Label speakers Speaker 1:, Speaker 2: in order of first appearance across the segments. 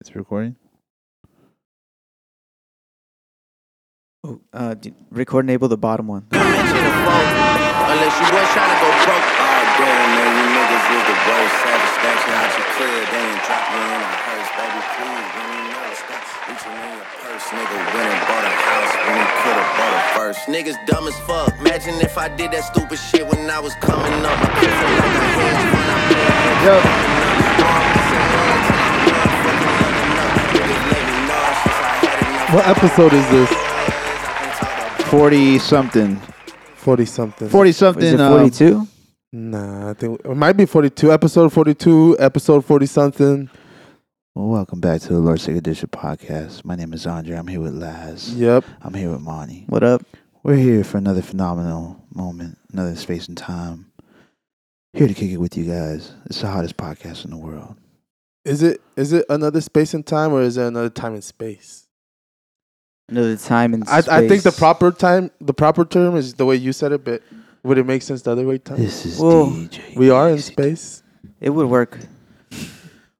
Speaker 1: It's recording.
Speaker 2: Oh, uh, d- record enable the bottom one.
Speaker 3: Unless you the folk, unless you was trying to go broke. Oh, damn, man, you niggas is the worst. Satisfaction out your crib, they ain't drop me in a hearse, baby. Please, when you know stop reaching in your purse, nigga. When it bought a house, when he coulda bought a first. Niggas dumb as fuck. Imagine if I did that stupid shit when I was coming up. I could've left my hands when I played it. Arm missing legs, and I'm motherfucking loving up. Niggas made me nauseous, I had enough.
Speaker 1: What episode is this?
Speaker 3: I can't talk about
Speaker 1: Forty something.
Speaker 4: 40 something.
Speaker 1: Forty
Speaker 2: Is
Speaker 1: something.
Speaker 2: it forty two?
Speaker 4: Nah, I think it might be 42. Episode 42, episode 40 something.
Speaker 1: welcome back to the Lord's Sacred Edition podcast. My name is Andre. I'm here with Laz.
Speaker 4: Yep.
Speaker 1: I'm here with Monty.
Speaker 2: What up?
Speaker 1: We're here for another phenomenal moment, another space and time. Here to kick it with you guys. It's the hottest podcast in the world.
Speaker 4: Is it is it another space and time or is it another time and space?
Speaker 2: Another time and
Speaker 4: I,
Speaker 2: space.
Speaker 4: I think the proper time, the proper term is the way you said it, but would it make sense the other way? Time?
Speaker 1: This is
Speaker 2: Whoa.
Speaker 1: DJ.
Speaker 4: We are in space.
Speaker 2: it would work.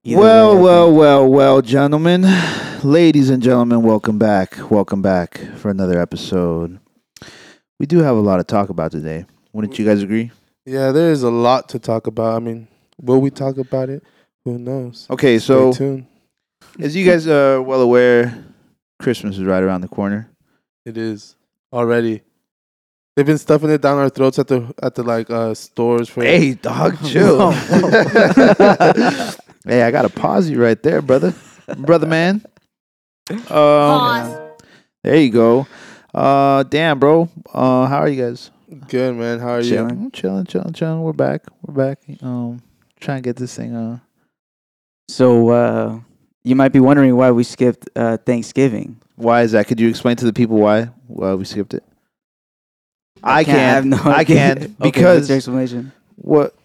Speaker 2: Either
Speaker 1: well,
Speaker 2: way, I
Speaker 1: well, well, well, gentlemen, ladies and gentlemen, welcome back, welcome back for another episode. We do have a lot to talk about today. Wouldn't you guys agree?
Speaker 4: Yeah, there is a lot to talk about. I mean, will we talk about it? Who knows?
Speaker 1: Okay, so
Speaker 4: Stay tuned.
Speaker 1: as you guys are well aware, Christmas is right around the corner.
Speaker 4: It is already. They've been stuffing it down our throats at the at the like uh stores for
Speaker 1: Hey, dog, chill.
Speaker 2: Whoa, whoa.
Speaker 1: hey, I got to pause you right there, brother, brother man. Um, there you go. Uh, damn, bro. Uh, how are you guys?
Speaker 4: good man. How are you?
Speaker 1: chilling, chilling, chilling, chilling. We're back. We're back. Um, trying to get this thing. Uh,
Speaker 2: So uh, you might be wondering why we skipped uh, Thanksgiving.
Speaker 1: why is that? Could you explain to the people why why we skipped it? I
Speaker 2: can't-
Speaker 1: can.
Speaker 2: have no
Speaker 1: I
Speaker 2: idea.
Speaker 1: can
Speaker 2: Okay, what's
Speaker 1: because
Speaker 2: your explanation.
Speaker 1: what?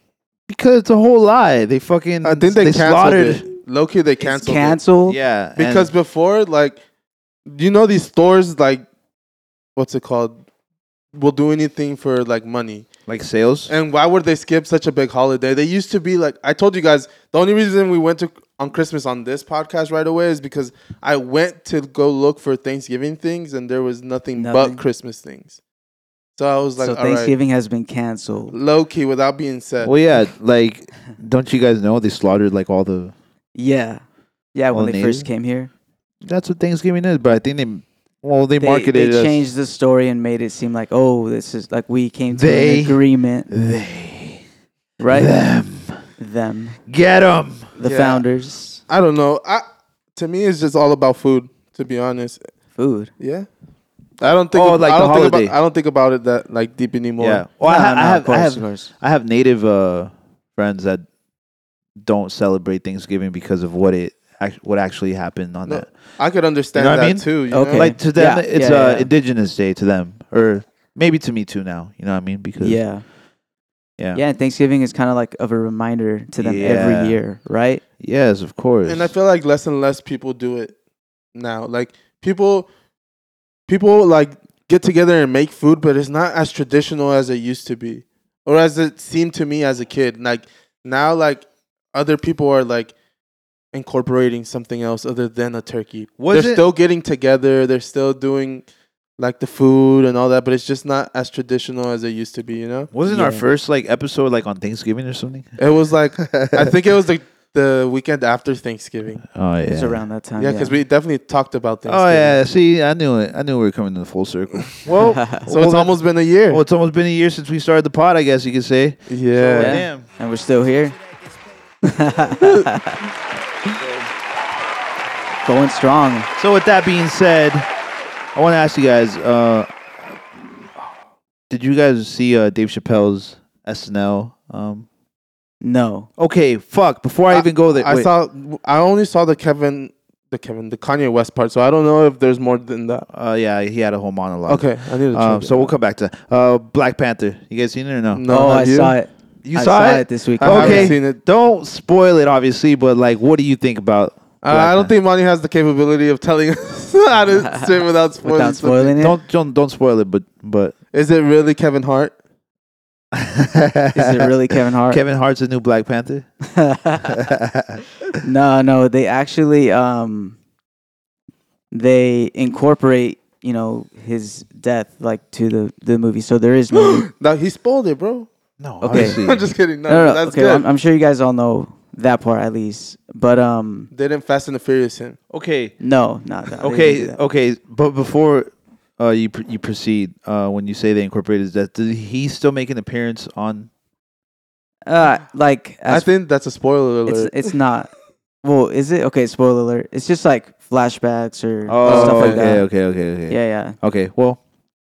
Speaker 1: Because it's a whole lie. They fucking.
Speaker 4: I think they, canceled
Speaker 1: slaughtered.
Speaker 4: it. Low key, they
Speaker 2: It's
Speaker 4: canceled,
Speaker 2: canceled.
Speaker 1: Yeah,
Speaker 4: it. because
Speaker 1: and
Speaker 4: before, like, you know, these stores, like, what's it called, will do anything for like money.
Speaker 1: like sales.
Speaker 4: And why would they skip such a big holiday? They used to be like, I told you guys, the only reason we went to on Christmas on this podcast right away is because I went to go look for Thanksgiving things and there was nothing,
Speaker 2: Nothing.
Speaker 4: but Christmas things. So I was like,
Speaker 2: so
Speaker 4: all right,
Speaker 2: Thanksgiving has been canceled.
Speaker 4: low key, without being said,
Speaker 1: Well, yeah, like don't you guys know they slaughtered like all the.
Speaker 2: Yeah, yeah.
Speaker 1: Well,
Speaker 2: When they first
Speaker 1: neither.
Speaker 2: came here,
Speaker 1: That's what Thanksgiving is, but I think they. Well, they,
Speaker 2: they,
Speaker 1: marketed.
Speaker 2: they
Speaker 1: us-
Speaker 2: changed the story and made it seem like oh, this is like we came to
Speaker 1: They-
Speaker 2: an agreement,
Speaker 1: They
Speaker 2: right?
Speaker 1: them
Speaker 2: Them,
Speaker 1: get them.
Speaker 2: the
Speaker 4: Yeah.
Speaker 2: founders,
Speaker 4: I don't know. I to me, it's just all about food. To be honest,
Speaker 2: food.
Speaker 4: Yeah. I don't think.
Speaker 1: Oh,
Speaker 4: ab-
Speaker 1: like
Speaker 4: I
Speaker 1: the
Speaker 4: don't think
Speaker 1: holiday.
Speaker 4: About, I don't think about it that like deep anymore.
Speaker 1: Yeah. Well, I,
Speaker 2: No,
Speaker 1: ha-
Speaker 2: no,
Speaker 1: I
Speaker 2: of
Speaker 1: have. I
Speaker 2: course,
Speaker 1: have
Speaker 2: of course.
Speaker 1: I have native uh, friends that don't celebrate Thanksgiving because of what it act- what actually happened on
Speaker 4: No,
Speaker 1: that.
Speaker 4: I could understand
Speaker 1: You know what
Speaker 4: that
Speaker 1: I mean?
Speaker 4: too. You
Speaker 2: Okay.
Speaker 4: okay.
Speaker 1: Like to them,
Speaker 2: Yeah,
Speaker 1: it's
Speaker 2: yeah,
Speaker 1: uh,
Speaker 2: yeah.
Speaker 1: Indigenous Day to them, or maybe to me too now. You know what I mean? Because
Speaker 2: Yeah.
Speaker 1: yeah,
Speaker 2: Yeah, and Thanksgiving is kind of like of a reminder to them
Speaker 1: Yeah.
Speaker 2: every year, right?
Speaker 1: yes, of course.
Speaker 4: and I feel like less and less people do it now. Like people, people like get together and make food, but it's not as traditional as it used to be, or as it seemed to me as a kid. Like now, like other people are like incorporating something else other than a turkey.
Speaker 1: Was
Speaker 4: they're
Speaker 1: it-
Speaker 4: still getting together. They're still doing like the food and all that, but it's just not as traditional as it used to be. You know.
Speaker 1: wasn't our
Speaker 2: Yeah.
Speaker 1: first like episode like on Thanksgiving or something?
Speaker 4: It was like I think it was the the weekend after Thanksgiving.
Speaker 1: Oh yeah,
Speaker 2: It's around that time.
Speaker 4: Yeah, because we definitely talked about Thanksgiving.
Speaker 1: Oh yeah, see, I knew it. I knew we were coming to the full circle. Well,
Speaker 4: So it's almost been a year.
Speaker 1: well, it's almost been a year since we started the pod. I guess you could say.
Speaker 4: yeah.
Speaker 2: Yeah.
Speaker 1: Damn.
Speaker 2: and we're still here. Going strong.
Speaker 1: So with that being said, I want to ask you guys: uh, Did you guys see uh, Dave Chappelle's SNL? Um,
Speaker 2: No.
Speaker 1: okay, fuck. Before I, even go there,
Speaker 4: I
Speaker 1: wait.
Speaker 4: saw. I only saw the Kevin, the Kevin, the Kanye West part. So I don't know if there's more than that.
Speaker 1: Uh, yeah, he had a whole monologue.
Speaker 4: Okay, I need
Speaker 1: Um,
Speaker 4: to. check it
Speaker 1: so we'll
Speaker 4: out.
Speaker 1: come back to uh, Black Panther. You guys seen it or no?
Speaker 4: No,
Speaker 2: oh,
Speaker 4: have
Speaker 2: I
Speaker 4: you?
Speaker 2: saw it.
Speaker 1: You
Speaker 2: I
Speaker 1: saw, it.
Speaker 2: this week.
Speaker 4: I haven't
Speaker 1: Okay.
Speaker 4: seen it.
Speaker 1: Don't spoil it, obviously. But like, what do you think about?
Speaker 4: Uh, I don't think Monty has the capability of telling us how to sit without spoiling.
Speaker 2: Without
Speaker 4: something.
Speaker 2: spoiling it.
Speaker 1: Don't don't don't spoil it. But but
Speaker 4: Is it really Kevin Hart?
Speaker 2: Is it really Kevin Hart?
Speaker 1: Kevin Hart's the new Black Panther?
Speaker 2: no, no, they actually um they incorporate, you know, his death like to the the movie. So there is no
Speaker 4: Now he spoiled it, bro.
Speaker 1: No,
Speaker 2: Okay.
Speaker 1: obviously.
Speaker 4: I'm just kidding. No,
Speaker 2: No, no,
Speaker 4: that's
Speaker 2: okay,
Speaker 4: good.
Speaker 2: I'm, I'm sure you guys all know that part at least. But um
Speaker 4: they didn't Fast and the Furious him.
Speaker 1: okay.
Speaker 2: no, not that.
Speaker 1: Okay, okay, but before uh, you pr- you proceed, uh, when you say they incorporated his death, did he still make an appearance on?
Speaker 2: Uh like
Speaker 4: I
Speaker 2: as
Speaker 4: think that's a spoiler alert.
Speaker 2: it's it's not Well, is it? Okay, spoiler alert. It's just like flashbacks or
Speaker 1: Oh,
Speaker 2: stuff like
Speaker 1: okay,
Speaker 2: that.
Speaker 1: okay, okay, okay.
Speaker 2: Yeah, yeah.
Speaker 1: Okay, well,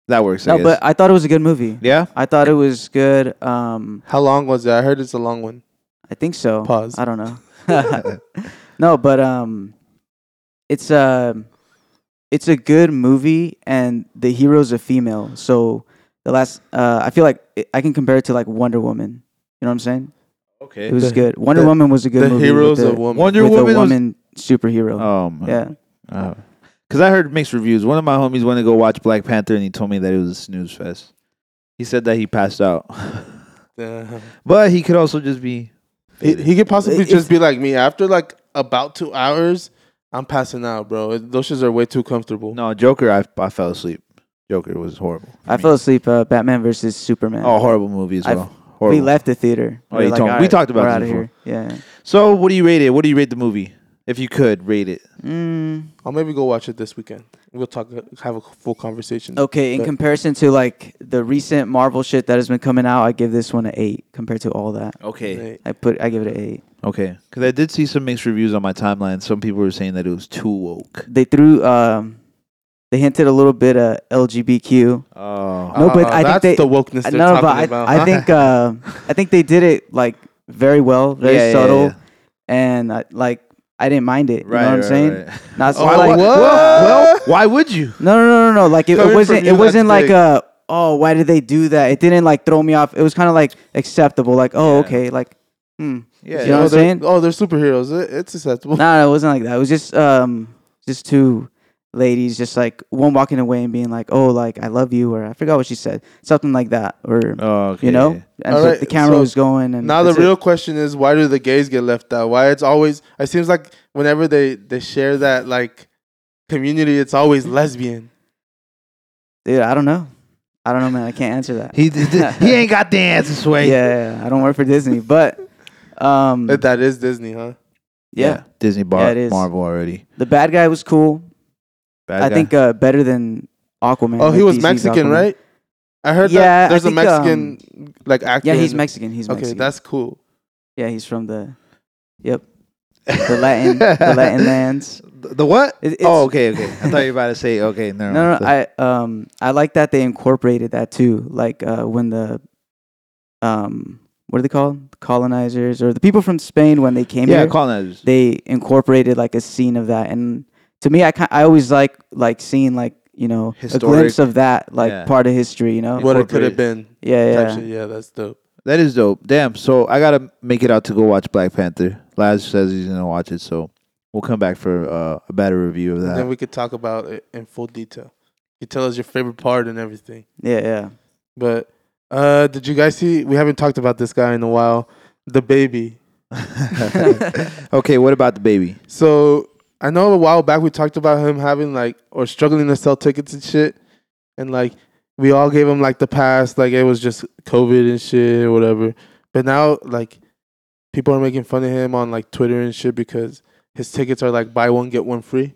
Speaker 1: that works. I
Speaker 2: No,
Speaker 1: guess.
Speaker 2: but uh, I thought it was a good movie.
Speaker 1: yeah,
Speaker 2: I thought it was good. Um,
Speaker 4: How long was it? I heard it's a long one.
Speaker 2: I think so.
Speaker 4: Pause.
Speaker 2: I don't know. no, but um, it's a it's a good movie, and the hero's a female. So the last, uh, I feel like it, I can compare it to like Wonder Woman. You know what I'm saying?
Speaker 1: okay.
Speaker 2: It was
Speaker 4: The-
Speaker 2: good. Wonder
Speaker 4: the-
Speaker 2: Woman was a good
Speaker 4: the
Speaker 2: movie.
Speaker 4: heroes
Speaker 2: with a,
Speaker 4: of woman.
Speaker 1: Wonder
Speaker 2: with
Speaker 1: Woman was-
Speaker 2: a woman superhero.
Speaker 1: Um,
Speaker 2: yeah.
Speaker 1: Because I heard mixed reviews. One of my homies went to go watch Black Panther, and he told me that it was a snooze fest. He said that he passed out,
Speaker 4: Damn.
Speaker 1: but he could also just be.
Speaker 4: He, he could possibly
Speaker 2: If-
Speaker 4: just be like me. After like about two hours, I'm passing out, bro. It- Those shits are way too comfortable.
Speaker 1: No, Joker. I I fell asleep. Joker was horrible. for
Speaker 2: I
Speaker 1: me.
Speaker 2: fell asleep. Uh, Batman versus Superman.
Speaker 1: Oh, horrible movie as
Speaker 2: I've-
Speaker 1: well. Horrible.
Speaker 2: We left the theater.
Speaker 1: Oh,
Speaker 2: were
Speaker 1: you told me. We
Speaker 2: "Alright,
Speaker 1: talked about
Speaker 2: we're
Speaker 1: this
Speaker 2: outta
Speaker 1: before."
Speaker 2: here." Yeah.
Speaker 1: So, what do you rate it? What do you rate the movie? If you could rate it,
Speaker 2: Mm.
Speaker 4: I'll maybe go watch it this weekend. We'll talk, have a full conversation.
Speaker 2: Okay, in
Speaker 4: But-
Speaker 2: comparison to like the recent Marvel shit that has been coming out, I give this one an eight compared to all that.
Speaker 1: okay,
Speaker 2: I put I give it an eight.
Speaker 1: okay. Because I did see some mixed reviews on my timeline. Some people were saying that it was too woke.
Speaker 2: They threw um they hinted a little bit of LGBTQ.
Speaker 1: Oh,
Speaker 2: No, but
Speaker 4: Ah,
Speaker 2: I think
Speaker 4: that's
Speaker 2: they-
Speaker 4: the wokeness they're
Speaker 2: No,
Speaker 4: talking
Speaker 2: but I,
Speaker 4: about.
Speaker 2: I think uh, I think they did it like very well, very
Speaker 1: Yeah, yeah,
Speaker 2: subtle,
Speaker 1: yeah.
Speaker 2: and I, like I didn't mind it. You know what I'm
Speaker 1: right,
Speaker 2: saying? Oh,
Speaker 1: right. Oh,
Speaker 2: Not so
Speaker 4: Why-
Speaker 2: like,
Speaker 4: why-
Speaker 1: Well, why would you?
Speaker 2: No, no, no, no, no. Like it,
Speaker 4: Coming
Speaker 2: it
Speaker 4: from
Speaker 2: wasn't.
Speaker 4: you,
Speaker 2: It
Speaker 4: that's
Speaker 2: wasn't like
Speaker 4: big.
Speaker 2: a. Oh, why did they do that? It didn't like throw me off. It was kind of like acceptable. Like, oh,
Speaker 1: Yeah.
Speaker 2: okay. Like, hmm.
Speaker 1: Yeah,
Speaker 2: You know
Speaker 4: oh,
Speaker 2: what I'm
Speaker 4: they're-
Speaker 2: saying?
Speaker 4: Oh, they're superheroes. It- it's acceptable.
Speaker 2: No, no, it wasn't like that. It was just um just two ladies just like one walking away and being like, "Oh, like I love you," or I forgot what she said. Something like that or
Speaker 1: Oh, okay.
Speaker 2: you know? And
Speaker 4: All
Speaker 2: so
Speaker 4: right,
Speaker 2: the camera
Speaker 4: so
Speaker 2: was going and
Speaker 4: Now the
Speaker 2: that's it.
Speaker 4: real question is why do the gays get left out? Why it's always it seems like whenever they they share that like community, it's always lesbian.
Speaker 2: dude, I don't know. I don't know, man. I can't answer that.
Speaker 1: He did, he ain't got the answer,
Speaker 2: yeah,
Speaker 1: Sway.
Speaker 2: yeah, yeah. I don't work for Disney, but um
Speaker 4: That that is Disney, huh?
Speaker 2: yeah,
Speaker 1: Disney bar,
Speaker 2: Yeah, it is.
Speaker 1: Marvel already.
Speaker 2: the bad guy was cool.
Speaker 1: Bad
Speaker 2: I
Speaker 1: guy.
Speaker 2: think uh, better than Aquaman.
Speaker 4: oh, he
Speaker 2: like
Speaker 4: was
Speaker 2: DC's
Speaker 4: Mexican,
Speaker 2: Aquaman.
Speaker 4: right? I heard
Speaker 2: Yeah, I
Speaker 4: that there's
Speaker 2: think, um,
Speaker 4: a Mexican like actor.
Speaker 2: Yeah, he's
Speaker 4: in-
Speaker 2: Mexican. He's
Speaker 4: Okay,
Speaker 2: Mexican.
Speaker 4: that's cool.
Speaker 2: yeah, he's from the Yep. The Latin the Latin lands.
Speaker 1: the what?
Speaker 2: It- it's-
Speaker 1: oh, okay, okay. I thought you were about to say okay. No,
Speaker 2: No, no, I um I like that they incorporated that too. Like uh when the um what are they called? Colonizers or the people from Spain when they came
Speaker 1: yeah,
Speaker 2: here,
Speaker 1: colonizers.
Speaker 2: they incorporated like a scene of that. And to me, I ki- I always like like seeing like you know a
Speaker 1: Historic.
Speaker 2: glimpse of that like
Speaker 1: Yeah.
Speaker 2: part of history. You know?
Speaker 4: What it could have been.
Speaker 2: yeah,
Speaker 4: type
Speaker 2: yeah.
Speaker 4: shit. yeah, that's dope.
Speaker 1: That is dope. Damn. So I gotta make it out to go watch Black Panther. Laz says he's gonna watch it, so we'll come back for uh, a better review of
Speaker 4: Then
Speaker 1: that.
Speaker 4: we could talk about it in full detail. You tell us your favorite part and everything.
Speaker 2: yeah, yeah.
Speaker 4: But uh did you guys see we haven't talked about this guy in a while. The baby.
Speaker 1: okay. What about the baby?
Speaker 4: So I know a while back we talked about him having like or struggling to sell tickets and shit, and like we all gave him like the pass, like it was just COVID and shit or whatever. But now like people are making fun of him on like Twitter and shit because his tickets are like buy one get one free.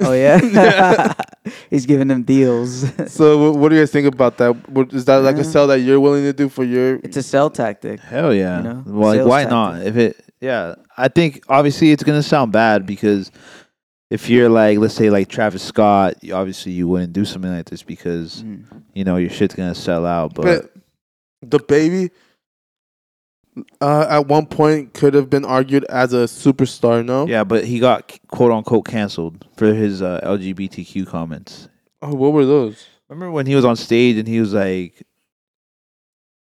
Speaker 2: Oh yeah. He's giving them deals.
Speaker 4: so wh- what do you guys think about that? What- Is that like
Speaker 2: Yeah.
Speaker 4: a sell that you're willing to do for your?
Speaker 2: it's a sell tactic.
Speaker 1: Hell yeah.
Speaker 2: You know?
Speaker 1: Well, like,
Speaker 2: Sales
Speaker 1: why
Speaker 2: tactic.
Speaker 1: not? If it, yeah, I think obviously it's gonna sound bad because if you're like, let's say like Travis Scott, you- obviously you wouldn't do something like this because
Speaker 2: Mm.
Speaker 1: you know your shit's gonna sell out. But,
Speaker 4: But the baby. Uh, at one point, could have been argued as a superstar. No,
Speaker 1: yeah, but he got c- quote unquote canceled for his uh, LGBTQ comments.
Speaker 4: Oh, what were those?
Speaker 1: Remember when he was on stage and he was like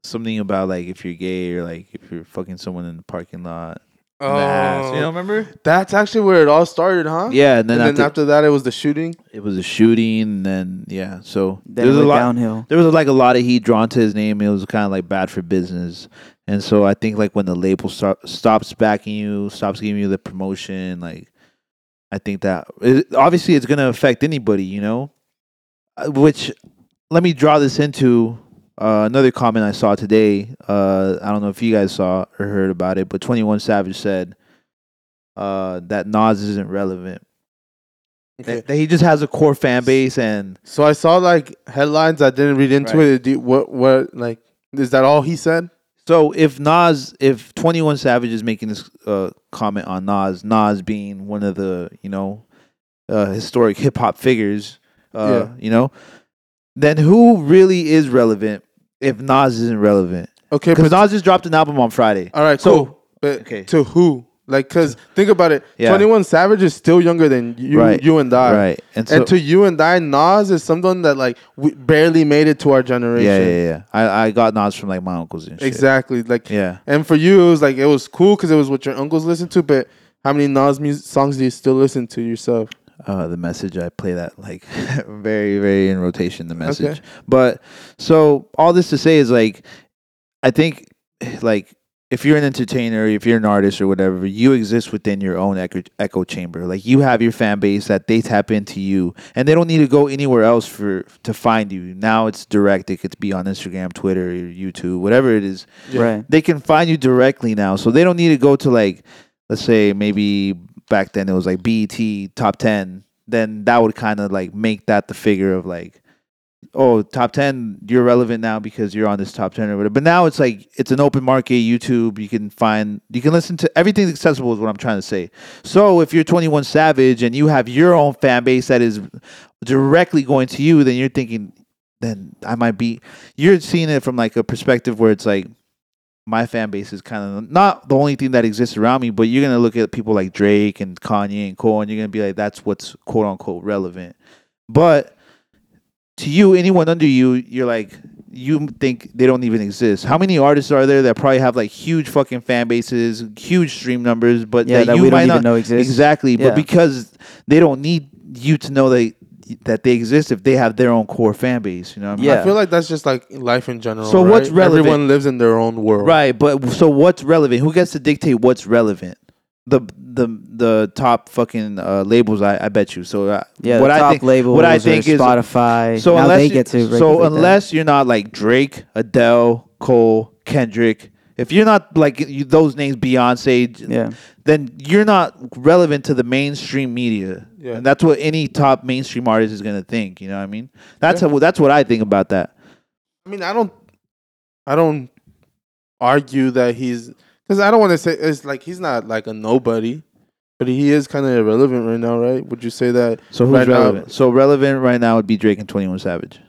Speaker 1: something about like if you're gay or like if you're fucking someone in the parking lot.
Speaker 4: Oh,
Speaker 1: ass. You know, remember?
Speaker 4: that's actually where it all started, huh?
Speaker 1: Yeah, and then,
Speaker 4: And then
Speaker 1: after,
Speaker 4: after that, it was the shooting.
Speaker 1: it was a shooting, and then yeah, so
Speaker 2: Then it
Speaker 1: a
Speaker 2: went
Speaker 1: lot.
Speaker 2: downhill.
Speaker 1: There was like a lot of heat drawn to his name. It was kind of like bad for business, and so I think like when the label stop, stops backing you, stops giving you the promotion, like I think that it, obviously it's gonna affect anybody, you know. Uh, Which let me draw this into uh, another comment I saw today. Uh, I don't know if you guys saw or heard about it, but Twenty One Savage said uh, that Nas isn't relevant.
Speaker 4: Okay.
Speaker 1: That, that he just has a core fan base and
Speaker 4: So I saw like headlines. I didn't read into
Speaker 1: Right.
Speaker 4: it. Do you- what? What? Like, is that all he said?
Speaker 1: So if Nas, if Twenty One Savage is making this uh, comment on Nas, Nas being one of the you know uh, historic hip hop figures, uh, you know, then who really is relevant if Nas isn't relevant?
Speaker 4: Okay,
Speaker 1: Because
Speaker 4: but
Speaker 1: Nas just dropped an album on Friday.
Speaker 4: all right,
Speaker 1: so-
Speaker 4: cool. But
Speaker 1: okay.
Speaker 4: to who? Like, cause think about it.
Speaker 1: Yeah.
Speaker 4: Twenty One Savage is still younger than you,
Speaker 1: Right.
Speaker 4: you and I.
Speaker 1: right, and so
Speaker 4: and to you and I, Nas is someone that like we barely made it to our generation.
Speaker 1: yeah, yeah, yeah. I, I got Nas from like my uncles and shit.
Speaker 4: Exactly. Like,
Speaker 1: Yeah.
Speaker 4: And for you, it was like it was cool because it was what your uncles listened to. But how many Nas music songs do you still listen to yourself?
Speaker 1: uh, the message. I play that like very, very in rotation. The message, but so all this to say is like, I think like if you're an entertainer, if you're an artist or whatever, you exist within your own echo, echo chamber. Like you have your fan base that they tap into you, and they don't need to go anywhere else for to find you. Now it's direct. It could be on Instagram, Twitter, or YouTube, whatever it is
Speaker 2: Right.
Speaker 1: they can find you directly now. So they don't need to go to like, let's say maybe back then it was like BET top 10. Then that would kind of like make that the figure of like, oh, top 10, you're relevant now because you're on this top 10 or whatever. But now it's like, it's an open market, YouTube. You can find, you can listen to everything's accessible, is what I'm trying to say. So if you're 21 Savage and you have your own fan base that is directly going to you, then you're thinking, then I might be, you're seeing it from like a perspective where it's like, my fan base is kind of not the only thing that exists around me, but you're gonna look at people like Drake and Kanye and Cole, and you're gonna be like, that's what's quote unquote relevant. But to you, anyone under you, you're like, you think they don't even exist. How many artists are there that probably have like huge fucking fan bases, huge stream numbers, but
Speaker 2: Yeah, that
Speaker 1: you
Speaker 2: we don't
Speaker 1: might
Speaker 2: even
Speaker 1: not
Speaker 2: know exists.
Speaker 1: exactly?
Speaker 2: Yeah.
Speaker 1: But because they don't need you to know that that they exist if they have their own core fan base. You know what I mean?
Speaker 2: Yeah.
Speaker 4: I feel like that's just like life in general.
Speaker 1: So what's
Speaker 4: right? Everyone
Speaker 1: relevant?
Speaker 4: lives in their own world.
Speaker 1: Right, but so what's relevant? Who gets to dictate what's relevant? The the the top fucking uh, labels, I, I bet you. So uh,
Speaker 2: Yeah.
Speaker 1: what
Speaker 2: the top
Speaker 1: I think,
Speaker 2: labels
Speaker 1: what I
Speaker 2: or
Speaker 1: think is
Speaker 2: Spotify.
Speaker 1: so
Speaker 2: now
Speaker 1: unless
Speaker 2: they
Speaker 1: you-
Speaker 2: get to.
Speaker 1: so
Speaker 2: regulate that.
Speaker 1: unless you're not like Drake, Adele, Cole, Kendrick, if you're not like you, those names, Beyonce, j-
Speaker 2: Yeah.
Speaker 1: then you're not relevant to the mainstream media.
Speaker 4: Yeah.
Speaker 1: And that's what any top mainstream artist is gonna think. You know what I mean? That's how, that's what I think about that.
Speaker 4: I mean, I don't, I don't argue that he's because I don't want to say it's like he's not like a nobody, but he is kind of irrelevant right now, right? Would you say that
Speaker 1: So who's
Speaker 4: Right now-
Speaker 1: relevant? so relevant right now would be Drake and Twenty One Savage.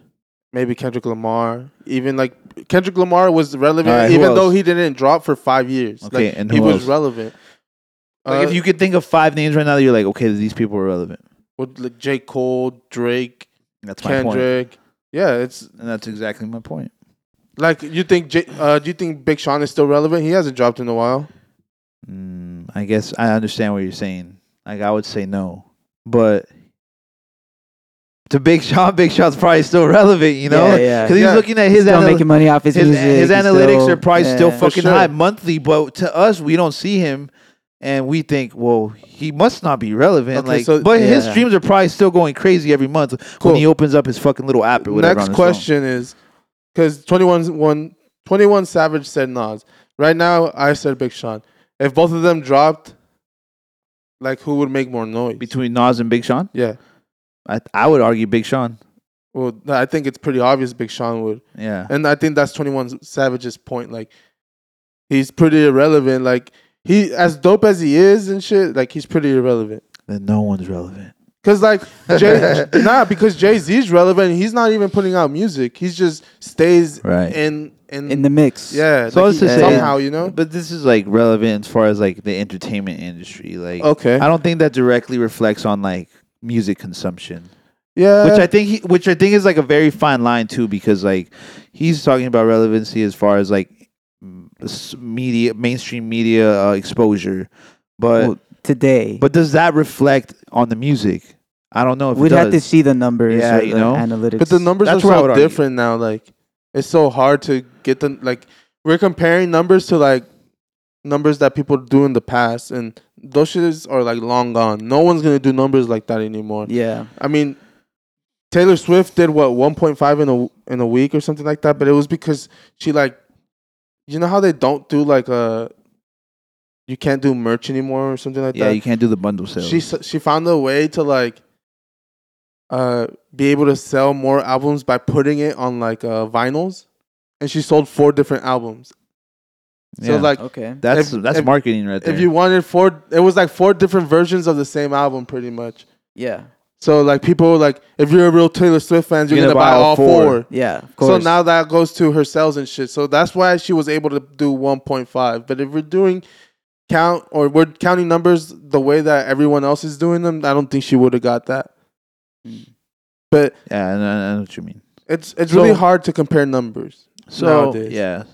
Speaker 4: maybe Kendrick Lamar, even like Kendrick Lamar was relevant,
Speaker 1: All right, who
Speaker 4: even though
Speaker 1: else?
Speaker 4: he didn't drop for five years.
Speaker 1: Okay,
Speaker 4: like,
Speaker 1: and
Speaker 4: he
Speaker 1: who
Speaker 4: was
Speaker 1: else?
Speaker 4: relevant.
Speaker 1: Like
Speaker 4: Uh,
Speaker 1: if you could think of five names right now that you're like, okay, these people are relevant.
Speaker 4: with, like J. Cole, Drake,
Speaker 1: That's my point.
Speaker 4: Kendrick, yeah, it's
Speaker 1: And that's exactly my point.
Speaker 4: like you think. J, uh, do you think Big Sean is still relevant? He hasn't dropped in a while.
Speaker 1: Mm, I guess I understand what you're saying. Like I would say no, but to Big Sean, Big Sean's probably still relevant, you know,
Speaker 2: Yeah, yeah.
Speaker 1: he's
Speaker 4: Yeah.
Speaker 1: looking at his
Speaker 2: still
Speaker 1: anal-
Speaker 2: making money off his,
Speaker 1: his,
Speaker 2: music.
Speaker 1: his
Speaker 2: he's
Speaker 1: analytics
Speaker 2: still-
Speaker 1: are probably still
Speaker 2: yeah.
Speaker 1: fucking
Speaker 4: sure.
Speaker 1: high monthly, but to us, we don't see him. And we think, well, he must not be relevant.
Speaker 4: Okay,
Speaker 1: like,
Speaker 4: so-
Speaker 1: but his
Speaker 2: Yeah.
Speaker 1: streams are probably still going crazy every month
Speaker 4: Cool.
Speaker 1: when he opens up his fucking little app or whatever.
Speaker 4: Next
Speaker 1: on his phone.
Speaker 4: question is because 21, one, 21 Savage said Nas. Right now, I said Big Sean. If both of them dropped, like who would make more noise?
Speaker 1: between Nas and Big Sean.
Speaker 4: yeah.
Speaker 1: I I would argue Big Sean.
Speaker 4: Well, th- I think it's pretty obvious Big Sean would.
Speaker 1: Yeah.
Speaker 4: And I think that's 21 Savage's point. Like, he's pretty irrelevant. Like, he, as dope as he is and shit, like, he's pretty irrelevant.
Speaker 1: Then no one's relevant.
Speaker 4: Cause like Jay, nah, because Jay Z's relevant. He's not even putting out music. He's just stays
Speaker 1: Right.
Speaker 4: in in,
Speaker 2: in the mix.
Speaker 4: yeah.
Speaker 1: So
Speaker 4: like
Speaker 1: let's
Speaker 4: he-
Speaker 1: just
Speaker 2: say-
Speaker 4: somehow you know.
Speaker 1: But this is like relevant as far as like the entertainment industry. Like
Speaker 4: Okay.
Speaker 1: I don't think that directly reflects on like music consumption.
Speaker 4: Yeah.
Speaker 1: Which I think he, which I think is like a very fine line too because like he's talking about relevancy as far as like m- s- media mainstream media uh, exposure. But
Speaker 2: Well, today.
Speaker 1: but does that reflect on the music? I don't know if it
Speaker 2: we'd have to
Speaker 1: does.
Speaker 2: see the numbers
Speaker 1: Yeah,
Speaker 2: or
Speaker 1: you
Speaker 2: the
Speaker 1: know?
Speaker 2: analytics.
Speaker 4: But the numbers
Speaker 1: That's
Speaker 4: are
Speaker 1: what I would
Speaker 4: so
Speaker 1: argue.
Speaker 4: different now. Like it's so hard to get them. Like we're comparing numbers to like numbers that people do in the past, and those shits are like long gone. No one's gonna do numbers like that anymore.
Speaker 2: yeah,
Speaker 4: I mean, Taylor Swift did what 1.5 in a in a week or something like that, but it was because she like, you know how they don't do like a. You can't do merch anymore or something like
Speaker 1: yeah,
Speaker 4: that
Speaker 1: you can't do the bundle sales.
Speaker 4: she s- she found a way to like uh be able to sell more albums by putting it on like uh vinyls and she sold four different albums so
Speaker 1: Yeah.
Speaker 4: like
Speaker 2: okay,
Speaker 1: that's
Speaker 4: if-
Speaker 1: that's
Speaker 4: if-
Speaker 1: marketing right there.
Speaker 4: if you wanted four it was like four different versions of the same album pretty much
Speaker 2: yeah,
Speaker 4: so like people were like if you're a real taylor swift fans you're, gonna, buy, all four,
Speaker 2: yeah. Of
Speaker 4: so
Speaker 2: course.
Speaker 4: now that goes to her sales and shit so that's why she was able to do 1.5 but if we're doing count or we're counting numbers the way that everyone else is doing them i don't think she would have got that
Speaker 2: Mm.
Speaker 4: but
Speaker 1: yeah, I know, I know what you mean.
Speaker 4: It's it's really
Speaker 1: So-
Speaker 4: hard to compare numbers.
Speaker 1: So
Speaker 4: Nowadays.
Speaker 1: yeah,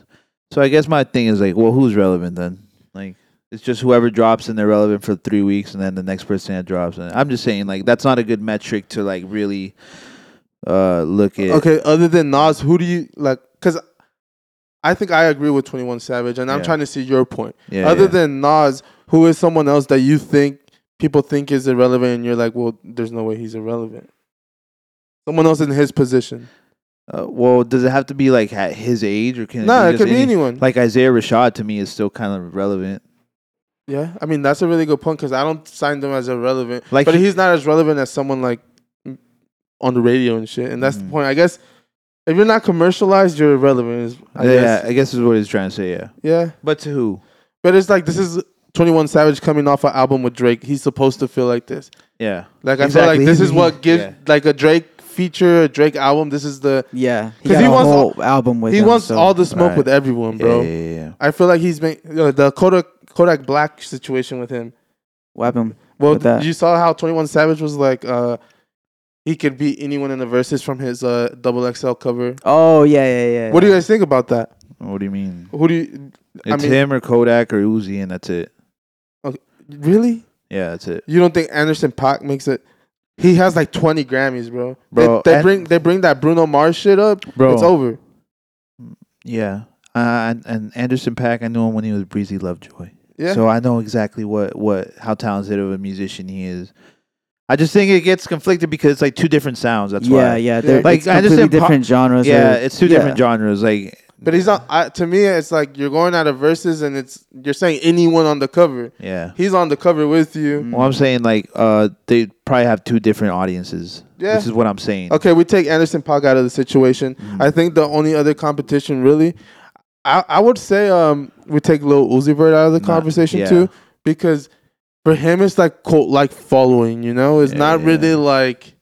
Speaker 1: so I guess my thing is like, well, who's relevant then? Like, it's just whoever drops and they're relevant for three weeks, and then the next person that drops. And I'm just saying, like, that's not a good metric to like really uh look at.
Speaker 4: Okay, other than Nas, who do you like? Because I think I agree with Twenty One Savage, and I'm
Speaker 1: Yeah.
Speaker 4: trying to see your point.
Speaker 1: Yeah,
Speaker 4: other
Speaker 1: yeah.
Speaker 4: than Nas, who is someone else that you think people think is irrelevant, and you're like, well, there's no way he's irrelevant. Someone else in his position.
Speaker 1: uh, well, does it have to be like at his age, or can
Speaker 4: No,
Speaker 1: it
Speaker 4: nah,
Speaker 1: be
Speaker 4: it
Speaker 1: just
Speaker 4: could be
Speaker 1: any-
Speaker 4: anyone.
Speaker 1: Like Isaiah Rashad to me is still kind of relevant.
Speaker 4: yeah, I mean that's a really good point because I don't sign them as irrelevant.
Speaker 1: Like
Speaker 4: but
Speaker 1: he-
Speaker 4: he's not as relevant as someone like m- on the radio and shit. And that's the
Speaker 1: Mhm.
Speaker 4: point. I guess if you're not commercialized, you're irrelevant. Is I
Speaker 1: yeah,
Speaker 4: guess.
Speaker 1: I guess is what he's trying to say. Yeah,
Speaker 4: Yeah.
Speaker 1: but to who?
Speaker 4: But it's like this is 21 Savage coming off an album with Drake. He's supposed to feel like this.
Speaker 1: Yeah,
Speaker 4: Like I feel
Speaker 1: Exactly.
Speaker 4: like this is what gives
Speaker 1: Yeah.
Speaker 4: like a Drake feature, a Drake album. This is the
Speaker 2: yeah,
Speaker 4: 'Cause
Speaker 2: got
Speaker 4: he
Speaker 2: a
Speaker 4: wants
Speaker 2: whole album with
Speaker 4: he
Speaker 2: him,
Speaker 4: wants
Speaker 2: so-
Speaker 4: all the smoke
Speaker 1: Right.
Speaker 4: with everyone, bro.
Speaker 1: Yeah, yeah, yeah.
Speaker 4: I feel like he's made uh, the Kodak Kodak Black situation with him.
Speaker 2: What happened?
Speaker 4: Well,
Speaker 2: With that.
Speaker 4: you saw how 21 Savage was like uh he could beat anyone in the verses from his uh double XL cover.
Speaker 2: Oh yeah, yeah, yeah.
Speaker 4: What do you guys think about that?
Speaker 1: What do you mean?
Speaker 4: Who do you I
Speaker 1: It's
Speaker 4: mean-
Speaker 1: him or Kodak or Uzi, and that's it.
Speaker 4: really?
Speaker 1: Yeah, that's it.
Speaker 4: You don't think Anderson Pac makes it? He has like twenty Grammys, bro.
Speaker 1: Bro,
Speaker 4: they, they
Speaker 1: and-
Speaker 4: bring they bring that Bruno Mars shit up.
Speaker 1: Bro.
Speaker 4: it's over.
Speaker 1: Yeah. Uh, and, and Anderson Pack, I knew him when he was Breezy Lovejoy.
Speaker 4: Yeah,
Speaker 1: So I know exactly what, what how talented of a musician he is. I just think it gets conflicted because it's like two different sounds. That's
Speaker 2: yeah,
Speaker 1: why.
Speaker 2: yeah. They're
Speaker 1: Like,
Speaker 2: it's
Speaker 1: I
Speaker 2: completely
Speaker 1: understand pop-
Speaker 2: different genres.
Speaker 1: Yeah,
Speaker 2: or-
Speaker 1: it's two
Speaker 2: yeah.
Speaker 1: different genres. Like
Speaker 4: but he's not. I, to me, it's like you're going out of verses, and it's you're saying anyone on the cover.
Speaker 1: yeah.
Speaker 4: He's on the cover with
Speaker 2: Mm.
Speaker 4: you.
Speaker 1: Well, I'm saying like uh they probably have two different audiences.
Speaker 4: Yeah.
Speaker 1: This is Mm. what I'm saying. Hmm.
Speaker 4: Okay, we take Anderson Pac out of the situation. I think the only other competition, really, I, I would say, um, we take Lil Uzi Vert out of the
Speaker 1: Nah,
Speaker 4: conversation
Speaker 1: yeah.
Speaker 4: too, because for him it's like cult like following. You know, it's not
Speaker 1: Yeah.
Speaker 4: really like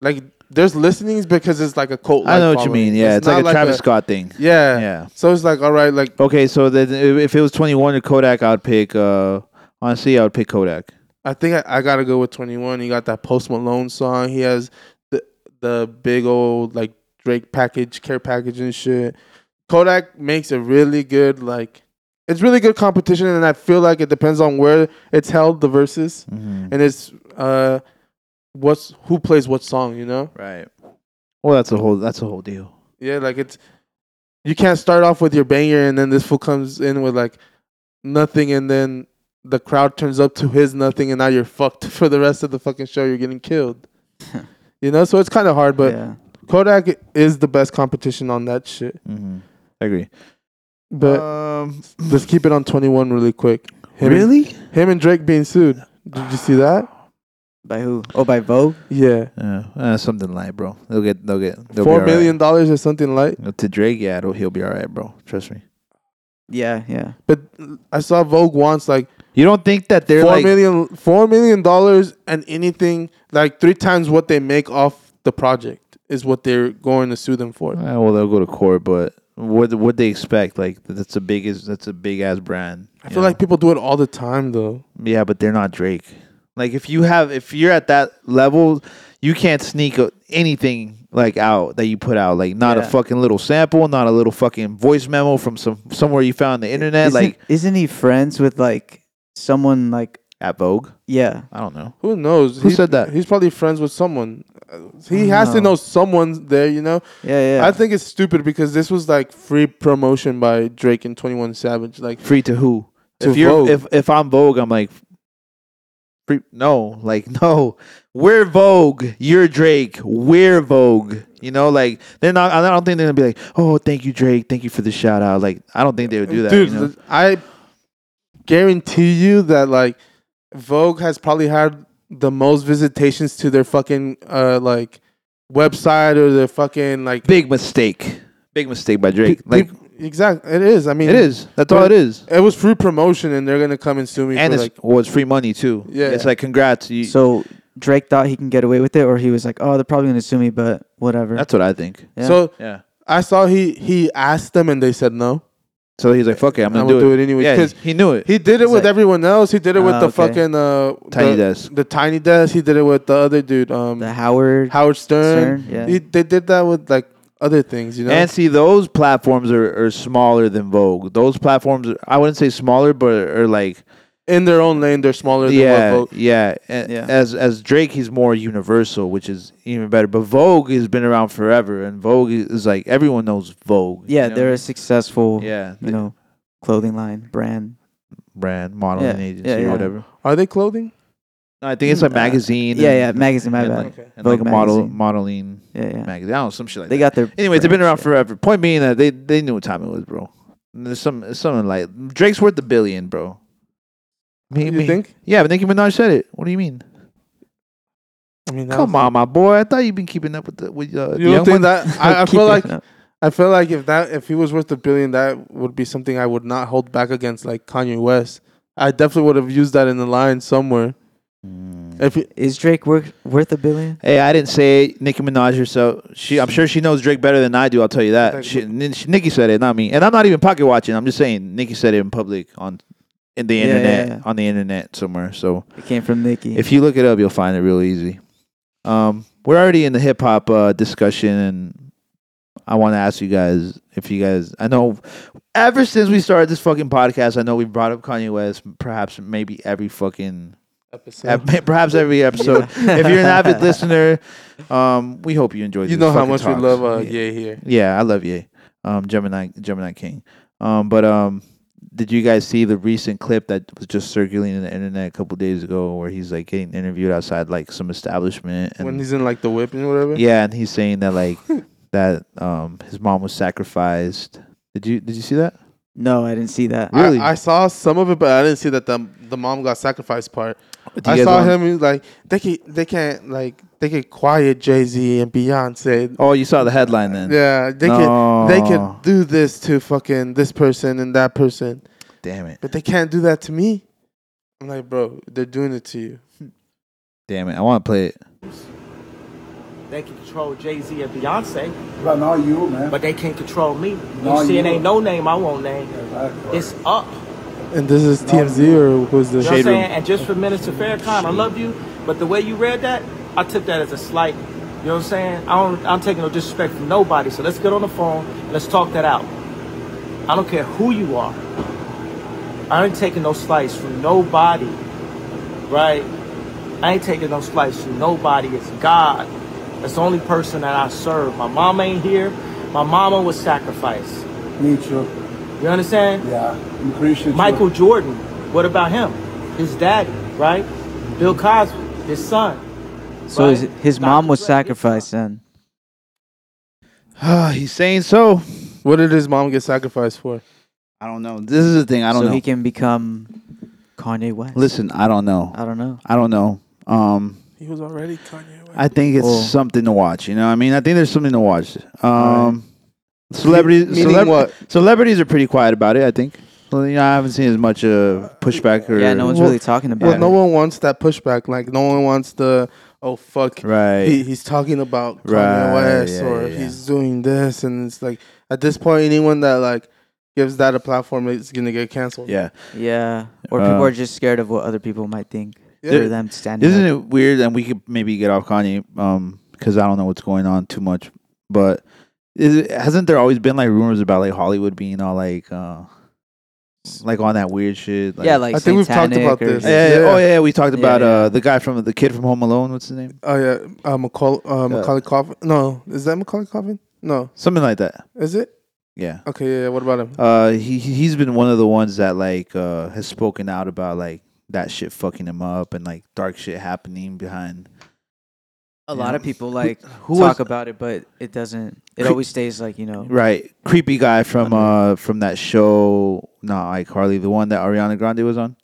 Speaker 4: like there's listenings because it's like a cult.
Speaker 1: I know what you mean. Yeah, it's, like a Travis Scott thing.
Speaker 4: Yeah.
Speaker 1: yeah.
Speaker 4: So it's like all right, like
Speaker 1: Okay, so then if if it was 21 or Kodak, I'd pick uh honestly I would pick Kodak.
Speaker 4: I think I, I gotta go with Twenty One. He got that Post Malone song. He has the the big old like Drake package, care package and shit. Kodak makes a really good like it's really good competition, and I feel like it depends on where it's held, the verses,
Speaker 1: Mm-hmm.
Speaker 4: and it's uh what's who plays what song, you know?
Speaker 1: Right. Well, that's a whole that's a whole deal.
Speaker 4: Yeah, like it's you can't start off with your banger and then this fool comes in with like nothing and then the crowd turns up to his nothing and now you're fucked for the rest of the fucking show. You're getting killed. you know, so it's kind of hard, but
Speaker 2: yeah.
Speaker 4: Kodak is the best competition on that shit.
Speaker 1: Mm-hmm. I agree.
Speaker 4: But
Speaker 1: um,
Speaker 4: let's keep it on 21 really quick. Him
Speaker 1: really?
Speaker 4: And, him and Drake being sued. Did you see that?
Speaker 2: By who? Oh, by Vogue.
Speaker 4: Yeah.
Speaker 1: Yeah, uh, something light, bro. They'll get, they'll get, they'll
Speaker 4: Four
Speaker 1: be
Speaker 4: million dollars or something like.
Speaker 1: alright. to Drake. Yeah, it'll, he'll be all right, bro. Trust me.
Speaker 2: Yeah, yeah.
Speaker 4: But I saw Vogue once like
Speaker 1: You don't think that they're
Speaker 4: Four
Speaker 1: like,
Speaker 4: million- four million dollars and anything like three times what they make off the project is what they're going to sue them for.
Speaker 2: Mm.
Speaker 1: Uh, well, they'll go to court, but what what they expect? Like that's a big is that's a big ass brand.
Speaker 4: I feel like people do it all the time though.
Speaker 1: yeah, but they're not Drake. Like if you have if you're at that level, you can't sneak a, anything like out that you put out, like not a
Speaker 2: Yeah.
Speaker 1: fucking little sample, not a little fucking voice memo from some somewhere you found on the internet,
Speaker 2: isn't,
Speaker 1: like
Speaker 2: isn't he friends with like someone like
Speaker 1: at Vogue.
Speaker 2: yeah?
Speaker 1: I don't know.
Speaker 4: Who knows?
Speaker 1: Who said that?
Speaker 4: He's probably friends with someone. Uh, He
Speaker 2: I
Speaker 4: has to
Speaker 2: know.
Speaker 4: know someone there, you know.
Speaker 2: Yeah, yeah.
Speaker 4: I think it's stupid because this was like free promotion by Drake and Twenty One Savage. Like,
Speaker 1: Free to who?
Speaker 4: To
Speaker 1: if you're
Speaker 4: Vogue.
Speaker 1: if if I'm Vogue, I'm like free no, like no. We're Vogue, you're Drake, we're Vogue. You know, like they're not I don't think they're gonna be like, Oh, thank you, Drake, thank you for the shout out. Like I don't think they would do that.
Speaker 4: dude,
Speaker 1: you know?
Speaker 4: th- I guarantee you that like Vogue has probably had the most visitations to their fucking uh like website or their fucking like
Speaker 1: Big mistake. Big mistake by Drake. Like
Speaker 4: exactly. It is. I mean,
Speaker 1: it is. That's all it is.
Speaker 4: It was free promotion, and they're gonna come and sue me
Speaker 1: And
Speaker 4: for
Speaker 1: it's
Speaker 4: like
Speaker 1: well, it's free money too.
Speaker 4: Yeah.
Speaker 1: It's like congrats. You,
Speaker 2: so Drake thought he can get away with it, or he was like, "Oh, they're probably gonna sue me," but whatever.
Speaker 1: that's what I think.
Speaker 2: yeah.
Speaker 4: so.
Speaker 1: Yeah.
Speaker 4: I saw he he asked them and they said no.
Speaker 1: So he's like, fuck it, I'm gonna,
Speaker 4: I'm gonna
Speaker 1: do, it.
Speaker 4: do it anyway,
Speaker 1: Yeah,
Speaker 4: 'cause
Speaker 1: he knew it.
Speaker 4: He did it
Speaker 2: It's
Speaker 4: with
Speaker 2: like-
Speaker 4: everyone else. He did it with
Speaker 2: Ah,
Speaker 4: the
Speaker 2: okay.
Speaker 4: fucking uh,
Speaker 1: Tiny
Speaker 4: the,
Speaker 1: desk.
Speaker 4: The tiny desk. He did it with the other dude, um,
Speaker 2: the Howard
Speaker 4: Howard Stern.
Speaker 2: Stern, yeah.
Speaker 4: He, they did that with like other things, you know.
Speaker 1: And see, those platforms are, are smaller than Vogue. Those platforms, are- I wouldn't say smaller, but are like
Speaker 4: In their own lane, they're smaller
Speaker 1: yeah,
Speaker 4: than what Vogue.
Speaker 1: yeah. A-
Speaker 2: Yeah.
Speaker 1: As as Drake, he's more universal, which is even better. But Vogue has been around forever, and Vogue is like everyone knows Vogue.
Speaker 2: yeah,
Speaker 1: you know?
Speaker 2: they're a successful
Speaker 1: yeah,
Speaker 2: you know clothing line brand.
Speaker 1: brand modeling
Speaker 2: Yeah,
Speaker 1: agency
Speaker 2: yeah,
Speaker 1: or
Speaker 2: yeah.
Speaker 1: whatever.
Speaker 4: Are they clothing?
Speaker 1: No, I think it's a
Speaker 2: Mm, uh,
Speaker 1: magazine.
Speaker 2: yeah,
Speaker 1: and-
Speaker 2: yeah, magazine. My
Speaker 1: and
Speaker 2: bad.
Speaker 1: like, and
Speaker 2: Vogue
Speaker 1: like a model
Speaker 2: magazine.
Speaker 1: modeling
Speaker 2: yeah, yeah.
Speaker 1: magazine. I don't know, some shit like that.
Speaker 2: They got their.
Speaker 1: Anyways, they've been around
Speaker 2: brands, yeah.
Speaker 1: forever. Point being that they they knew what time it was, bro. And There's some it's something like Drake's worth a billion, bro. Me,
Speaker 4: You
Speaker 1: me-
Speaker 4: think?
Speaker 1: Yeah, but Nicki Minaj said it. What do you mean?
Speaker 4: I mean, that
Speaker 1: Come
Speaker 4: was-
Speaker 1: on, my boy. I thought you've been keeping up with the with uh, the
Speaker 4: You don't
Speaker 1: young
Speaker 4: think
Speaker 1: one.
Speaker 4: that? I, I
Speaker 2: Keep
Speaker 4: feel
Speaker 2: it
Speaker 4: like
Speaker 2: up.
Speaker 4: I feel like if that if he was worth a billion, that would be something I would not hold back against, like Kanye West. I definitely would have used that in the line somewhere.
Speaker 1: Mm.
Speaker 4: If he,
Speaker 2: is Drake worth worth a billion?
Speaker 1: Hey, I didn't say it. Nicki Minaj herself. She, I'm sure she knows Drake better than I do. I'll tell you that.
Speaker 4: Thank
Speaker 1: She,
Speaker 4: you.
Speaker 1: N- she- Nicki said it, not me. And I'm not even pocket watching. I'm just saying Nicki said it in public on in the
Speaker 2: Yeah, yeah,
Speaker 1: internet
Speaker 2: yeah.
Speaker 1: on the internet somewhere. So
Speaker 2: It came from Nicki.
Speaker 1: If you look it up, you'll find it real easy. Um, we're already in the hip hop uh, discussion, and I want to ask you guys if you guys. I know ever since we started this fucking podcast, I know we brought up Kanye West, perhaps maybe every fucking,
Speaker 4: episode.
Speaker 1: eh, perhaps every episode. if you're an avid listener, um, we hope you enjoyed.
Speaker 4: you
Speaker 1: these
Speaker 4: know how
Speaker 1: fucking
Speaker 4: much
Speaker 1: talks.
Speaker 4: we love uh,
Speaker 1: yeah.
Speaker 4: yeah here.
Speaker 1: Yeah, I love you, um, Gemini, Gemini King. Um, but um, did you guys see the recent clip that was just circulating in the internet a couple days ago, where he's like getting interviewed outside like some establishment, and
Speaker 4: when he's in like the whip and whatever.
Speaker 1: yeah, and he's saying that like that um his mom was sacrificed. Did you did you see that?
Speaker 2: no, I didn't see that.
Speaker 1: Really?
Speaker 4: I, I saw some of it, but I didn't see that the the mom got sacrificed part.
Speaker 1: you
Speaker 4: I
Speaker 1: guys
Speaker 4: saw
Speaker 1: want-
Speaker 4: him. He's like they can they can't like they can quiet Jay Z and Beyonce.
Speaker 1: Oh, you saw the headline then? Oh,
Speaker 4: Yeah, they can they
Speaker 1: No.
Speaker 4: can do this to fucking this person and that person,
Speaker 1: Damn it!
Speaker 4: but they can't do that to me. I'm like, bro, they're doing it to you.
Speaker 1: Damn it! I want to play it.
Speaker 5: They can control Jay Z and Beyonce,
Speaker 6: But not you, man.
Speaker 5: but they can't control me.
Speaker 6: No,
Speaker 5: you see, it
Speaker 6: you-
Speaker 5: ain't no name I won't name.
Speaker 6: Exactly.
Speaker 5: It's up.
Speaker 4: And this is TMZ or who's this?
Speaker 5: You know what I'm
Speaker 1: Shade room.
Speaker 5: saying? And just for Minister Farrakhan, I love you, but the way you read that, I took that as a slight. You know what I'm saying? I don't, I'm taking no disrespect from nobody, so let's get on the phone and let's talk that out. I don't care who you are. I ain't taking no slice from nobody, right? I ain't taking no slice from nobody. It's God. That's the only person that I serve. My mama ain't here. My mama was sacrificed.
Speaker 6: Me too.
Speaker 5: You understand?
Speaker 6: Yeah. I'm Christian.
Speaker 5: Michael Jordan. What about him? His daddy, right? Bill Cosby, his son.
Speaker 2: so
Speaker 5: right?
Speaker 2: is it- his
Speaker 5: Dr.
Speaker 2: mom was
Speaker 5: Dre, his
Speaker 2: sacrificed then.
Speaker 1: he's saying so.
Speaker 4: What did his mom get sacrificed for?
Speaker 1: I don't know. This is the thing. I don't
Speaker 2: so
Speaker 1: know.
Speaker 2: he can become Kanye West.
Speaker 1: Listen, I don't know.
Speaker 2: I don't know.
Speaker 1: I don't know. Um,
Speaker 4: He was already Kanye. West.
Speaker 1: I think it's
Speaker 2: Well-
Speaker 1: something to watch. You know, what I mean, I think there's something to watch. Um, celebrities,
Speaker 4: Me- meaning
Speaker 1: celeb-
Speaker 4: what?
Speaker 1: celebrities are pretty quiet about it. I think. Well, you know, I haven't seen as much uh, pushback or
Speaker 2: Yeah, no one's
Speaker 4: Well-
Speaker 2: really talking about
Speaker 4: Well,
Speaker 2: it.
Speaker 4: no one wants that pushback. Like no one wants the oh fuck.
Speaker 1: right.
Speaker 4: He, he's talking about Kanye
Speaker 1: Right,
Speaker 4: West
Speaker 1: yeah,
Speaker 4: or
Speaker 1: yeah, yeah.
Speaker 4: he's doing this, and it's like at this point, anyone that like gives that a platform is gonna get canceled.
Speaker 1: yeah,
Speaker 2: yeah, or people
Speaker 1: Uh,
Speaker 2: are just scared of what other people might think.
Speaker 4: Yeah.
Speaker 2: Or them standing.
Speaker 1: isn't
Speaker 2: up.
Speaker 1: it weird? And we could maybe get off Kanye. Um, because I don't know what's going on too much. But is it, hasn't there always been like rumors about like Hollywood being all like, uh, like on that weird shit? Like,
Speaker 2: yeah, like
Speaker 4: I think we've talked
Speaker 2: Satanic
Speaker 4: about
Speaker 2: or-
Speaker 4: this.
Speaker 1: yeah, yeah,
Speaker 4: Yeah.
Speaker 1: oh yeah, we talked
Speaker 2: Yeah,
Speaker 1: about
Speaker 2: yeah.
Speaker 1: uh the guy from the kid from Home Alone. What's his name?
Speaker 4: Oh yeah, uh, Macaul- uh, Macaulay Coffin. No, is that Macaulay Coffin? No,
Speaker 1: Something like that.
Speaker 4: is it?
Speaker 1: Yeah.
Speaker 4: Okay, yeah. yeah, What about him?
Speaker 1: Uh, he he- he's been one of the ones that like uh has spoken out about like that shit fucking him up and like dark shit happening behind.
Speaker 2: A
Speaker 1: you
Speaker 2: lot
Speaker 1: know?
Speaker 2: of people like
Speaker 1: Who
Speaker 2: talk
Speaker 1: was-
Speaker 2: about it, but it doesn't. It
Speaker 1: Cre-
Speaker 2: always stays like you know.
Speaker 1: Right, creepy guy from
Speaker 2: Unknown.
Speaker 1: uh from that show. No, iCarly, the one that Ariana Grande was on.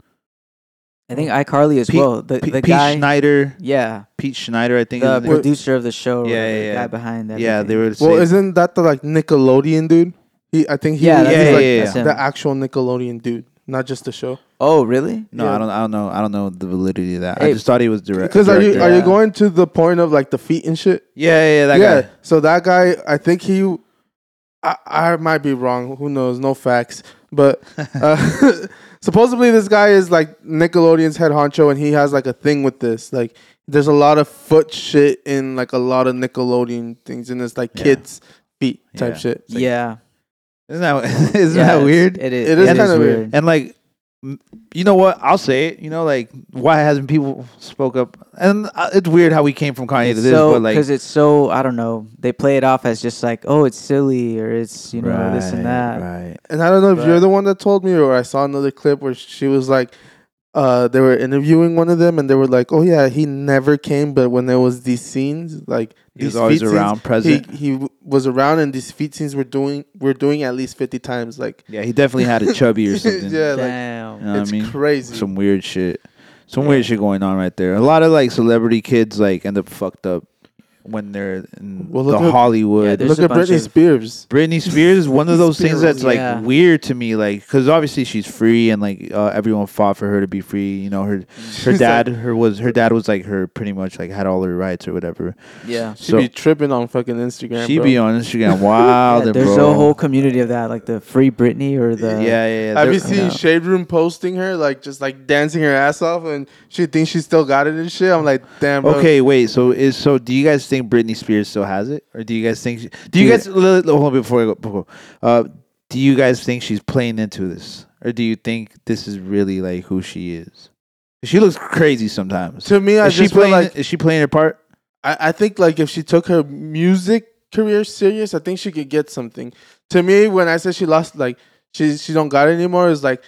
Speaker 2: I think iCarly as
Speaker 1: Pete-
Speaker 2: well. The
Speaker 1: P-
Speaker 2: the
Speaker 1: Pete
Speaker 2: guy.
Speaker 1: Schneider.
Speaker 2: Yeah,
Speaker 1: Pete Schneider, I think.
Speaker 2: the
Speaker 1: is his name.
Speaker 2: producer of the show. or
Speaker 1: Yeah, yeah,
Speaker 2: the
Speaker 1: yeah.
Speaker 2: Guy behind that.
Speaker 1: yeah, they were.
Speaker 4: Well,
Speaker 1: saying-
Speaker 4: isn't that the like Nickelodeon dude? He, I think he,
Speaker 2: Yeah, that's
Speaker 4: he's
Speaker 1: yeah,
Speaker 4: like
Speaker 1: yeah,
Speaker 2: yeah.
Speaker 4: the actual Nickelodeon dude, not just the show.
Speaker 2: Oh, really?
Speaker 1: no,
Speaker 4: yeah.
Speaker 1: I don't. I don't know. I don't know the validity of that.
Speaker 2: Hey,
Speaker 1: I just thought he was direct.
Speaker 4: Because are you
Speaker 1: director.
Speaker 4: are you
Speaker 2: Yeah.
Speaker 4: going to the point of like the feet and shit?
Speaker 1: Yeah, yeah, yeah, that
Speaker 4: yeah.
Speaker 1: guy.
Speaker 4: So that guy, I think he, I, I might be wrong. Who knows? No facts. But uh, supposedly this guy is like Nickelodeon's head honcho, and he has like a thing with this. Like, there's a lot of foot shit in like a lot of Nickelodeon things, and it's like
Speaker 1: Yeah.
Speaker 4: kids' feet type
Speaker 1: Yeah.
Speaker 4: shit.
Speaker 1: It's like-
Speaker 2: yeah.
Speaker 1: Isn't that isn't
Speaker 2: Yeah,
Speaker 1: that
Speaker 2: it's-
Speaker 1: weird?
Speaker 2: It is.
Speaker 4: It is kinda weird.
Speaker 1: And like, m- you know what? I'll say it. You know, like, why hasn't people spoke up? And uh, it's weird how we came from Kanye to this,
Speaker 2: so
Speaker 1: but like,
Speaker 2: because it's so I don't know. They play it off as just like oh it's silly or it's you know this and that.
Speaker 1: Right.
Speaker 4: And I don't know if
Speaker 1: But-
Speaker 4: you're the one that told me, or I saw another clip where she was like, uh, they were interviewing one of them, and they were like, "Oh yeah, he never came, but when there was these scenes, like
Speaker 1: He was
Speaker 4: these
Speaker 1: always
Speaker 4: feet scenes,
Speaker 1: around, present.
Speaker 4: he he w- was around, and these feet scenes were doing we're doing at least fifty times. Like,
Speaker 1: yeah, he definitely had a chubby or something.
Speaker 4: yeah, like
Speaker 2: Damn.
Speaker 1: You know what
Speaker 4: it's
Speaker 1: I mean?
Speaker 4: crazy.
Speaker 1: Some weird shit. Some weird shit going on right there. A lot of like celebrity kids like end up fucked up when they're in
Speaker 4: Well,
Speaker 1: the
Speaker 4: look at-
Speaker 1: Hollywood.
Speaker 2: Yeah, there's
Speaker 4: Look
Speaker 2: a
Speaker 4: at
Speaker 2: bunch
Speaker 4: Britney
Speaker 2: of-
Speaker 4: Spears.
Speaker 1: Britney Spears is one of those things
Speaker 4: Spears,
Speaker 1: that's like
Speaker 2: yeah.
Speaker 1: weird to me, like because obviously she's free and like uh, everyone fought for her to be free. You know, her
Speaker 2: Mm.
Speaker 1: her
Speaker 4: She's
Speaker 1: dad her was her dad was like her pretty much like had all her rights or whatever.
Speaker 2: Yeah.
Speaker 4: She'd
Speaker 1: so
Speaker 4: be tripping on fucking Instagram.
Speaker 1: she
Speaker 4: bro.
Speaker 1: be on Instagram wild.
Speaker 2: Yeah,
Speaker 1: and
Speaker 2: there's
Speaker 1: bro.
Speaker 2: a whole community of that, like the free Britney or the
Speaker 1: yeah yeah. yeah
Speaker 4: Have
Speaker 1: there-
Speaker 4: you seen
Speaker 2: yeah.
Speaker 4: Shade Room posting her like just like dancing her ass off, and she thinks she still got it and shit? I'm like, damn. Bro.
Speaker 1: Okay, wait. So is so? Do you guys think Britney Spears still has it, or do you guys think? She, do you
Speaker 2: Dude.
Speaker 1: guys li- li- hold on before I go? Before, uh, do you guys think she's playing into this, or do you think this is really like who she is? She looks crazy sometimes.
Speaker 4: To me, I
Speaker 1: is she
Speaker 4: just feel
Speaker 1: playing?
Speaker 4: like
Speaker 1: is she playing her part?
Speaker 4: I, I think like if she took her music career serious, I think she could get something. To me, when I said she lost, like she she don't got it anymore, it's like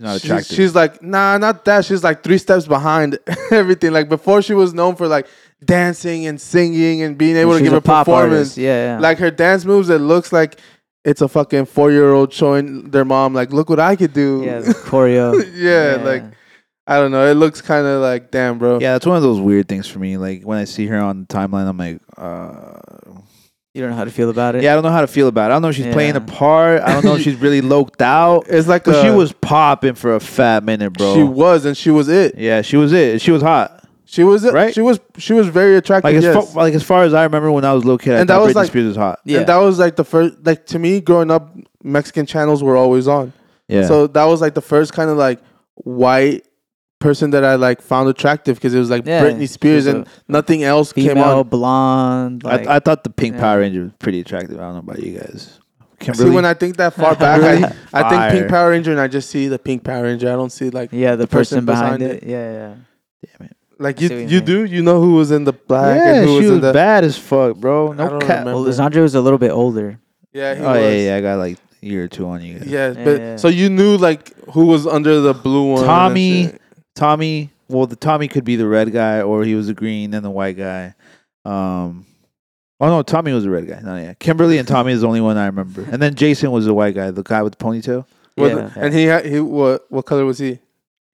Speaker 1: Not
Speaker 4: she's,
Speaker 1: attractive.
Speaker 4: she's like nah, not that. She's like three steps behind everything. Like before, she was known for like dancing and singing and being able
Speaker 2: She's
Speaker 4: to give a,
Speaker 2: pop
Speaker 4: performance.
Speaker 2: artist. Yeah, yeah.
Speaker 4: Like her dance moves, it looks like it's a fucking four year old showing their mom like, look what I could do.
Speaker 2: yeah, the choreo.
Speaker 4: Yeah, like I don't know. It looks kind of like damn, bro.
Speaker 1: yeah, that's one of those weird things for me. Like when I see her on the timeline, I'm like, uh,
Speaker 2: you don't know how to feel about it.
Speaker 1: yeah, I don't know how to feel about it. I don't know if she's playing a
Speaker 2: Yeah.
Speaker 1: part. I don't know if she's really loked out.
Speaker 4: It's like
Speaker 1: Cause she
Speaker 4: a-
Speaker 1: was popping for a fat minute, bro.
Speaker 4: She was, and she was it.
Speaker 1: yeah, she was it. She was hot.
Speaker 4: She was uh,
Speaker 1: Right?
Speaker 4: She was she was very attractive.
Speaker 1: Like as,
Speaker 4: yes.
Speaker 1: far, like as far as I remember, when I was a little kid, I
Speaker 4: And that
Speaker 1: thought
Speaker 4: was
Speaker 1: Britney
Speaker 4: like-
Speaker 1: Spears was hot.
Speaker 2: Yeah.
Speaker 4: And that was like the first like to me growing up Mexican channels were always on.
Speaker 1: Yeah.
Speaker 4: So that was like the first kind of like white person that I like found attractive because it was like
Speaker 2: Yeah,
Speaker 4: Britney Spears
Speaker 2: she's a
Speaker 4: and nothing else
Speaker 2: Female,
Speaker 4: came on.
Speaker 2: blonde. Like,
Speaker 1: I, I thought the Pink
Speaker 2: yeah.
Speaker 1: Power Ranger was pretty attractive. I don't know about you guys.
Speaker 4: See
Speaker 1: Kimberly,
Speaker 4: when I think that far back,
Speaker 1: Really?
Speaker 4: I, I think
Speaker 1: Fire.
Speaker 4: Pink Power Ranger and I just see the Pink Power Ranger. I don't see like
Speaker 2: yeah, the, person,
Speaker 4: person
Speaker 2: behind,
Speaker 4: behind
Speaker 2: it. Yeah, yeah.
Speaker 1: damn it.
Speaker 4: like
Speaker 2: see
Speaker 4: you
Speaker 2: what you
Speaker 4: you
Speaker 2: mean.
Speaker 4: do you know who was in the black
Speaker 1: Yeah,
Speaker 4: and who
Speaker 1: she
Speaker 4: was in
Speaker 1: was
Speaker 4: the
Speaker 1: bad as fuck, bro.
Speaker 4: I
Speaker 1: No
Speaker 4: don't
Speaker 1: cap.
Speaker 4: remember.
Speaker 2: Well, Lisandro was a little bit older.
Speaker 4: yeah he
Speaker 1: Oh
Speaker 4: was.
Speaker 1: yeah, yeah. I got like a year or two on you guys.
Speaker 4: Yeah,
Speaker 2: Yeah,
Speaker 4: but
Speaker 2: yeah.
Speaker 4: so you knew like who was under the blue one. and
Speaker 1: Tommy,
Speaker 4: shit.
Speaker 1: Tommy. Well, the Tommy could be the red guy, or he was the green and the white guy. Um, oh no, Tommy was the red guy. No, yeah, Kimberly and Tommy is the only one I remember. And then Jason was the white guy, the guy with the ponytail.
Speaker 4: What-
Speaker 2: Yeah.
Speaker 4: and he had, he what what color was he?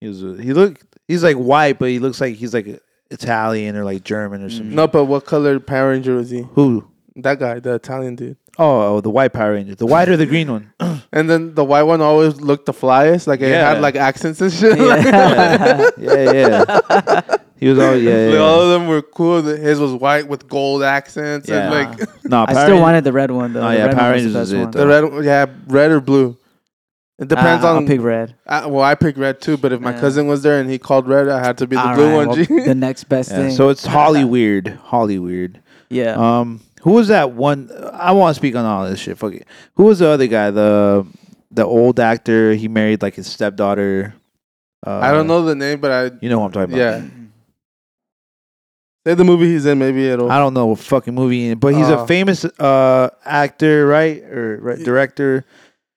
Speaker 1: He was. a- He looked. He's like white, but he looks like he's like Italian or like German or something.
Speaker 4: No, but what color Power Ranger was he?
Speaker 1: Who?
Speaker 4: That guy, the Italian dude.
Speaker 1: Oh, oh, the white Power Ranger. The white or the green one?
Speaker 4: And then the white one always looked the flyest. Like it
Speaker 1: Yeah.
Speaker 4: had like accents and shit.
Speaker 1: yeah, yeah. He was all yeah.
Speaker 4: Like,
Speaker 1: yeah,
Speaker 4: all
Speaker 1: yeah.
Speaker 4: of them were cool. The- His was white with gold accents
Speaker 1: Yeah.
Speaker 4: and like
Speaker 1: No,
Speaker 2: I
Speaker 1: Power
Speaker 2: still
Speaker 1: Ranger-
Speaker 2: wanted the red one though.
Speaker 1: Oh,
Speaker 2: the
Speaker 1: yeah,
Speaker 2: red
Speaker 1: Power
Speaker 2: one was the
Speaker 1: Rangers
Speaker 2: best
Speaker 1: is it,
Speaker 2: one.
Speaker 1: though.
Speaker 4: the red. Yeah, red or blue. It depends
Speaker 2: Uh,
Speaker 1: Ah,
Speaker 2: I'll
Speaker 4: on.
Speaker 2: pick red.
Speaker 4: I, well, I picked red too. But if my
Speaker 2: Yeah.
Speaker 4: cousin was there and he called red, I had to be the
Speaker 2: All
Speaker 4: blue
Speaker 2: right,
Speaker 4: one.
Speaker 2: well,
Speaker 4: G.
Speaker 2: the next best
Speaker 1: Yeah,
Speaker 2: thing.
Speaker 1: so it's Holly weird. Holly weird.
Speaker 2: Yeah.
Speaker 1: Um, who was that one? I want to speak on all this shit. Fuck it. Who was the other guy? The the old actor. He married like his stepdaughter. Uh,
Speaker 4: I don't know the name, but I
Speaker 1: You know who I'm talking about?
Speaker 4: yeah. Say the movie he's in, maybe it'll.
Speaker 1: I don't know what fucking movie, he in, but he's
Speaker 4: Uh.
Speaker 1: a famous uh actor, right? Or right, director.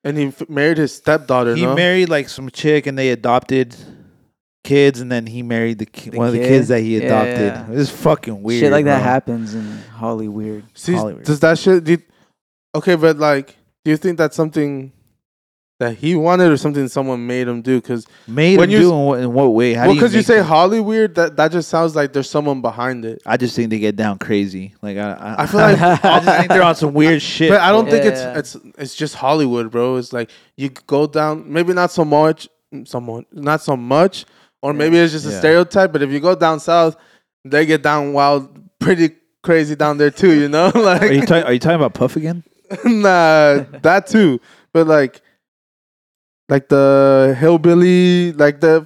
Speaker 4: And he f- married his stepdaughter.
Speaker 1: He
Speaker 4: no?
Speaker 1: married like some chick, and they adopted kids, and then he married the, ki-
Speaker 2: The
Speaker 1: one of the
Speaker 2: kid?
Speaker 1: kids that he
Speaker 2: Yeah,
Speaker 1: adopted.
Speaker 2: yeah.
Speaker 1: It's fucking weird.
Speaker 2: Shit like that
Speaker 1: bro.
Speaker 2: happens in Holly Weird.
Speaker 4: See,
Speaker 1: Hollywood.
Speaker 4: does that shit? Do you- okay, but like, do you think that's something that he wanted or something someone made him do? Because
Speaker 1: Made
Speaker 4: When
Speaker 1: him
Speaker 4: you-
Speaker 1: do in what, in what way? How
Speaker 4: well,
Speaker 1: do
Speaker 4: because you,
Speaker 1: make
Speaker 4: say
Speaker 1: them-
Speaker 4: Holly weird, that that just sounds like there's someone behind it.
Speaker 1: I just think they get down crazy. Like I, I,
Speaker 4: I feel like-
Speaker 1: I just think they're on some weird shit.
Speaker 4: But I don't think
Speaker 2: Yeah.
Speaker 4: it's it's it's just Hollywood, bro. It's like you go down, maybe not so much, someone not so much, or maybe it's just a
Speaker 1: Yeah.
Speaker 4: stereotype. But if you go down south, they get down wild, pretty crazy down there too. You know,
Speaker 1: Are you
Speaker 4: like
Speaker 1: talking? Are you talking about Puff again?
Speaker 4: nah, that too. But like, like the hillbilly, like the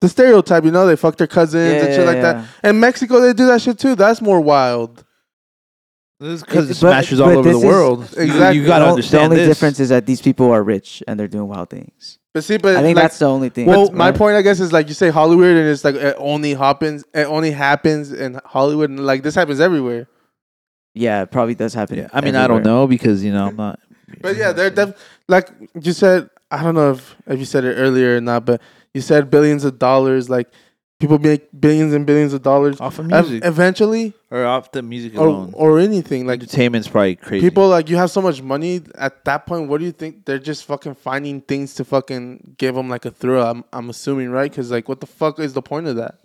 Speaker 4: the stereotype. You know, they fuck their cousins and shit like that. In Mexico, they do that shit too. That's more wild.
Speaker 1: Because it
Speaker 2: but-
Speaker 1: smashes all
Speaker 2: but
Speaker 1: over the
Speaker 2: this is-
Speaker 1: world. You-
Speaker 4: Exactly.
Speaker 1: You, gotta
Speaker 2: the, o-
Speaker 1: understand
Speaker 2: The only
Speaker 1: this.
Speaker 2: difference is that these people are rich and they're doing wild things.
Speaker 4: But see, but
Speaker 2: I think
Speaker 4: Uh, like,
Speaker 2: that's the only thing.
Speaker 4: Well,
Speaker 2: That's
Speaker 4: my
Speaker 2: right.
Speaker 4: point, I guess, is like you say Hollywood, and it's like it only happens. It only happens in Hollywood, and like this happens everywhere.
Speaker 2: Yeah, it probably does happen.
Speaker 1: Yeah, I mean, I don't
Speaker 2: everywhere.
Speaker 1: know because you know I'm not.
Speaker 4: But yeah, they're def- like you said. I don't know if if you said it earlier or not, but you said billions of dollars. Like people make billions and billions of dollars.
Speaker 1: off of
Speaker 4: Ev-
Speaker 1: music
Speaker 4: Eventually,
Speaker 1: or off the music
Speaker 4: or,
Speaker 1: alone.
Speaker 4: or anything like
Speaker 1: Entertainment's probably crazy.
Speaker 4: people like you have so much money at that point. What do you think they're just fucking finding things to fucking give them like a thrill? I'm I'm assuming right because like what the fuck is the point of that?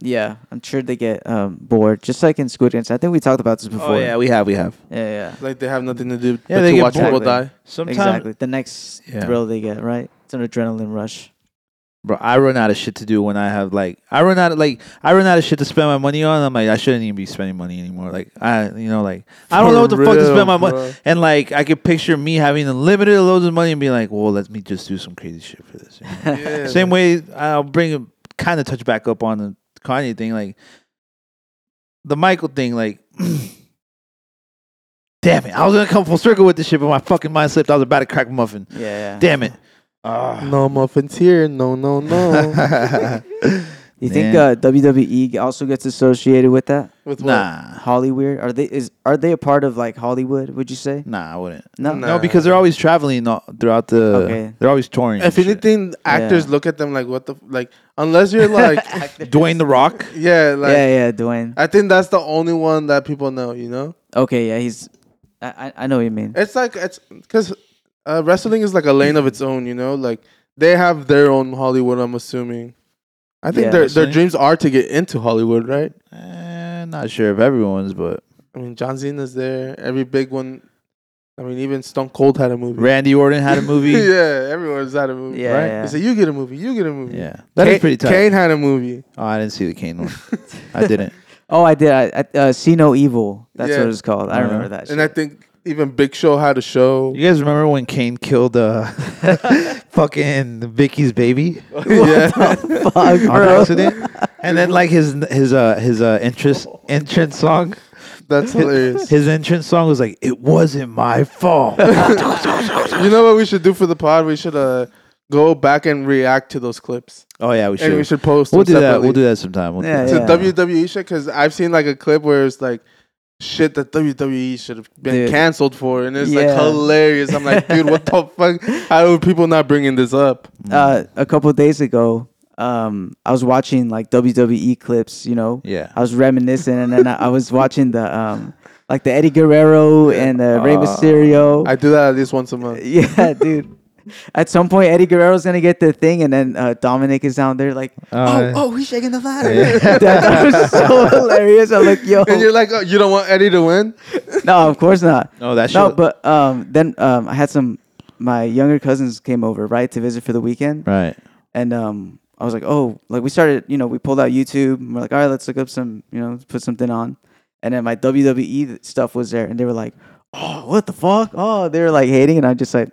Speaker 2: Yeah, I'm sure they get um, bored, just like in Squid Games. I think we talked about this before.
Speaker 1: Oh yeah, we have we have.
Speaker 2: yeah, yeah.
Speaker 4: Like they have nothing to do
Speaker 1: Yeah,
Speaker 4: but
Speaker 1: they
Speaker 4: to
Speaker 1: get
Speaker 4: watch people
Speaker 2: bored.
Speaker 4: die.
Speaker 1: Sometimes,
Speaker 2: exactly. The next
Speaker 1: Yeah.
Speaker 2: thrill they get, right? It's an adrenaline rush.
Speaker 1: bro, I run out of shit to do when I have like I run out of like I run out of shit to spend my money on. I'm like I shouldn't even be spending money anymore. Like I, you know, like I don't know what the fuck to spend my money. And like I could picture me having unlimited loads of money and be like, well, let me just do some crazy shit for this. you know?
Speaker 4: Yeah,
Speaker 1: Same way I'll bring a kind of touch back up on the Kanye thing, like the Michael thing, like damn it. I was gonna come full circle with this shit, but my fucking mind slipped. I was about to crack a muffin.
Speaker 2: Yeah, yeah.
Speaker 1: Damn it. Ah.
Speaker 4: No muffins here. No, no, no.
Speaker 2: You think
Speaker 1: Man.
Speaker 2: uh, WWE also gets associated with that?
Speaker 4: With what?
Speaker 1: nah.
Speaker 2: Hollywood? Are they is are they a part of like Hollywood? Would you say?
Speaker 1: Nah, I wouldn't.
Speaker 2: No.
Speaker 4: No.
Speaker 1: No, because they're always traveling all- throughout the.
Speaker 2: Okay.
Speaker 1: They're always touring. and
Speaker 4: If
Speaker 1: shit.
Speaker 4: anything, actors
Speaker 2: Yeah.
Speaker 4: look at them like what the f- like. Unless you're like,
Speaker 1: Dwayne the Rock.
Speaker 4: yeah, like
Speaker 2: yeah, yeah, Dwayne.
Speaker 4: I think that's the only one that people know. You know,
Speaker 2: Okay, yeah, he's. I I I know what you mean.
Speaker 4: it's like it's because uh, wrestling is like a lane of its own. You know, like they have their own Hollywood. I'm assuming. I think
Speaker 2: Yeah.
Speaker 4: their their
Speaker 1: Wrestling?
Speaker 4: dreams are to get into Hollywood, right?
Speaker 1: Eh, not sure if everyone's, but
Speaker 4: I mean, John Cena's there. Every big one. I mean, even Stone Cold had a movie.
Speaker 1: Randy Orton had a movie. yeah.
Speaker 4: yeah, everyone's had a movie.
Speaker 2: Yeah,
Speaker 4: right?
Speaker 2: yeah.
Speaker 4: They say you get a movie. You get a movie.
Speaker 1: that is
Speaker 4: Kane-
Speaker 1: pretty tough.
Speaker 4: Kane had a movie.
Speaker 1: Oh, I didn't see the Kane one. I didn't.
Speaker 2: Oh, I did. I, I uh, see no evil. That's
Speaker 4: Yeah. Uh-huh.
Speaker 2: what it's called. I
Speaker 1: Yeah.
Speaker 2: remember that.
Speaker 4: And I think even Big Show had a show.
Speaker 1: You guys remember when Kane killed uh, fucking Vicky's baby
Speaker 4: yeah.
Speaker 2: shit. Fuck,
Speaker 1: on
Speaker 2: bro.
Speaker 1: accident? And then like his his uh his uh entrance entrance song.
Speaker 4: That's hilarious.
Speaker 1: His entrance song was like, "It wasn't my fault."
Speaker 4: you know what we should do for the pod? We should uh, go back and react to those clips.
Speaker 1: oh yeah, we should.
Speaker 4: And we should post
Speaker 1: We'll do
Speaker 4: them
Speaker 1: that.
Speaker 4: separately.
Speaker 1: We'll do that sometime. We'll do
Speaker 2: Yeah,
Speaker 1: that.
Speaker 2: yeah.
Speaker 4: To WWE E shit, because I've seen like a clip where it's like shit that WWE should have been
Speaker 2: Dude.
Speaker 4: canceled for. And it's
Speaker 2: Yeah.
Speaker 4: like hilarious. I'm like, dude, what the fuck? How are people not bringing this up?
Speaker 2: uh, a couple of days ago, um, I was watching like WWE clips. You know,
Speaker 1: Yeah.
Speaker 2: I was reminiscing, and then I, I was watching the um, like the Eddie Guerrero and uh,
Speaker 4: Oh.
Speaker 2: Rey Mysterio.
Speaker 4: I do that at least once a month.
Speaker 2: yeah, dude. At some point, Eddie Guerrero's gonna get the thing, and then uh, Dominic is down there like,
Speaker 1: Uh,
Speaker 2: "Oh, oh, he's shaking the ladder." that, that was so hilarious. I'm like, "Yo,
Speaker 4: And you're like, oh, you don't want Eddie to win?
Speaker 2: no, of course not."
Speaker 1: No, that
Speaker 2: No,
Speaker 1: shit-
Speaker 2: but um, then um, I had some my younger cousins came over right to visit for the weekend,
Speaker 1: Right.
Speaker 2: and um, I was like, "Oh, like we started, you know, we pulled out YouTube, and we're like, all right, let's look up some, you know, put something on." And then my WWE stuff was there, and they were like, "Oh, what the fuck?" Oh, they were like hating, and I'm just like,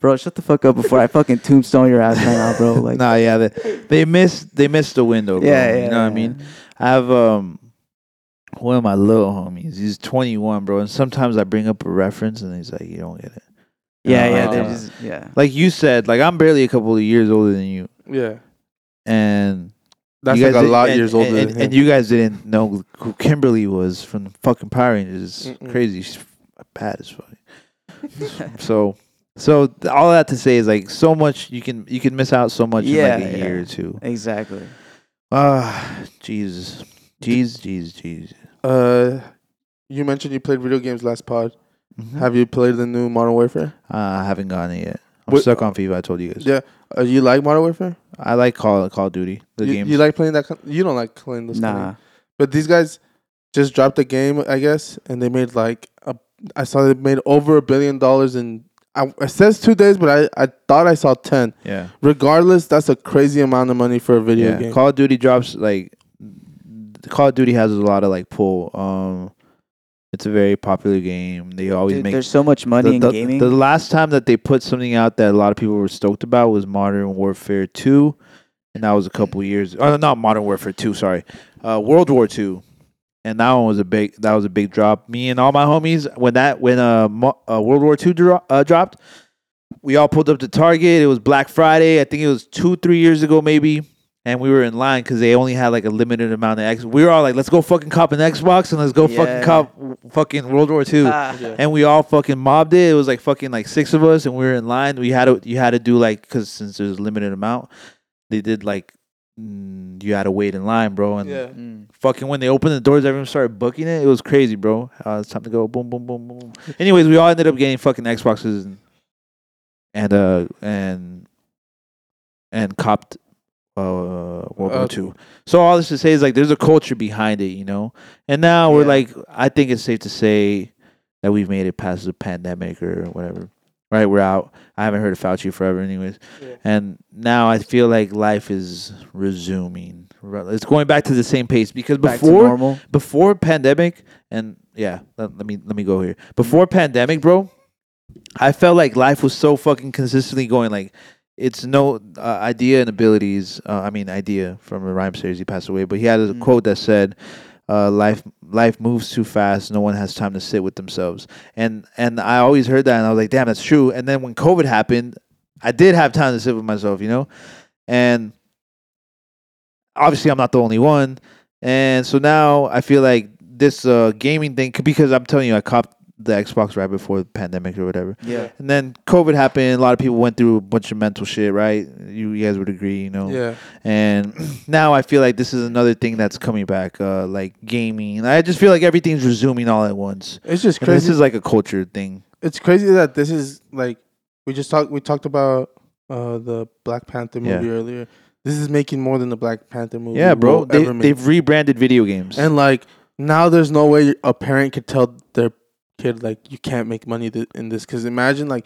Speaker 2: "Bro, shut the fuck up before I fucking tombstone your ass right now, bro." Like,
Speaker 1: nah, yeah, they, they missed they missed the window. Bro.
Speaker 2: Yeah,
Speaker 1: you
Speaker 2: yeah,
Speaker 1: know what I
Speaker 2: yeah.
Speaker 1: mean. I have um, one of my little homies. He's 21, bro. And sometimes I bring up a reference and he's like, you don't get it.
Speaker 2: Yeah,
Speaker 1: No,
Speaker 2: yeah,
Speaker 1: uh,
Speaker 2: they're just yeah.
Speaker 1: Like you said, like I'm barely a couple of years older than you.
Speaker 4: Yeah,
Speaker 1: And
Speaker 4: that's
Speaker 1: you
Speaker 4: like
Speaker 1: guys
Speaker 4: a
Speaker 1: didn't-
Speaker 4: lot
Speaker 1: and-
Speaker 4: years older
Speaker 1: and,
Speaker 4: than
Speaker 1: and,
Speaker 4: him.
Speaker 1: and you guys didn't know who Kimberly was from the fucking Power Rangers. It's
Speaker 4: Mm-mm.
Speaker 1: crazy. She's bad as fuck. so, so th- all that to say is like so much you can you can miss out so much in
Speaker 2: Yeah,
Speaker 1: like a
Speaker 2: yeah.
Speaker 1: year or two.
Speaker 2: exactly.
Speaker 1: Ah, Jesus, jeez, jeez, jeez.
Speaker 4: Uh, you mentioned you played video games last pod.
Speaker 1: Mhm.
Speaker 4: Have you played the new Modern Warfare?
Speaker 1: Uh, I haven't gotten it yet. I'm
Speaker 4: What-
Speaker 1: stuck on FIFA. I told you guys.
Speaker 4: Yeah. Uh, you like Modern Warfare?
Speaker 1: I like Call Call of Duty. The
Speaker 4: you,
Speaker 1: games.
Speaker 4: you like playing that? Kind you don't like playing those. kind of-
Speaker 2: Nah.
Speaker 4: but these guys just dropped the game, I guess, and they made like a, I saw they made over a billion dollars in. I, it says two days, but I, I thought I saw ten.
Speaker 1: yeah,
Speaker 4: Regardless, that's a crazy amount of money for a video
Speaker 1: yeah.
Speaker 4: game.
Speaker 1: Call of Duty drops like the Call of Duty has a lot of like pull. Um, it's a very popular game. They always
Speaker 2: Dude,
Speaker 1: make
Speaker 2: there's so much money
Speaker 1: the,
Speaker 2: in
Speaker 1: the-
Speaker 2: gaming.
Speaker 1: the last time that they put something out that a lot of people were stoked about was Modern Warfare Two, and that was a couple years. Oh, not Modern Warfare Two. Sorry, uh, World War Two, and that one was a big. That was a big drop. Me and all my homies when that when uh, Mo- uh World War Two dro- uh, dropped, we all pulled up to Target. It was Black Friday. I think it was two three years ago maybe. And we were in line because they only had like a limited amount of X. We were all like, "Let's go fucking cop an Xbox and let's go
Speaker 2: Yeah.
Speaker 1: fucking cop fucking World War Two
Speaker 2: Ah.
Speaker 1: and we all fucking mobbed it. It was like fucking like six of us, and we were in line. We had to you had to do like because since there's a limited amount, they did like mm, you had to wait in line, bro. And
Speaker 4: Yeah.
Speaker 2: Mm.
Speaker 1: fucking when they opened the doors, everyone started booking it. It was crazy, bro. Uh, it's time to go boom, boom, boom, boom. Anyways, we all ended up getting fucking Xboxes and and uh and and copped uh World
Speaker 4: Uh,
Speaker 1: War Two. So all this to say is like there's a culture behind it, you know. And now we're
Speaker 4: Yeah.
Speaker 1: like, I think it's safe to say that we've made it past the pandemic or whatever. Right, we're out. I haven't heard of Fauci forever, anyways.
Speaker 4: Yeah.
Speaker 1: And now I feel like life is resuming. Re- It's going back to the same pace because
Speaker 2: Back to
Speaker 1: before
Speaker 2: normal.
Speaker 1: before pandemic and yeah, let, let me let me go here. Before
Speaker 2: Mm-hmm.
Speaker 1: pandemic, bro, I felt like life was so fucking consistently going like it's no uh, idea and abilities. Uh, I mean, idea from a rhyme series. He passed away, but he had a
Speaker 2: Mm.
Speaker 1: quote that said, uh, "Life, life moves too fast. No one has time to sit with themselves." And and I always heard that, and I was like, "Damn, that's true." And then when COVID happened, I did have time to sit with myself, you know, and obviously I'm not the only one. And so now I feel like this uh, gaming thing, because I'm telling you, I copped the Xbox right before the pandemic or whatever.
Speaker 2: Yeah.
Speaker 1: And then COVID happened. A lot of people went through a bunch of mental shit, right? You, you guys would agree, you know.
Speaker 4: Yeah.
Speaker 1: And now I feel like this is another thing that's coming back, uh, like gaming. I just feel like everything's resuming all at once.
Speaker 4: It's just
Speaker 1: And this
Speaker 4: crazy.
Speaker 1: is like a culture thing.
Speaker 4: it's crazy that this is like we just talked. We talked about uh the Black Panther
Speaker 1: Yeah.
Speaker 4: movie earlier. This is making more than the Black Panther movie.
Speaker 1: yeah, bro.
Speaker 4: will
Speaker 1: They,
Speaker 4: ever make.
Speaker 1: they've rebranded video games.
Speaker 4: And like now, there's no way a parent could tell their kid like you can't make money th- in this. Because imagine like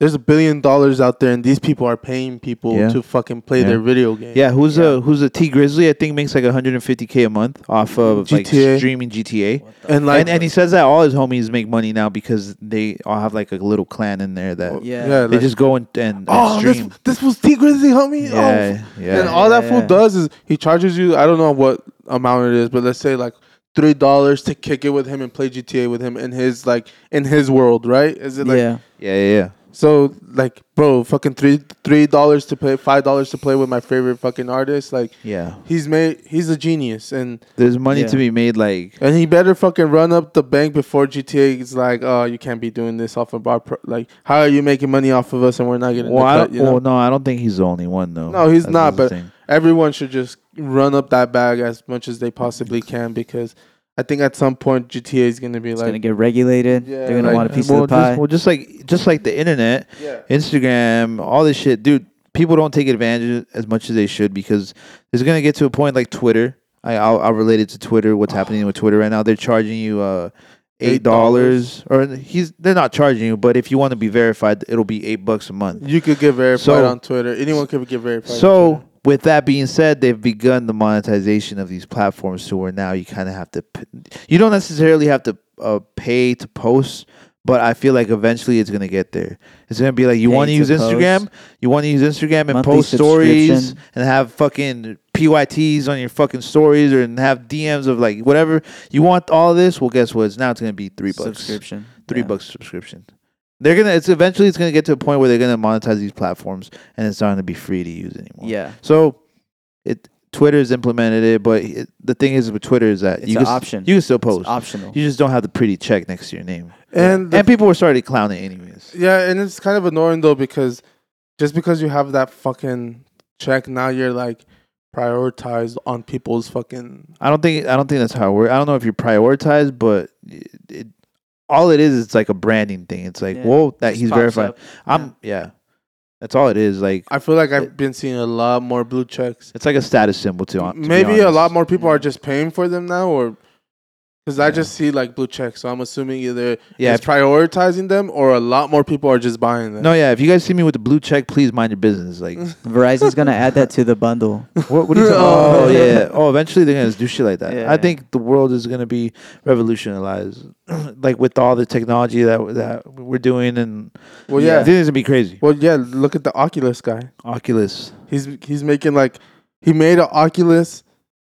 Speaker 4: there's a billion dollars out there, and these people are paying people
Speaker 1: Yeah.
Speaker 4: to fucking play
Speaker 1: Yeah.
Speaker 4: their video game.
Speaker 1: yeah, who's a who's a T Grizzly? I think makes like 150k a month off of
Speaker 4: GTA.
Speaker 1: like streaming GTA.
Speaker 4: and like
Speaker 1: and, and he says that all his homies make money now because they all have like a little clan in there that
Speaker 2: Yeah.
Speaker 4: Oh, yeah,
Speaker 1: they
Speaker 4: like,
Speaker 1: just go and, and, and
Speaker 4: oh this,
Speaker 1: stream.
Speaker 4: this was T Grizzly, homie. Oh,
Speaker 1: Yeah, yeah.
Speaker 4: And all that
Speaker 2: Yeah.
Speaker 4: fool does is he charges you. I don't know what amount it is, but let's say like three dollars to kick it with him and play GTA with him in his like in his world, right? Is it like
Speaker 2: yeah.
Speaker 1: yeah, yeah, yeah.
Speaker 4: so like bro, fucking three three dollars to play, five dollars to play with my favorite fucking artist. Like
Speaker 1: Yeah.
Speaker 4: he's made he's a genius and
Speaker 1: There's money
Speaker 2: Yeah.
Speaker 1: to be made like
Speaker 4: and he better fucking run up the bank before GTA is like, oh, you can't be doing this off of our pro- like. How are you making money off of us and we're not getting?
Speaker 1: well, I
Speaker 4: the
Speaker 1: don't,
Speaker 4: cut, you know?
Speaker 1: well, no, I don't think he's the only one though.
Speaker 4: No, he's
Speaker 1: That's
Speaker 4: not,
Speaker 1: the
Speaker 4: but-
Speaker 1: thing.
Speaker 4: everyone should just run up that bag as much as they possibly can because I think at some point GTA is gonna be
Speaker 2: It's
Speaker 4: like
Speaker 2: gonna get regulated.
Speaker 4: Yeah,
Speaker 2: They're gonna
Speaker 4: like-
Speaker 2: want a piece
Speaker 1: well,
Speaker 2: of the pie.
Speaker 1: Just, well, just like just like the internet,
Speaker 4: yeah,
Speaker 1: Instagram, all this shit, dude. People don't take advantage as much as they should because it's gonna get to a point like Twitter. I, I'll, I'll relate it to Twitter. What's happening with Twitter right now? They're charging you uh, eight
Speaker 4: $8.
Speaker 1: dollars, or he's they're not charging you, but if you want to be verified, it'll be eight bucks a month.
Speaker 4: you could get verified
Speaker 1: So-
Speaker 4: on Twitter. Anyone could get verified. on
Speaker 1: So
Speaker 4: Twitter.
Speaker 1: with that being said, they've begun the monetization of these platforms to where now you kind of have to, p- you don't necessarily have to uh, pay to post, But I feel like eventually it's gonna get there. It's gonna be like you
Speaker 2: Pay
Speaker 1: want to
Speaker 2: to
Speaker 1: use
Speaker 2: post.
Speaker 1: Instagram, you want to use Instagram and
Speaker 2: Monthly
Speaker 1: post stories
Speaker 2: subscription.
Speaker 1: and have fucking PYTs on your fucking stories or and have DMs of like whatever you want. All this, well, guess what? It's now it's gonna be three bucks
Speaker 2: subscription.
Speaker 1: three
Speaker 2: Yeah.
Speaker 1: bucks subscription. They're gonna. It's eventually it's gonna get to a point where they're gonna monetize these platforms, and it's not gonna be free to use anymore.
Speaker 2: Yeah,
Speaker 1: So, it Twitter's implemented it, but it, the thing is with Twitter is that
Speaker 2: It's
Speaker 1: you
Speaker 2: an
Speaker 1: can, s-
Speaker 2: option.
Speaker 1: You can still
Speaker 2: it's
Speaker 1: post.
Speaker 2: optional.
Speaker 1: You just don't have the pretty check next to your name.
Speaker 4: And the-
Speaker 1: and people were starting to clown it anyways.
Speaker 4: yeah, and it's kind of annoying though because just because you have that fucking check now, you're like prioritized on people's fucking.
Speaker 1: I don't think I don't think that's how it works. I don't know if you prioritize, but it, it, all it is it's like a branding thing. It's like
Speaker 2: Yeah.
Speaker 1: whoa, that
Speaker 2: Just
Speaker 1: he's
Speaker 2: pops
Speaker 1: verified.
Speaker 2: up.
Speaker 1: I'm yeah. That's all it is. Like
Speaker 4: I feel like I've been seeing a lot more blue checks.
Speaker 1: it's like a status symbol too.
Speaker 4: Maybe a lot more people
Speaker 2: Yeah.
Speaker 4: are just paying for them now, or because I
Speaker 1: Yeah.
Speaker 4: just see like blue checks. So I'm assuming either
Speaker 1: Yeah,
Speaker 4: it's prioritizing them, or a lot more people are just buying them.
Speaker 1: No, yeah. If you guys see me with the blue check, please mind your business. Like,
Speaker 2: Verizon's gonna add that to the bundle.
Speaker 1: what? What are you? Talking?
Speaker 2: Oh.
Speaker 1: oh yeah. Oh, eventually they're gonna do shit like that.
Speaker 2: Yeah.
Speaker 1: I think the world is gonna be revolutionized, like with all the technology that that we're doing, and
Speaker 4: Well,
Speaker 1: I
Speaker 4: yeah.
Speaker 1: think it's gonna be crazy.
Speaker 4: Well, yeah. Look at the Oculus guy.
Speaker 1: Oculus.
Speaker 4: He's he's making like he made an Oculus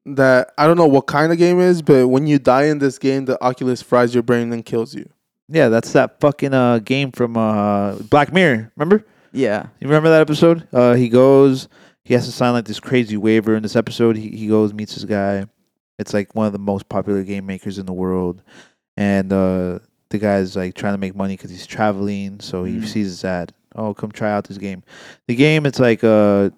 Speaker 4: that I don't know what kind of game it is, but when you die in this game, the Oculus fries your brain and kills you.
Speaker 1: Yeah, that's that fucking uh game from uh Black Mirror. Remember?
Speaker 2: Yeah,
Speaker 1: You remember that episode? Uh, he goes. He has to sign like this crazy waiver. In this episode, he he goes meets this guy. It's like one of the most popular game makers in the world, and uh, the guy's like trying to make money because he's traveling. So he
Speaker 2: Mhm.
Speaker 1: sees his ad. Oh, come try out this game. The game, it's like uh,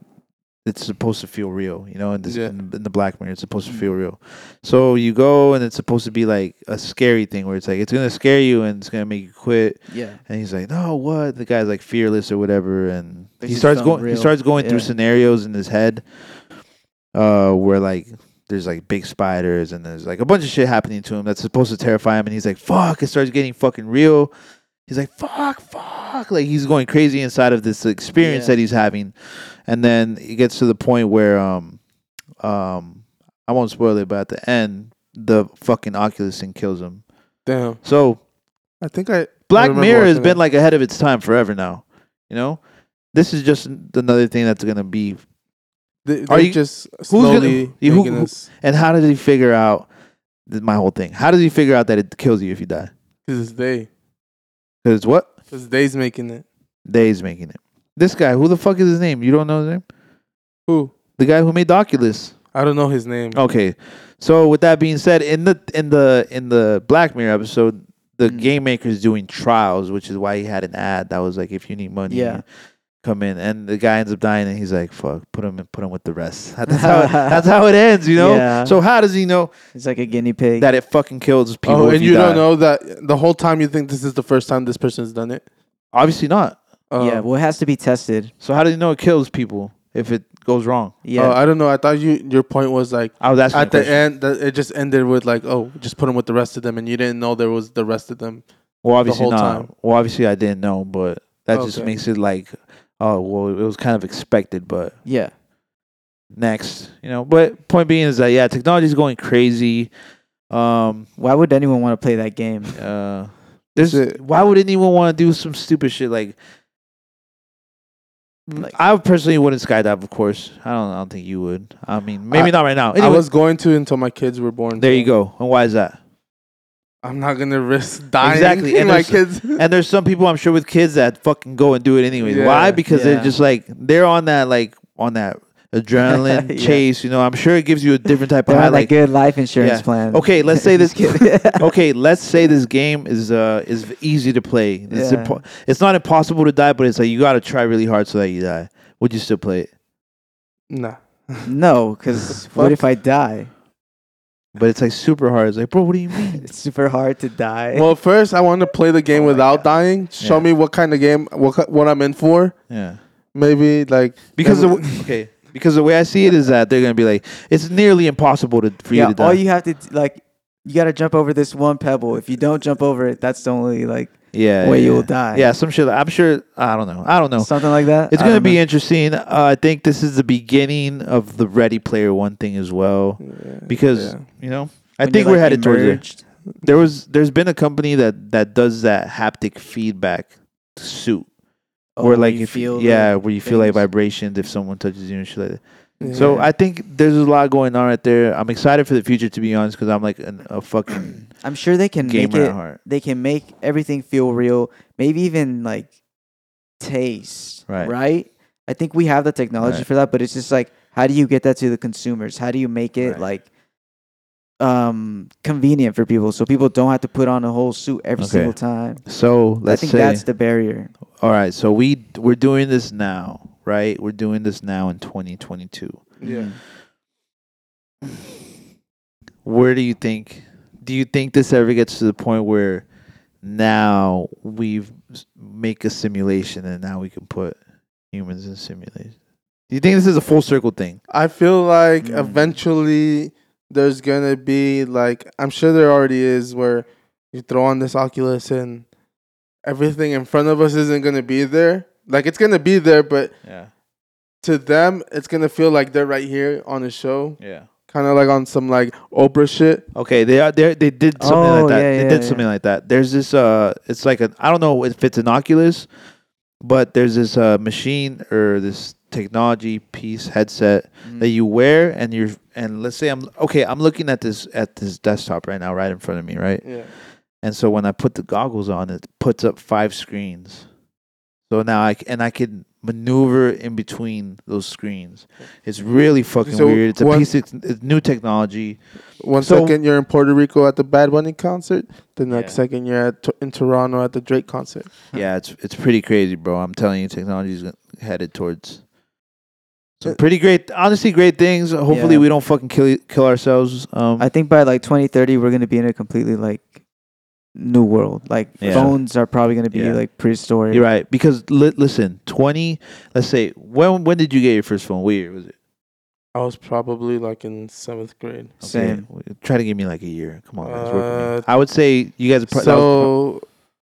Speaker 1: it's supposed to feel real, you know. In this,
Speaker 4: Yeah.
Speaker 1: in, in the Black Mirror, it's supposed to feel real. So you go, and it's supposed to be like a scary thing where it's like it's gonna scare you and it's gonna make you quit.
Speaker 2: yeah.
Speaker 1: And he's like, "No, what?" The guy's like fearless or whatever, and
Speaker 2: This
Speaker 1: he
Speaker 2: is
Speaker 1: starts
Speaker 2: something
Speaker 1: going. He
Speaker 2: real.
Speaker 1: starts going through
Speaker 2: Yeah.
Speaker 1: scenarios in his head, uh, where like there's like big spiders and there's like a bunch of shit happening to him that's supposed to terrify him, and he's like, "Fuck!" It starts getting fucking real. He's like, "Fuck, fuck!" Like he's going crazy inside of this experience
Speaker 2: Yeah.
Speaker 1: that he's having, and then it gets to the point where um, um, I won't spoil it, but at the end, the fucking Oculus thing kills him.
Speaker 4: Damn.
Speaker 1: So
Speaker 4: I think I
Speaker 1: Black
Speaker 4: remember
Speaker 1: Mirror has
Speaker 4: watching
Speaker 1: been
Speaker 4: that.
Speaker 1: like ahead of its time forever now. You know, this is just another thing that's gonna be.
Speaker 4: they,
Speaker 1: Are
Speaker 4: are
Speaker 1: you-
Speaker 4: you just
Speaker 1: gonna-
Speaker 4: slowly
Speaker 1: you- who-
Speaker 4: making
Speaker 1: who-
Speaker 4: this
Speaker 1: And how does he figure out th- my whole thing? How does he figure out that it kills you if you die?
Speaker 4: because it's they
Speaker 1: Because what
Speaker 4: because they's making it.
Speaker 1: they's making it. This guy, who the fuck is his name? You don't know his name.
Speaker 4: Who
Speaker 1: The guy who Oh, made the Oculus.
Speaker 4: I don't know his name.
Speaker 1: Okay, so with that being said, in the in the in the Black Mirror episode, the
Speaker 2: Mm.
Speaker 1: game maker is doing trials, which is why he had an ad that was like, "If you need money,
Speaker 2: Yeah.
Speaker 1: come in." And the guy ends up dying, and he's like, "Fuck, put him in, put him with the rest." That's how that's how it ends, you know.
Speaker 2: Yeah.
Speaker 1: So how does he know
Speaker 2: It's like a guinea pig.
Speaker 1: that it fucking kills people?
Speaker 4: oh,
Speaker 1: if
Speaker 4: and you
Speaker 1: die?
Speaker 4: don't know that the whole time you think this is the first time this person's done it.
Speaker 1: Obviously not.
Speaker 4: Oh.
Speaker 1: um,
Speaker 2: yeah, well, it has to be tested.
Speaker 1: So how do you know it kills people if it goes wrong?
Speaker 2: Yeah,
Speaker 4: Oh, I don't know. I thought you your point was like
Speaker 1: I was asking
Speaker 4: at
Speaker 1: a
Speaker 4: the
Speaker 1: question.
Speaker 4: end that it just ended with like oh just put them with the rest of them and you didn't know there was the rest of them.
Speaker 1: Well, obviously
Speaker 4: whole
Speaker 1: not.
Speaker 4: time.
Speaker 1: Well, obviously I didn't know, but that just
Speaker 4: Okay.
Speaker 1: makes it like, oh, well, it was kind of expected, but
Speaker 2: yeah.
Speaker 1: next, you know. But point being is that yeah, technology's going crazy. Um,
Speaker 2: Why would anyone want to play that game?
Speaker 1: uh, there's
Speaker 4: Shit.
Speaker 1: why would anyone want to do some stupid shit like?
Speaker 2: Like-
Speaker 1: I personally wouldn't skydive, of course. I don't. I don't think you would. I mean, maybe
Speaker 4: I-
Speaker 1: not right now.
Speaker 4: I
Speaker 1: Anyway,
Speaker 4: was going to until my kids were born.
Speaker 1: there
Speaker 4: so
Speaker 1: you go. And why is that?
Speaker 4: I'm not gonna risk dying.
Speaker 1: Exactly, and
Speaker 4: my
Speaker 1: there's-
Speaker 4: kids.
Speaker 1: And there's some people I'm sure with kids that fucking go and do it anyways. Why?
Speaker 4: Yeah.
Speaker 1: Because
Speaker 2: Yeah.
Speaker 1: they're just like they're on that like on that adrenaline
Speaker 2: Yeah.
Speaker 1: chase. You know, I'm sure it gives you a different type of
Speaker 2: They're
Speaker 1: high.
Speaker 2: on that
Speaker 1: Like,
Speaker 2: good life insurance
Speaker 1: Yeah.
Speaker 2: plan.
Speaker 1: okay, let's say this.
Speaker 2: Just kidding.
Speaker 1: okay, let's say this game is uh is easy to play. It's
Speaker 2: Yeah.
Speaker 1: impo- it's not impossible to die, but it's like you got to try really hard so that you die. Would you still play it?
Speaker 4: nah.
Speaker 2: no, because what if I die?
Speaker 1: But it's like super hard. It's like, bro, what do you mean?
Speaker 2: It's super hard to die.
Speaker 4: Well, first I want to play the game
Speaker 2: Oh my
Speaker 4: without
Speaker 2: God.
Speaker 4: dying. Show
Speaker 1: Yeah.
Speaker 4: me what kind of game, what ki- what I'm in for.
Speaker 1: Yeah,
Speaker 4: Maybe like
Speaker 1: because the
Speaker 4: never-
Speaker 1: w- okay. Because the way I see it is that they're gonna be like, it's nearly impossible to for you
Speaker 2: yeah,
Speaker 1: to die.
Speaker 2: all you have to d- like, you gotta jump over this one pebble. If you don't jump over it, that's the only like
Speaker 1: yeah,
Speaker 2: way
Speaker 1: yeah.
Speaker 2: you will die.
Speaker 1: Yeah, some shit. I'm sure. I don't know. I don't know.
Speaker 2: something like that.
Speaker 1: It's
Speaker 2: I
Speaker 1: going to
Speaker 2: don't
Speaker 1: be
Speaker 2: know.
Speaker 1: interesting. Uh, I think this is the beginning of the Ready Player One thing as well,
Speaker 4: Yeah,
Speaker 1: because
Speaker 4: yeah.
Speaker 1: you know I
Speaker 2: When
Speaker 1: think
Speaker 2: you're,
Speaker 1: we're
Speaker 2: like,
Speaker 1: headed towards it.
Speaker 2: emerged.
Speaker 1: there was there's been a company that that does that haptic feedback suit where like
Speaker 2: Oh, you
Speaker 1: if
Speaker 2: feel
Speaker 1: yeah
Speaker 2: the
Speaker 1: where you feel like
Speaker 2: things.
Speaker 1: vibrations if someone touches you and shit like that.
Speaker 4: Yeah.
Speaker 1: So I think there's a lot going on right there. I'm excited for the future to be honest because I'm like an, a fucking
Speaker 2: I'm sure they can make
Speaker 1: gamer
Speaker 2: it.
Speaker 1: at heart.
Speaker 2: They can make everything feel real. Maybe even like taste.
Speaker 1: Right.
Speaker 2: Right. I think we have the technology
Speaker 1: Right.
Speaker 2: for that, but it's just like, how do you get that to the consumers? How do you make it
Speaker 1: Right.
Speaker 2: like um convenient for people so people don't have to put on a whole suit every
Speaker 1: Okay.
Speaker 2: single time?
Speaker 1: So
Speaker 2: I
Speaker 1: let's
Speaker 2: think
Speaker 1: say
Speaker 2: that's the barrier.
Speaker 1: all right. So we we're doing this now, right? We're doing this now in 2022. Mm.
Speaker 4: Yeah.
Speaker 1: where do you think do you think this ever gets to the point where now we've s- make a simulation and now we can put humans in simulation do you think this is a full circle thing
Speaker 4: I feel like
Speaker 2: Mm.
Speaker 4: eventually there's gonna be like I'm sure there already is where you throw on this Oculus and everything in front of us isn't gonna be there. Like it's gonna be there, but
Speaker 1: yeah
Speaker 4: to them it's gonna feel like they're right here on the show,
Speaker 1: yeah
Speaker 4: kind of like on some like Oprah shit.
Speaker 1: okay they are they they did something
Speaker 2: Oh,
Speaker 1: like that
Speaker 2: yeah,
Speaker 1: they
Speaker 2: yeah,
Speaker 1: did
Speaker 2: yeah.
Speaker 1: something like that there's this uh it's like an i don't know if it's an oculus but there's this uh machine or this technology piece headset that you wear and you're and let's say i'm okay i'm looking at this at this desktop right now right in front of me right
Speaker 4: Yeah.
Speaker 1: And so when I put the goggles on, it puts up five screens. So now I c- and I can maneuver in between those screens. It's really fucking
Speaker 4: So
Speaker 1: weird. It's a
Speaker 4: one-
Speaker 1: piece of it's new technology.
Speaker 4: One
Speaker 1: So-
Speaker 4: second you're in Puerto Rico at the Bad Bunny concert, the next
Speaker 1: Yeah.
Speaker 4: second you're at t- in Toronto at the Drake concert.
Speaker 1: Yeah, it's it's pretty crazy, bro. I'm telling you, technology's gon- headed towards some
Speaker 4: Uh,
Speaker 1: pretty great, honestly, great things. Hopefully,
Speaker 2: Yeah.
Speaker 1: we don't fucking kill kill ourselves. Um,
Speaker 2: I think by like 2030, we're gonna be in a completely like new world. Like
Speaker 1: Yeah.
Speaker 2: phones are probably gonna be
Speaker 1: Yeah.
Speaker 2: like prehistoric.
Speaker 1: you're right because li- listen, twenty. Let's say when when did you get your first phone? What year was it?
Speaker 4: I was probably like in seventh grade.
Speaker 2: Same.
Speaker 1: w- Try to give me like a year. Come on, guys. work with me.
Speaker 4: Uh,
Speaker 1: I would say you guys. Are pro- that was
Speaker 4: so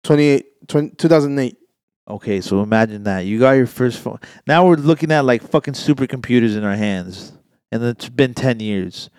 Speaker 4: 28 20, 2008
Speaker 1: pro- okay, so imagine that you got your first phone. Now we're looking at like fucking supercomputers in our hands, and it's been ten years.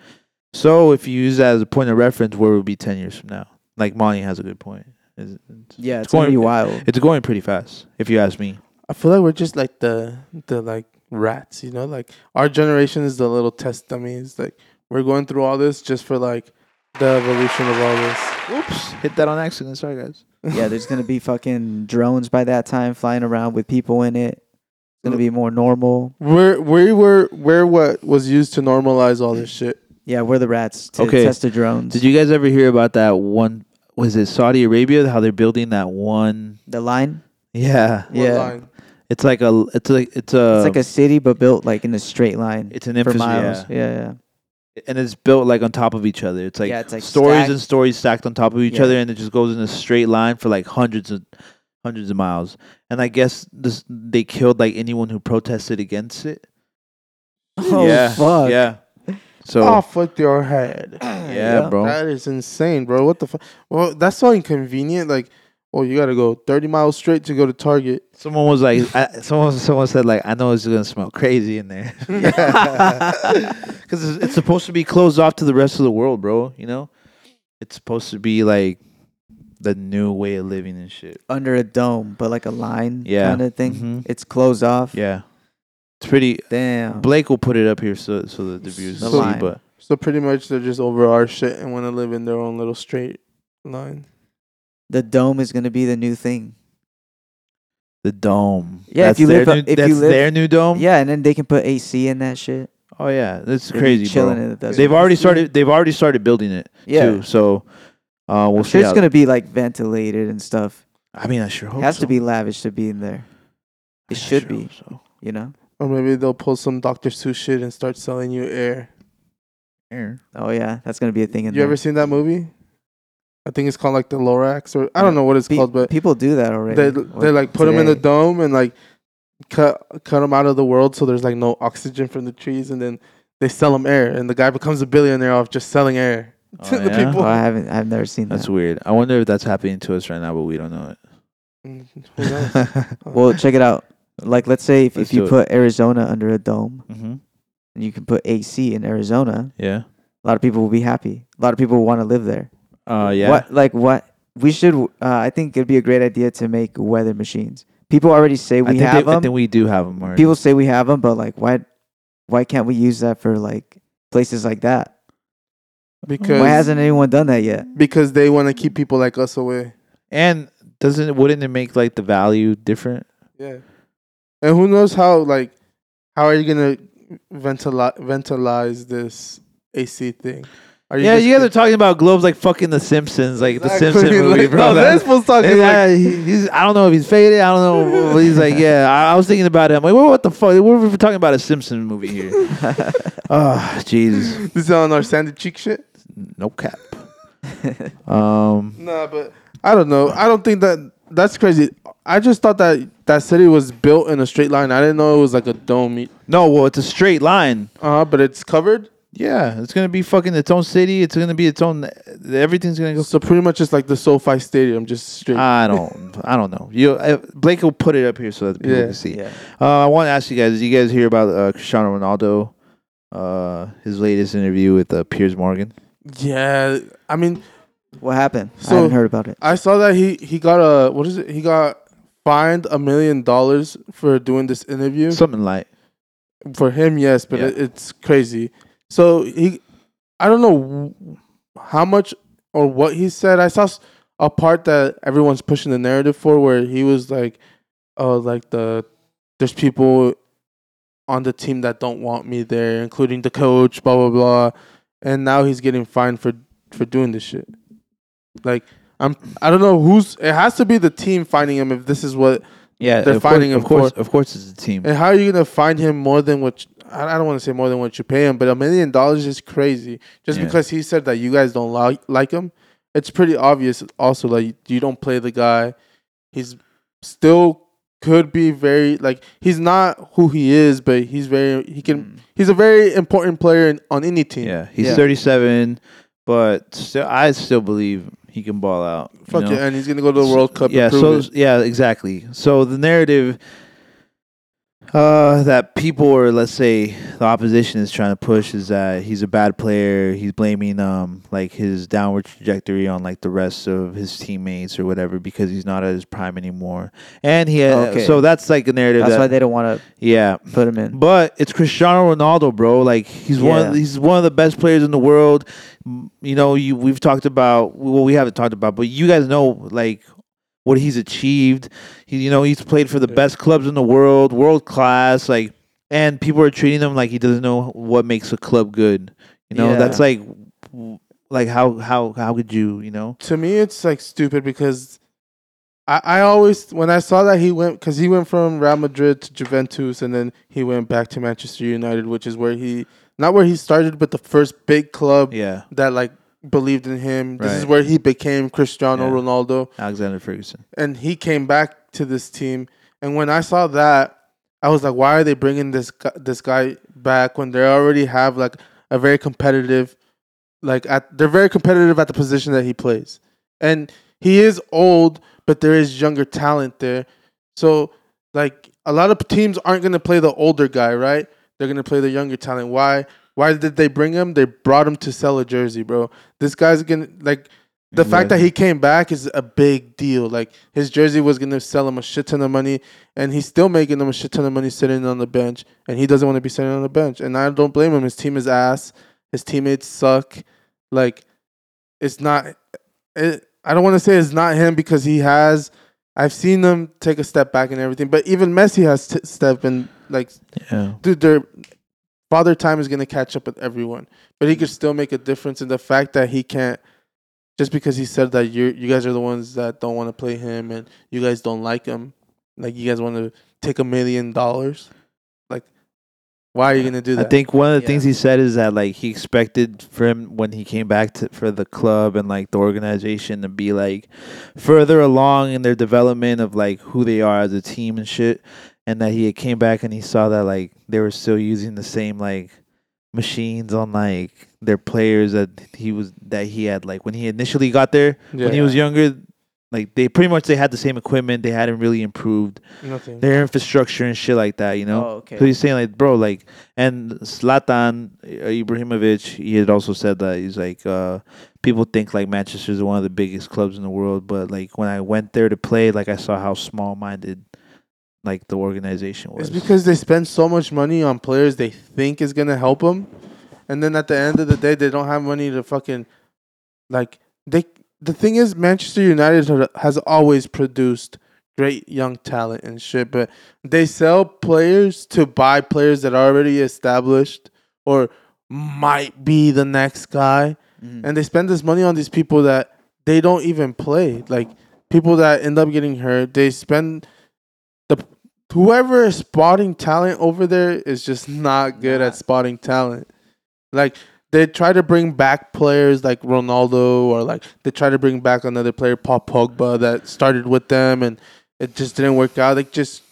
Speaker 1: So if you use that as a point of reference, where would be ten years from now? Like Monty has a good point. It's, it's-
Speaker 2: Yeah, it's,
Speaker 1: It's
Speaker 2: gonna
Speaker 1: going-
Speaker 2: be wild.
Speaker 1: it's going pretty fast, if you ask me.
Speaker 4: i feel like we're just like the the like rats you know like our generation is the little test dummies like we're going through all this just for like the evolution of all this
Speaker 1: Oops, hit that on accident. Sorry, guys.
Speaker 2: yeah, there's gonna be fucking drones by that time flying around with people in it. It's gonna be more normal.
Speaker 4: we're we were we're what was used to normalize all this shit
Speaker 2: Yeah, we're the rats to
Speaker 1: Okay.
Speaker 2: test the drones.
Speaker 1: Did you guys ever hear about that one? Was it Saudi Arabia? How they're building that one?
Speaker 2: the line?
Speaker 1: Yeah,
Speaker 4: One
Speaker 2: Yeah.
Speaker 4: line.
Speaker 1: it's like a, it's like it's a,
Speaker 2: it's like a city, but built like in a straight line
Speaker 1: Uh, it's an
Speaker 2: for
Speaker 1: infrastructure.
Speaker 2: miles. Yeah, yeah.
Speaker 1: and it's built like on top of each other. It's like,
Speaker 2: Yeah, it's, like,
Speaker 1: stories
Speaker 2: stacked.
Speaker 1: and stories stacked on top of each
Speaker 2: Yeah.
Speaker 1: other, and it just goes in a straight line for like hundreds of hundreds of miles. And I guess this they killed like anyone who protested against it.
Speaker 2: Oh
Speaker 1: yeah,
Speaker 2: fuck! Oh,
Speaker 1: yeah. So
Speaker 4: off with your head
Speaker 1: yeah,
Speaker 2: yeah.
Speaker 1: bro.
Speaker 4: that is insane bro what the fuck well that's so inconvenient like oh you gotta go 30 miles straight to go to target
Speaker 1: Someone was like, I, someone someone said like, I know it's gonna smell crazy in there, because it's, it's supposed to be closed off to the rest of the world, bro. You know, it's supposed to be like the new way of living and shit.
Speaker 2: Under a dome, but like a line
Speaker 1: Yeah.
Speaker 2: kind of thing.
Speaker 1: Mhm.
Speaker 2: It's closed off.
Speaker 1: Yeah, it's pretty.
Speaker 2: Damn.
Speaker 1: Blake will put it up here so so that the viewers
Speaker 2: The
Speaker 1: can see.
Speaker 2: line.
Speaker 1: But
Speaker 4: So pretty much they're just over our shit and want to live in their own little straight line.
Speaker 2: the dome is gonna be the new thing.
Speaker 1: the dome.
Speaker 2: Yeah, if you
Speaker 1: their
Speaker 2: live up-
Speaker 1: new,
Speaker 2: if you
Speaker 1: that's
Speaker 2: live-
Speaker 1: their new dome.
Speaker 2: Yeah, and then they can put AC in that shit.
Speaker 1: Oh yeah, that's
Speaker 2: They'd be
Speaker 1: crazy,
Speaker 2: chilling
Speaker 1: bro.
Speaker 2: in the desert.
Speaker 1: They've already started. They've already started building it
Speaker 2: Yeah,
Speaker 1: too. So uh, we'll
Speaker 2: I'm
Speaker 1: see.
Speaker 2: sure it's
Speaker 1: how-
Speaker 2: gonna be like ventilated and stuff.
Speaker 1: I mean, I sure hope
Speaker 2: It has
Speaker 1: so.
Speaker 2: to be lavish to be in there.
Speaker 1: I
Speaker 2: It
Speaker 1: sure
Speaker 2: should
Speaker 1: hope
Speaker 2: be,
Speaker 1: so.
Speaker 2: you know.
Speaker 4: Or maybe they'll pull some Dr. Seuss shit and start selling you air.
Speaker 1: Air.
Speaker 2: Oh yeah, that's gonna be a thing in
Speaker 4: you
Speaker 2: there.
Speaker 4: ever seen that movie? I think it's called like the Lorax or I don't know what it's
Speaker 2: Pe-
Speaker 4: called, but
Speaker 2: people do that already.
Speaker 4: they
Speaker 2: or
Speaker 4: they like put them in the
Speaker 2: today.
Speaker 4: dome and like cut cut them out of the world so there's like no oxygen from the trees and then they sell them air and the guy becomes a billionaire off just selling air to
Speaker 1: Oh,
Speaker 4: the
Speaker 1: yeah?
Speaker 2: Oh,
Speaker 4: people.
Speaker 2: I haven't. I've never seen
Speaker 1: That's
Speaker 2: that.
Speaker 1: weird. I wonder if that's happening to us right now, but we don't know
Speaker 4: Mm, Who knows?
Speaker 1: it.
Speaker 2: Well, check it out. Like, let's say if,
Speaker 1: Let's
Speaker 2: if you
Speaker 1: do it.
Speaker 2: put Arizona under a dome,
Speaker 1: hmm
Speaker 2: and you can put AC in Arizona.
Speaker 1: Yeah.
Speaker 2: A lot of people will be happy. A lot of people will want to live there.
Speaker 1: Uh, yeah.
Speaker 2: What like what we should? Uh, I think it'd be a great idea to make weather machines. People already say
Speaker 1: I
Speaker 2: we
Speaker 1: think they-
Speaker 2: have
Speaker 1: I
Speaker 2: them.
Speaker 1: think we do have them. Already.
Speaker 2: People say we have them, but like why? Why can't we use that for like places like that?
Speaker 4: because
Speaker 2: Why hasn't anyone done that yet?
Speaker 4: because they want to keep people like us away.
Speaker 1: and doesn't it- wouldn't it make like the value different?
Speaker 4: Yeah. And who knows how like how are you gonna ventili- ventilize this AC thing? Are
Speaker 1: yeah,
Speaker 4: just
Speaker 1: you guys
Speaker 4: gonna-
Speaker 1: are talking about globes like fucking The Simpsons, like
Speaker 4: Exactly,
Speaker 1: the Simpson movie,
Speaker 4: like,
Speaker 1: bro.
Speaker 4: No, this
Speaker 1: That's-
Speaker 4: was talking
Speaker 1: yeah,
Speaker 4: like
Speaker 1: he- he's, I don't know if he's faded. I don't know. but He's like, yeah. I, I was thinking about it. I'm like, well, what the fuck? We're, we're talking about a Simpson movie here. oh, Jesus.
Speaker 4: this is on our sandy cheek shit.
Speaker 1: No cap. Um,
Speaker 4: Nah, but I don't know. I don't think that that's crazy. I just thought that that city was built in a straight line. I didn't know it was like a dome.
Speaker 1: no, well, it's a straight line.
Speaker 4: Uh, but it's covered.
Speaker 1: Yeah, it's gonna be fucking its own city. It's gonna be its own. Everything's gonna go.
Speaker 4: So pretty much it's like the SoFi Stadium, just straight.
Speaker 1: I don't. I don't know. You, I, Blake will put it up here so that people
Speaker 4: Yeah.
Speaker 1: can see.
Speaker 2: Yeah.
Speaker 1: Uh, I want to ask you guys. Did you guys hear about uh, Cristiano Ronaldo? Uh, his latest interview with uh, Piers Morgan.
Speaker 4: yeah, I mean,
Speaker 2: What happened? I
Speaker 4: So-
Speaker 2: haven't heard about it.
Speaker 4: I saw that he he got a what is it? He got fined a million dollars for doing this interview.
Speaker 1: Something like
Speaker 4: for him, yes, but
Speaker 1: Yeah.
Speaker 4: it, it's crazy. So he, I don't know wh- how much or what he said. I saw s- a part that everyone's pushing the narrative for, where he was like, "Oh, like the there's people on the team that don't want me there, including the coach." Blah blah blah, and now he's getting fined for for doing this shit. Like I'm, I don't know who's. It has to be the team finding him if this is what
Speaker 1: yeah,
Speaker 4: They're
Speaker 1: of course-
Speaker 4: fighting him
Speaker 1: Of course, of course, it's a team.
Speaker 4: and how are you gonna find him more than what? you- I I don't want to say more than what you pay him, but a million dollars is crazy. Just
Speaker 1: Yeah.
Speaker 4: because he said that you guys don't like like him, it's pretty obvious. Also, like you don't play the guy. He's still could be very like he's not who he is, but he's very he can. He's a very important player in, on any team.
Speaker 1: Mm. Yeah, he's
Speaker 2: Yeah.
Speaker 1: 37, but still, I still believe he can ball out. you
Speaker 4: Fuck
Speaker 1: know?
Speaker 4: it, and he's gonna go to the World Cup.
Speaker 1: Yeah,
Speaker 4: and prove
Speaker 1: so
Speaker 4: it.
Speaker 1: yeah, exactly. So the narrative uh, that people or let's say the opposition is trying to push is that he's a bad player. He's blaming um like his downward trajectory on like the rest of his teammates or whatever because he's not at his prime anymore. And he uh,
Speaker 2: Okay.
Speaker 1: so that's like a narrative
Speaker 2: That's
Speaker 1: that
Speaker 2: why they don't want
Speaker 1: yeah.
Speaker 2: to put him in.
Speaker 1: But it's Cristiano Ronaldo, bro. Like he's one.
Speaker 2: Yeah.
Speaker 1: He's one of the best players in the world. M- You know, you we've talked about. Well, we haven't talked about, but you guys know like what he's achieved. He, you know, he's played for the best clubs in the world, world class. Like, and people are treating him like he doesn't know what makes a club good. You know,
Speaker 2: Yeah.
Speaker 1: that's like, w- like how how how could you? You know,
Speaker 4: to me it's like stupid because I, I always when I saw that he went because he went from Real Madrid to Juventus and then he went back to Manchester United, which is where he not where he started, but the first big club
Speaker 1: yeah,
Speaker 4: that like believed in him. This is
Speaker 1: Right.
Speaker 4: where he became Cristiano
Speaker 1: Yeah.
Speaker 4: Ronaldo,
Speaker 1: Alexander Ferguson.
Speaker 4: and he came back to this team. And when I saw that, I was like, why are they bringing this gu- this guy back when they already have like a very competitive, like at, they're very competitive at the position that he plays, and he is old, but there is younger talent there. So like a lot of teams aren't going to play the older guy, right? They're going to play the younger talent. Why? Why did they bring him? They brought him to sell a jersey, bro. This guy's gonna like the fact
Speaker 1: Yeah.
Speaker 4: that he came back is a big deal. Like his jersey was gonna sell him a shit ton of money, and he's still making him a shit ton of money sitting on the bench, and he doesn't want to be sitting on the bench. And I don't blame him. His team is ass. His teammates suck. Like it's not. It, I don't want to say it's not him because he has. I've seen them take a step back and everything, but even Messi has t- stepped and like
Speaker 1: Yeah,
Speaker 4: dude, their father time is gonna catch up with everyone, but he could still make a difference in the fact that he can't. Just because he said that you you guys are the ones that don't want to play him and you guys don't like him, like you guys want to take a million dollars, like why are you gonna do
Speaker 1: I
Speaker 4: that?
Speaker 1: think one of the
Speaker 2: Yeah.
Speaker 1: things he said is that like he expected for him when he came back to, for the club and like the organization to be like further along in their development of like who they are as a team and shit, and that he had came back and he saw that like they were still using the same like machines on like their players that he was that he had like when he initially got there when he was younger Like they pretty much they had the same equipment. They hadn't really improved
Speaker 4: Nothing.
Speaker 1: their infrastructure and shit like that. You know.
Speaker 2: Oh, okay.
Speaker 1: So he's saying like, bro, like, and Slatan Ibrahimovic, he had also said that he's like, uh, people think like Manchester's one of the biggest clubs in the world, but like when I went there to play, like I saw how small-minded, like the organization was.
Speaker 4: It's because they spend so much money on players they think is gonna help them, and then at the end of the day, they don't have money to fucking like they. The thing is, Manchester United ha- has always produced great young talent and shit, but they sell players to buy players that are already established or might be the next guy, and they spend this money on these people that they don't even play, like people that end up getting hurt. They spend the whoever is spotting talent over there is just not good at spotting talent. Like they try to bring back players like Ronaldo or like they try to bring back another player, Paul Pogba, that started with them and it just didn't work out. They just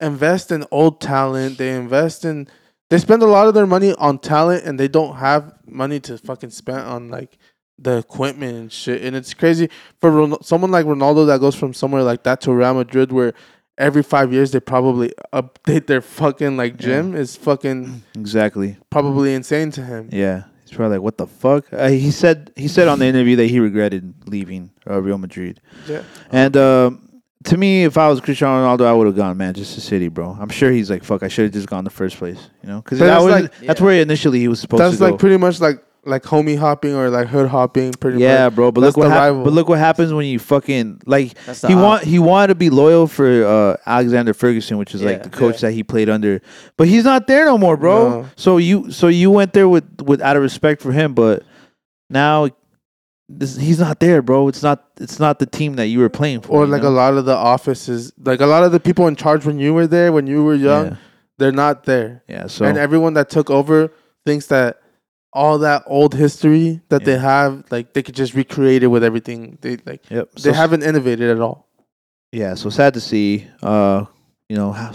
Speaker 4: invest in old talent. They invest in they spend a lot of their money on talent and they don't have money to fucking spend on like the equipment and shit. And it's crazy for Ron- someone like Ronaldo that goes from somewhere like that to Real Madrid where every five years they probably update their fucking like gym is fucking
Speaker 1: exactly.
Speaker 4: probably insane to him.
Speaker 1: Mm. Yeah, he's probably like, "What the fuck?" Uh, he said he said on the interview that he regretted leaving uh, Real Madrid.
Speaker 4: Yeah.
Speaker 1: And um, to me, if I was Cristiano Ronaldo, I would have gone Manchester City, bro. I'm sure he's like, "Fuck, I should have just gone the first place," you know? Because
Speaker 4: But
Speaker 1: that
Speaker 4: that's
Speaker 1: was
Speaker 4: like-
Speaker 1: that's where initially he was supposed
Speaker 4: That's
Speaker 1: to go.
Speaker 4: like pretty much like like homie hopping or like hood hopping. Pretty
Speaker 1: yeah,
Speaker 4: much.
Speaker 1: bro. But
Speaker 4: That's
Speaker 1: look what
Speaker 4: the
Speaker 1: hap-
Speaker 4: rival.
Speaker 1: but look what happens when you fucking like
Speaker 2: That's the
Speaker 1: he
Speaker 2: op-
Speaker 1: want he wanted to be loyal for uh, Alexander Ferguson, which is like
Speaker 2: Yeah.
Speaker 1: the coach that he played under. But he's not there no more, bro.
Speaker 4: No.
Speaker 1: So you so you went there with with out of respect for him, but now this, he's not there, bro. It's not it's not the team that you were playing for.
Speaker 4: or
Speaker 1: you
Speaker 4: like
Speaker 1: know?
Speaker 4: a lot of the offices, like a lot of the people in charge when you were there, when you were young,
Speaker 1: Yeah.
Speaker 4: they're not there.
Speaker 1: yeah. So
Speaker 4: And everyone that took over thinks that all that old history that they have, like they could just recreate it with everything. They like
Speaker 1: yep.
Speaker 4: they
Speaker 1: so-
Speaker 4: haven't innovated at all.
Speaker 1: yeah, so sad to see. Uh, you know, how,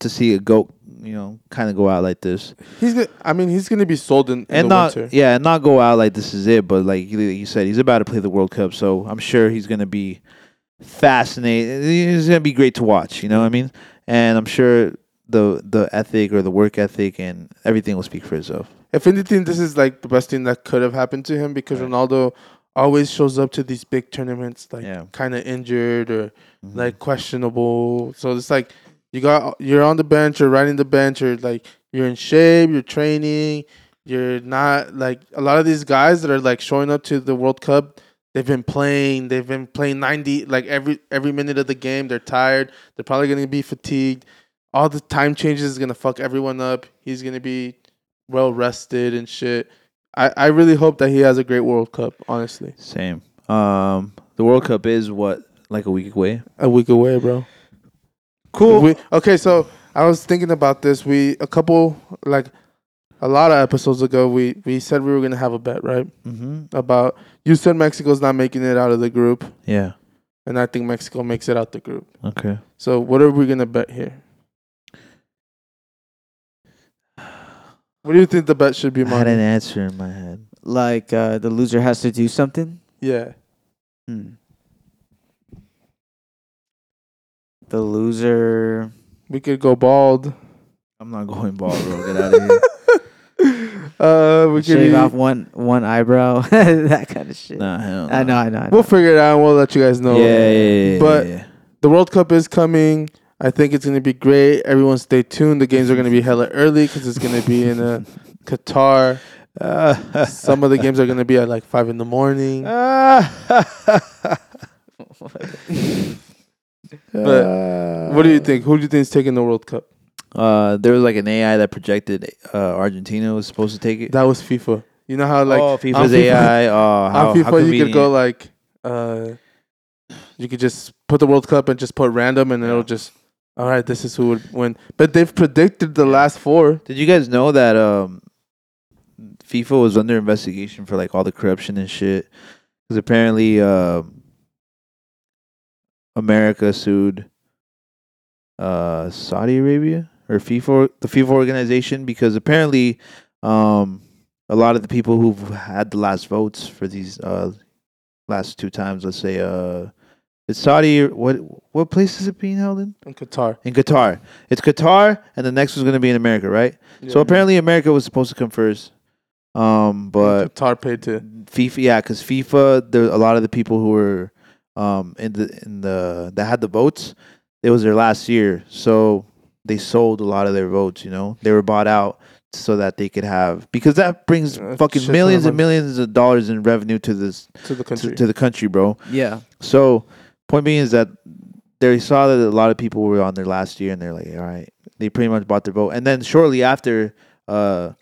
Speaker 1: to see a goat, you know, kind of go out like this.
Speaker 4: He's gonna, I mean, he's gonna be sold in, in
Speaker 1: and
Speaker 4: the
Speaker 1: not
Speaker 4: winter.
Speaker 1: yeah, and not go out like this is it. But like you, you said, he's about to play the World Cup, so I'm sure he's gonna be fascinated. It's gonna be great to watch. You know what I mean? And I'm sure the the ethic or the work ethic and everything will speak for itself.
Speaker 4: If anything, this is like the best thing that could have happened to him because Ronaldo always shows up to these big tournaments like
Speaker 1: Yeah.
Speaker 4: kind of injured or like questionable. So it's like you got you're on the bench or riding the bench or like you're in shape, you're training, you're not like a lot of these guys that are like showing up to the World Cup. They've been playing. They've been playing ninety like every every minute of the game. They're tired. They're probably gonna be fatigued. All the time changes is gonna fuck everyone up. He's gonna be well rested and shit. I, I really hope that he has a great World Cup. Honestly,
Speaker 1: Same. Um, the World Cup is what like a week away.
Speaker 4: a week away, bro.
Speaker 1: Cool.
Speaker 4: We, okay, so I was thinking about this. We a couple like a lot of episodes ago. We we said we were gonna have a bet, right? Mm-hmm.
Speaker 1: hmm
Speaker 4: About you said Mexico's not making it out of the group,
Speaker 1: Yeah.
Speaker 4: and I think Mexico makes it out the group.
Speaker 1: Okay.
Speaker 4: So what are we gonna bet here? What do you think the bet should be,
Speaker 1: I had an
Speaker 4: Martin?
Speaker 1: answer in my head.
Speaker 2: like uh, the loser has to do something.
Speaker 4: Yeah,
Speaker 2: Hmm. The loser.
Speaker 4: we could go bald.
Speaker 1: I'm not going bald, bro. Get out of here.
Speaker 4: Uh, we could
Speaker 2: Shave off
Speaker 4: eat-
Speaker 2: one one eyebrow, that kind of shit.
Speaker 1: nah, hell
Speaker 2: I know, I know. I
Speaker 4: We'll
Speaker 2: know.
Speaker 4: figure it out. and We'll let you guys know.
Speaker 1: Yeah, yeah, yeah, yeah,
Speaker 4: But-
Speaker 1: yeah.
Speaker 4: the World Cup is coming. I think it's going to be great. Everyone stay tuned. The games are going to be hella early because it's going to be in uh, Qatar.
Speaker 1: Uh,
Speaker 4: Some of the games are going to be at like 5 in the morning. But What do you think? Who do you think is taking the World Cup?
Speaker 1: Uh, there was like an AI that projected uh, Argentina was supposed to take it.
Speaker 4: That was FIFA. You know how like
Speaker 1: oh,
Speaker 4: on
Speaker 1: FIFA's
Speaker 4: FIFA
Speaker 1: AI. Oh, how,
Speaker 4: on
Speaker 1: how
Speaker 4: FIFA you could
Speaker 1: convenient.
Speaker 4: go like uh, you could just put the World Cup and just put random and it'll just all right. This is who would win. But they've predicted the last four.
Speaker 1: Did you guys know that um, FIFA was under investigation for like all the corruption and shit? Because apparently, um America sued uh, Saudi Arabia or FIFA, the FIFA organization, because apparently, um, a lot of the people who've had the last votes for these uh, last two times, let's say uh, It's Saudi. What what place is it being held in?
Speaker 4: in Qatar.
Speaker 1: In Qatar. It's Qatar, and the next was going to be in America, right? So
Speaker 4: Yeah.
Speaker 1: apparently America was supposed to come first. Um, but
Speaker 4: Qatar paid to
Speaker 1: FIFA, yeah, because FIFA, there, a lot of the people who were um in the in the that had the votes, it was their last year, so they sold a lot of their votes. You know, they were bought out so that they could have because that brings
Speaker 4: Yeah, that's shit
Speaker 1: fucking
Speaker 4: ton of
Speaker 1: millions and
Speaker 4: money.
Speaker 1: millions of dollars in revenue to this
Speaker 4: to
Speaker 1: to,
Speaker 4: the country.
Speaker 1: to the country, bro.
Speaker 2: Yeah.
Speaker 1: So, point being is that they saw that a lot of people were on their last year, and they're like, all right, they pretty much bought their vote. And then shortly after, uh,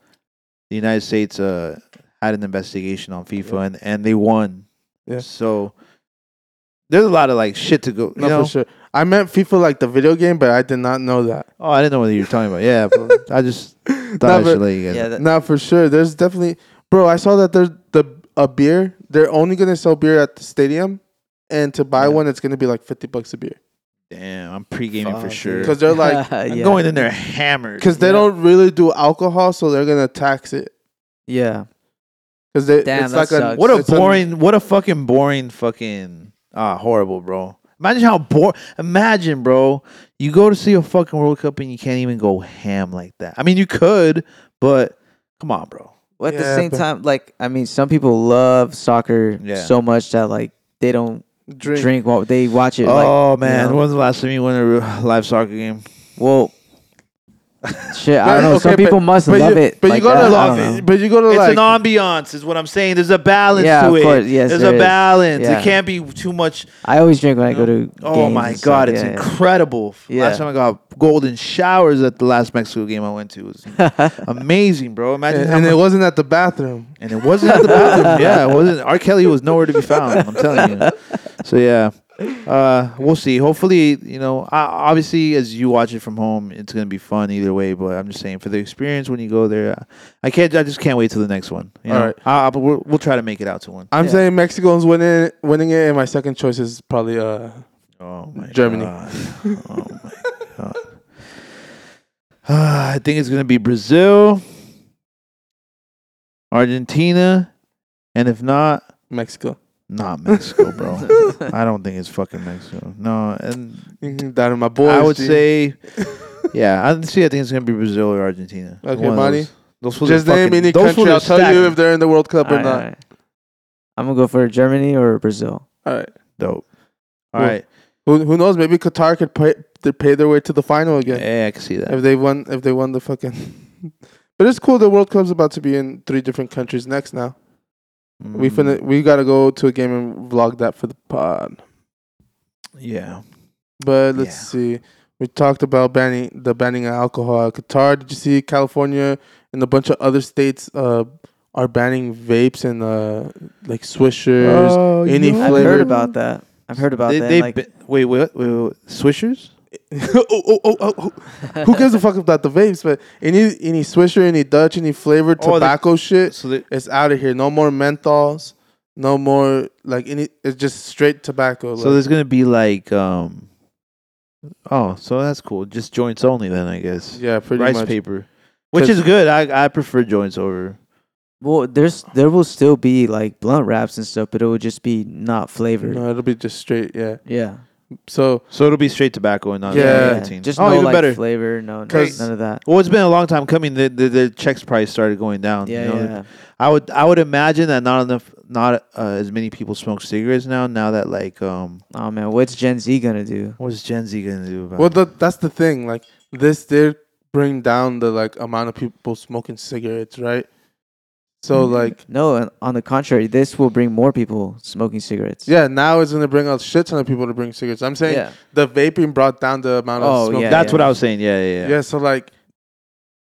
Speaker 1: the United States uh, had an investigation on FIFA, and, and they won.
Speaker 4: Yeah.
Speaker 1: So there's a lot of like shit to go. You
Speaker 4: no,
Speaker 1: know?
Speaker 4: for sure. I meant FIFA like the video game, but I did not know that.
Speaker 1: Oh, I didn't know what you were talking about. Yeah, but I just thought
Speaker 4: Nah,
Speaker 1: I
Speaker 4: but-
Speaker 1: should let you guys.
Speaker 2: Yeah.
Speaker 1: Yeah.
Speaker 2: That,
Speaker 4: No, for sure. There's definitely, bro. I saw that there's the a beer. They're only gonna sell beer at the stadium, and to buy
Speaker 1: Yeah.
Speaker 4: one, it's gonna be like fifty bucks a beer.
Speaker 1: Damn, I'm pre gaming
Speaker 2: Fuck,
Speaker 1: for
Speaker 2: dude.
Speaker 1: sure.
Speaker 4: Because they're like,
Speaker 2: yeah.
Speaker 1: I'm going in there hammered.
Speaker 4: because they
Speaker 1: Yeah.
Speaker 4: don't really do alcohol, so they're gonna tax it.
Speaker 2: Yeah.
Speaker 4: Because they,
Speaker 2: Damn,
Speaker 4: it's
Speaker 2: that
Speaker 4: like a
Speaker 2: sucks.
Speaker 1: What a
Speaker 4: it's an-
Speaker 1: boring, what a fucking boring fucking ah horrible, bro. Imagine how boring. Imagine, bro, you go to see a fucking World Cup and you can't even go ham like that. I mean, you could, but come on, bro.
Speaker 2: Well, at
Speaker 4: Yeah,
Speaker 2: the same
Speaker 4: but-
Speaker 2: time, like I mean, some people love soccer
Speaker 1: Yeah.
Speaker 2: so much that like they don't
Speaker 4: drink.
Speaker 2: drink while they watch it. like,
Speaker 1: oh man,
Speaker 2: you
Speaker 1: when
Speaker 2: know?
Speaker 1: was the last time you went to a real- live soccer game?
Speaker 2: well, shit, I
Speaker 4: But-
Speaker 2: don't know. some
Speaker 4: okay,
Speaker 2: people must
Speaker 4: but
Speaker 2: love
Speaker 4: you,
Speaker 2: it.
Speaker 4: But
Speaker 2: like
Speaker 4: you gotta
Speaker 2: that, I
Speaker 4: love
Speaker 2: don't
Speaker 4: it.
Speaker 2: know.
Speaker 4: But you gotta
Speaker 1: It's
Speaker 4: like.
Speaker 1: an ambiance, is what I'm saying. There's a balance
Speaker 2: Yeah,
Speaker 1: to
Speaker 2: of
Speaker 1: it.
Speaker 2: course, yes,
Speaker 1: There's
Speaker 2: there
Speaker 1: a
Speaker 2: is.
Speaker 1: balance.
Speaker 2: Yeah.
Speaker 1: It can't be too much.
Speaker 2: I always drink when I go to.
Speaker 1: Oh
Speaker 2: games
Speaker 1: my
Speaker 2: and
Speaker 1: god,
Speaker 2: stuff,
Speaker 1: it's
Speaker 2: yeah,
Speaker 1: incredible.
Speaker 2: Yeah.
Speaker 1: Last time I got golden showers at the last Mexico game I went to It was amazing, bro. Imagine
Speaker 4: and,
Speaker 1: how
Speaker 4: and
Speaker 1: much-
Speaker 4: it wasn't at the bathroom.
Speaker 1: And it wasn't at the bathroom. Yeah, it wasn't. R. Kelly was nowhere to be found. I'm telling you. So yeah, uh, we'll see. Hopefully, you know, I, obviously, as you watch it from home, it's gonna be fun either way. But I'm just saying, for the experience when you go there, I can't. I just can't wait till the next one. You know?
Speaker 4: All right.
Speaker 1: I, I, but we'll, we'll try to make it out to one.
Speaker 4: I'm
Speaker 2: Yeah.
Speaker 4: saying Mexico's winning, winning it, and my second choice is probably uh,
Speaker 1: Oh my
Speaker 4: Germany.
Speaker 1: God. Oh my god. Ah, I think it's gonna be Brazil, Argentina, and if not,
Speaker 4: Mexico.
Speaker 1: not Mexico, bro. I don't think it's fucking Mexico. No, and
Speaker 4: That are my boys.
Speaker 1: Mm-hmm. I would
Speaker 4: G.
Speaker 1: say, yeah, honestly, I think it's gonna be Brazil or Argentina.
Speaker 4: Okay,
Speaker 1: One of
Speaker 4: Manny.
Speaker 1: those. Those fools are
Speaker 4: Just name
Speaker 1: fucking-
Speaker 4: any
Speaker 1: those
Speaker 4: country.
Speaker 1: fools are
Speaker 4: I'll tell you
Speaker 1: stacked.
Speaker 4: if they're in the World Cup or
Speaker 2: Alright,
Speaker 4: not.
Speaker 2: alright. I'm gonna go for Germany or Brazil.
Speaker 4: All right.
Speaker 1: dope. All
Speaker 4: Cool.
Speaker 1: right,
Speaker 4: Who who knows? Maybe Qatar could pay they pay their way to the final
Speaker 1: yeah.
Speaker 4: again
Speaker 1: I can see that.
Speaker 4: if they won if they won the fucking. but it's cool. The World Cup's about to be in three different countries next. Now
Speaker 1: Mm.
Speaker 4: we finna we gotta go to a game and vlog that for the pod.
Speaker 1: Yeah,
Speaker 4: But let's
Speaker 1: Yeah.
Speaker 4: see. We talked about banning the banning of alcohol. Qatar. Did you see California and a bunch of other states uh, are banning vapes and uh, like Swishers,
Speaker 1: Uh.
Speaker 4: any
Speaker 1: yeah.
Speaker 2: I've
Speaker 4: flavor.
Speaker 2: heard about that. I've heard about
Speaker 1: They,
Speaker 2: that.
Speaker 1: they
Speaker 2: like,
Speaker 1: ba- wait, wait, wait, wait, Swishers?
Speaker 4: oh, oh, oh, oh, oh. Who gives a fuck about the vapes? But any any Swisher, any Dutch, any flavored
Speaker 1: Oh, the-
Speaker 4: tobacco shit,
Speaker 1: So they,
Speaker 4: it's out of here. No more menthols. No more like any. It's just straight tobacco.
Speaker 1: so
Speaker 4: like-
Speaker 1: there's gonna be like, um, oh, so that's cool. Just joints only, then I guess.
Speaker 4: yeah, pretty
Speaker 1: Rice
Speaker 4: much.
Speaker 1: paper, which is good. I I prefer joints over.
Speaker 2: well, there's there will still be like blunt wraps and stuff, but it will just be not flavored.
Speaker 4: No, it'll be just straight. Yeah.
Speaker 2: Yeah,
Speaker 4: So
Speaker 1: So it'll be straight tobacco and not
Speaker 4: Yeah.
Speaker 1: yeah,
Speaker 2: just
Speaker 1: oh,
Speaker 2: no
Speaker 1: even
Speaker 2: like
Speaker 1: better.
Speaker 2: flavor, no, no,
Speaker 4: 'Cause-
Speaker 2: none of that.
Speaker 1: Well, it's been a long time coming. The the, the checks price started going down.
Speaker 2: Yeah,
Speaker 1: you know?
Speaker 2: yeah.
Speaker 1: I would I would imagine that not enough, not uh, as many people smoke cigarettes now. Now that like, um,
Speaker 2: Oh man, what's Gen Z gonna do?
Speaker 1: what's Gen Z gonna do about
Speaker 4: well,
Speaker 1: it?
Speaker 4: the, that's the thing. Like this did bring down the like amount of people smoking cigarettes, right? So
Speaker 1: Mm.
Speaker 2: Mm-hmm.
Speaker 4: like.
Speaker 2: No, on- on the contrary, this will bring more people smoking cigarettes.
Speaker 4: Yeah, now it's gonna bring a shit ton of people to bring cigarettes. I'm saying
Speaker 2: yeah,
Speaker 4: the vaping brought down the amount of
Speaker 2: Oh,
Speaker 4: smoking.
Speaker 2: yeah,
Speaker 1: That's what I was saying. Yeah, yeah,
Speaker 4: Yeah.
Speaker 1: yeah.
Speaker 4: so like,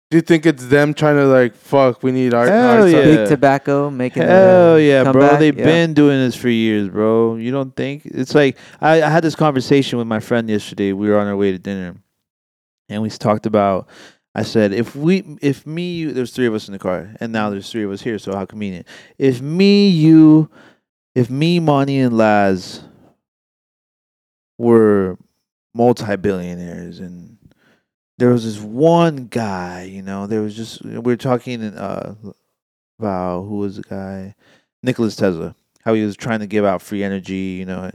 Speaker 4: do you think it's them trying to like fuck? We need our,
Speaker 1: Hell
Speaker 4: our
Speaker 1: yeah.
Speaker 2: big tobacco making. uh,
Speaker 1: Hell yeah,
Speaker 2: come
Speaker 1: bro!
Speaker 2: back,
Speaker 1: They've
Speaker 2: yeah.
Speaker 1: been doing this for years, bro. You don't think it's like I, I had this conversation with my friend yesterday. We were on our way to dinner, and we talked about. I said, if we, if me, you, there's three of us in the car, and now there's three of us here. So how convenient. If me, you, if me, Monty, and Laz were multi-billionaires and there was this one guy, you know, there was just we were talking uh about who was the guy, Nicholas Tesla. how he was trying to give out free energy. You know,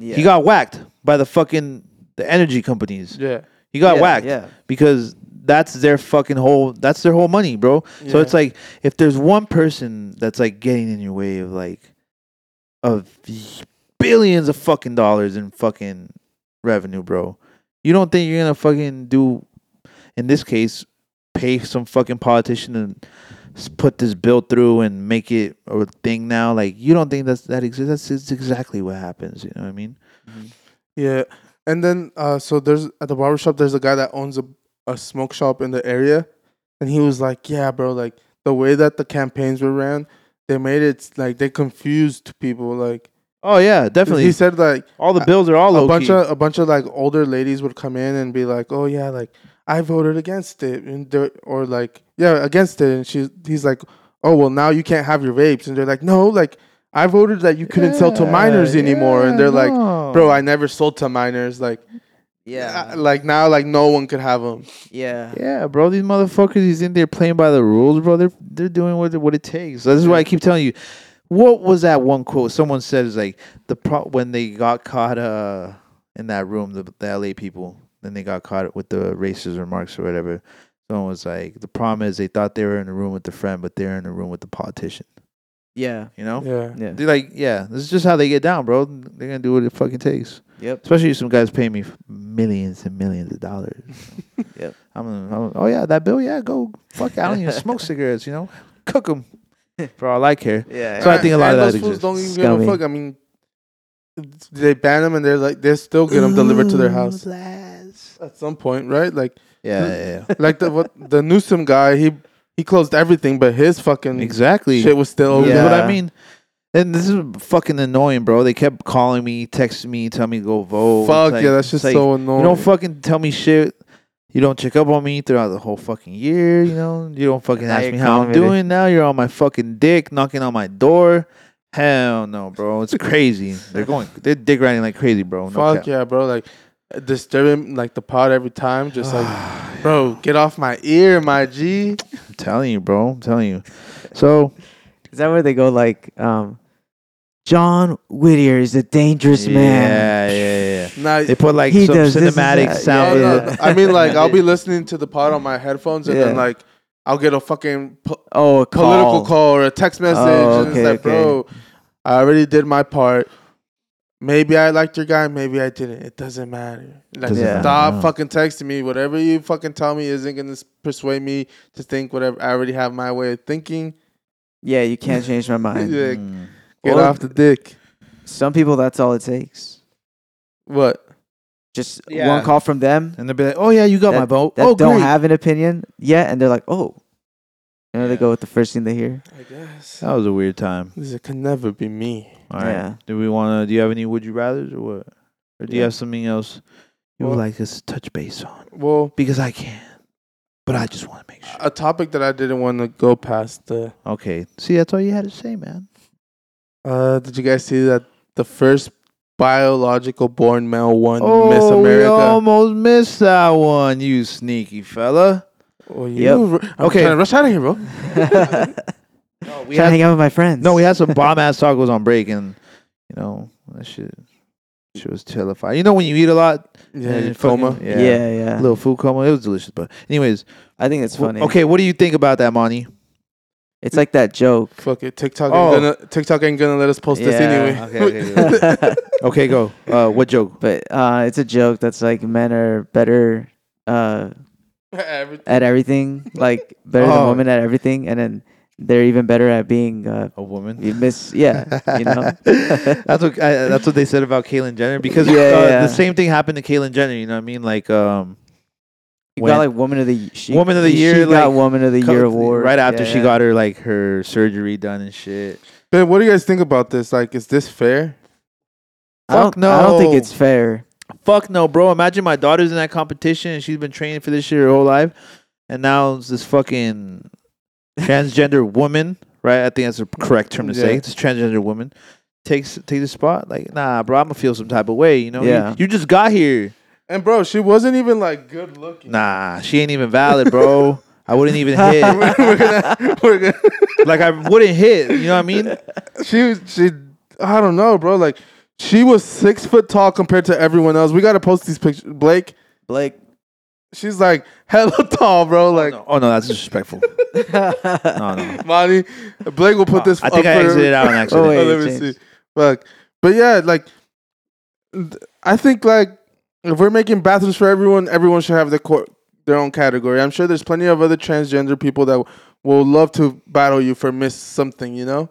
Speaker 2: Yeah.
Speaker 1: he got whacked by the fucking the energy companies.
Speaker 4: Yeah.
Speaker 1: He got
Speaker 2: Yeah,
Speaker 1: whacked
Speaker 2: yeah.
Speaker 1: because that's their fucking whole that's their whole money, bro. So
Speaker 4: Yeah.
Speaker 1: it's like if there's one person that's like getting in your way of like of billions of fucking dollars in fucking revenue, bro. You don't think you're gonna fucking do in this case pay some fucking politician and s- put this bill through and make it a thing now? Like you don't think that's that exists? That's, that's exactly what happens. You know what I mean?
Speaker 4: Yeah, and then uh, so there's at the barbershop there's a guy that owns a, a smoke shop in the area, and he was like, "Yeah, bro, like the way that the campaigns were ran, they made it like they confused people. Like
Speaker 1: Oh yeah,
Speaker 4: 'cause
Speaker 1: definitely.
Speaker 4: he said, like
Speaker 1: all the
Speaker 4: I-
Speaker 1: bills are all
Speaker 4: a bunch
Speaker 1: low-key.
Speaker 4: of a bunch of like older ladies would come in and be like, "Oh yeah, like I voted against it," and they're- or like, "Yeah, against it," and she's he's like, "Oh well, now you can't have your vapes," and they're like, "No, like." I voted that you couldn't sell to
Speaker 1: Yeah,
Speaker 4: minors anymore, and they're like,
Speaker 1: yeah,
Speaker 4: "Bro,
Speaker 1: no.
Speaker 4: I never sold to minors." Like,
Speaker 2: yeah.
Speaker 4: uh, like now, like no one could have them.
Speaker 2: yeah.
Speaker 1: Yeah, bro, these motherfuckers is in there playing by the rules, bro. They're they're doing what what it takes. This is why I keep telling you. What was that one quote someone said is like the pro- when they got caught uh in that room the, the LA people then they got caught with the racist remarks or whatever. Someone was like the problem is they thought they were in a room with the friend but they're in a room with the politician.
Speaker 2: Yeah.
Speaker 1: You know.
Speaker 4: Yeah,
Speaker 2: Yeah.
Speaker 1: They're like, yeah, this is just how they get down, bro. They're gonna do what it fucking takes.
Speaker 2: Yep.
Speaker 1: Especially if some guys pay me millions and millions of dollars.
Speaker 2: Yep.
Speaker 1: I'm, I'm- oh yeah, that bill, yeah, go fuck. it. I don't even smoke cigarettes, you know, cook them for all I care.
Speaker 2: Yeah.
Speaker 1: So I think a lot
Speaker 4: And
Speaker 1: of that
Speaker 4: those fools
Speaker 1: exists.
Speaker 4: don't even give a
Speaker 2: Scummy.
Speaker 4: fuck. I mean, they ban them and they're like they still get them delivered to their house at some point, right? Like,
Speaker 1: Yeah, yeah,
Speaker 4: like the what the Newsom guy, he he closed everything, but his fucking
Speaker 1: yeah. exactly.
Speaker 4: shit was still
Speaker 1: That's
Speaker 4: open.
Speaker 1: what I
Speaker 2: Yeah.
Speaker 1: mean. And this is fucking annoying, bro. They kept calling me, texting me, telling me to go vote. It's
Speaker 4: Fuck
Speaker 1: like-
Speaker 4: yeah, that's
Speaker 1: it's
Speaker 4: just
Speaker 1: like,
Speaker 4: so annoying.
Speaker 1: You don't fucking tell me shit. You don't check up on me throughout the whole fucking year. You know, you don't fucking
Speaker 2: Now
Speaker 1: ask
Speaker 2: you're
Speaker 1: me how I'm
Speaker 2: calling me to-
Speaker 1: doing. Now you're on my fucking dick, knocking on my door. Hell no, bro. It's crazy. they're going, they're dick riding like crazy, bro. No
Speaker 4: fuck
Speaker 1: cap.
Speaker 4: yeah, bro. Like disturbing like the pod every time, just like, bro, get off my ear, my G.
Speaker 1: I'm telling you, bro. I'm telling you. So
Speaker 2: Is that where they go like, um, John Whittier is a dangerous man.
Speaker 1: yeah, yeah, yeah.
Speaker 4: Nah,
Speaker 1: They put like
Speaker 2: He
Speaker 1: some
Speaker 2: does this and
Speaker 1: cinematic
Speaker 2: that.
Speaker 1: sound.
Speaker 4: Oh,
Speaker 2: Yeah,
Speaker 4: no,
Speaker 2: yeah.
Speaker 4: I mean, like I'll be listening to the pod on my headphones, and then
Speaker 2: Yeah.
Speaker 4: like I'll get a fucking po-
Speaker 2: Oh, a call.
Speaker 4: political call or a text message,
Speaker 2: Oh,
Speaker 4: and it's
Speaker 2: okay,
Speaker 4: like, bro, I already did my part. Maybe I liked your guy, maybe I didn't. It doesn't matter. Like,
Speaker 1: Doesn't
Speaker 2: matter,
Speaker 4: stop
Speaker 1: no.
Speaker 4: fucking texting me. Whatever you fucking tell me isn't gonna s- persuade me to think whatever. I already have my way of thinking.
Speaker 2: Yeah, you can't change my
Speaker 4: Like,
Speaker 2: mind.
Speaker 4: get
Speaker 1: Mm.
Speaker 2: Well,
Speaker 4: off the dick.
Speaker 2: Some people, that's all it takes.
Speaker 4: What?
Speaker 2: Just
Speaker 1: Yeah.
Speaker 2: one call from them
Speaker 1: And they'll be like, "Oh yeah, you got my vote."
Speaker 2: that
Speaker 1: oh,
Speaker 2: don't
Speaker 1: great.
Speaker 2: have an opinion yet, and they're like, oh, you know, they go with the first thing they hear.
Speaker 4: I guess
Speaker 1: that was a weird time.
Speaker 4: this it can never be me.
Speaker 1: All right.
Speaker 2: Yeah.
Speaker 1: Do we want to? Do you have any would you rather's or what? Or do you
Speaker 4: Yeah.
Speaker 1: have something else you would
Speaker 4: Well-
Speaker 1: like us to touch base on?
Speaker 4: Well,
Speaker 1: Because I can, but I just want to make sure.
Speaker 4: a topic that I didn't want to go past. Uh,
Speaker 1: Okay. See, that's all you had to say, man.
Speaker 4: Uh, did you guys see that the first biological born male won Miss
Speaker 1: Oh, we
Speaker 4: America?
Speaker 1: almost missed that one, you sneaky fella.
Speaker 4: Oh,
Speaker 2: Yep.
Speaker 4: you- I'm
Speaker 1: Okay.
Speaker 4: trying to rush out of here, bro.
Speaker 2: Trying
Speaker 1: No, Oh, we
Speaker 2: to hang out with my friends.
Speaker 1: no, we had some bomb ass tacos on break, and you know that shit. Shit was terrifying. You know when you eat a lot,
Speaker 4: Yeah,
Speaker 1: and
Speaker 4: you
Speaker 1: it fucking-
Speaker 4: coma.
Speaker 2: Yeah,
Speaker 1: yeah,
Speaker 2: yeah.
Speaker 1: little food coma. It was delicious, but anyways,
Speaker 2: I think it's
Speaker 1: wh-
Speaker 2: funny.
Speaker 1: okay. What do you think about that, Monty?
Speaker 2: It's like that joke.
Speaker 4: Fuck it. TikTok
Speaker 1: Oh.
Speaker 4: ain't gonna TikTok ain't gonna let us post this
Speaker 2: Yeah,
Speaker 4: anyway.
Speaker 1: okay, okay, okay. Okay, go. Uh, what joke?
Speaker 2: but uh, it's a joke that's like men are better uh,
Speaker 4: Everything.
Speaker 2: at everything, like better
Speaker 1: Oh.
Speaker 2: than women at everything, and then they're even better at being uh,
Speaker 1: A woman.
Speaker 2: you miss. Yeah, you know.
Speaker 1: that's what I, that's what they said about Caitlyn Jenner because
Speaker 2: Yeah,
Speaker 1: uh,
Speaker 2: yeah.
Speaker 1: the same thing happened to Caitlyn Jenner. You know what I mean? Like um,
Speaker 2: You
Speaker 1: When-
Speaker 2: got like woman of the she,
Speaker 1: Woman of the Year,
Speaker 2: She got
Speaker 1: like,
Speaker 2: woman of the year award
Speaker 1: right after she
Speaker 2: yeah.
Speaker 1: got her like her surgery done and shit.
Speaker 4: Man, what do you guys think about this? Like, is this fair?
Speaker 2: I don't,
Speaker 1: Fuck no.
Speaker 2: I don't think it's fair.
Speaker 1: Fuck no, bro. Imagine my daughter's in that competition and she's been training for this shit her whole life, and now it's this fucking transgender woman, right? I think that's the correct term to say.
Speaker 4: Yeah.
Speaker 1: This transgender woman takes takes the spot. Like, nah, bro, I'm gonna feel some type of way. You know? You-
Speaker 2: Yeah.
Speaker 1: you just got here.
Speaker 4: And bro, she wasn't even like good looking.
Speaker 1: Nah, she ain't even valid, bro. I wouldn't even hit.
Speaker 4: we're gonna, we're gonna,
Speaker 1: Like I wouldn't hit. You know what I mean?
Speaker 4: she was- she I don't know, bro. Like she was six foot tall compared to everyone else. We gotta post these pictures. Blake,
Speaker 2: Blake.
Speaker 4: she's like hella tall, bro. Like
Speaker 1: Oh no, that's disrespectful. No, no.
Speaker 4: Monty, Blake will put
Speaker 1: Uh,
Speaker 4: this.
Speaker 1: I think
Speaker 4: up
Speaker 1: I
Speaker 4: for-
Speaker 1: exited out on accident.
Speaker 2: Oh, wait.
Speaker 4: Oh, let me
Speaker 2: James.
Speaker 4: see. Fuck. But yeah, like th- I think like if we're making bathrooms for everyone, everyone should have their co- their own category. I'm sure there's plenty of other transgender people that will love to battle you for miss something, you know.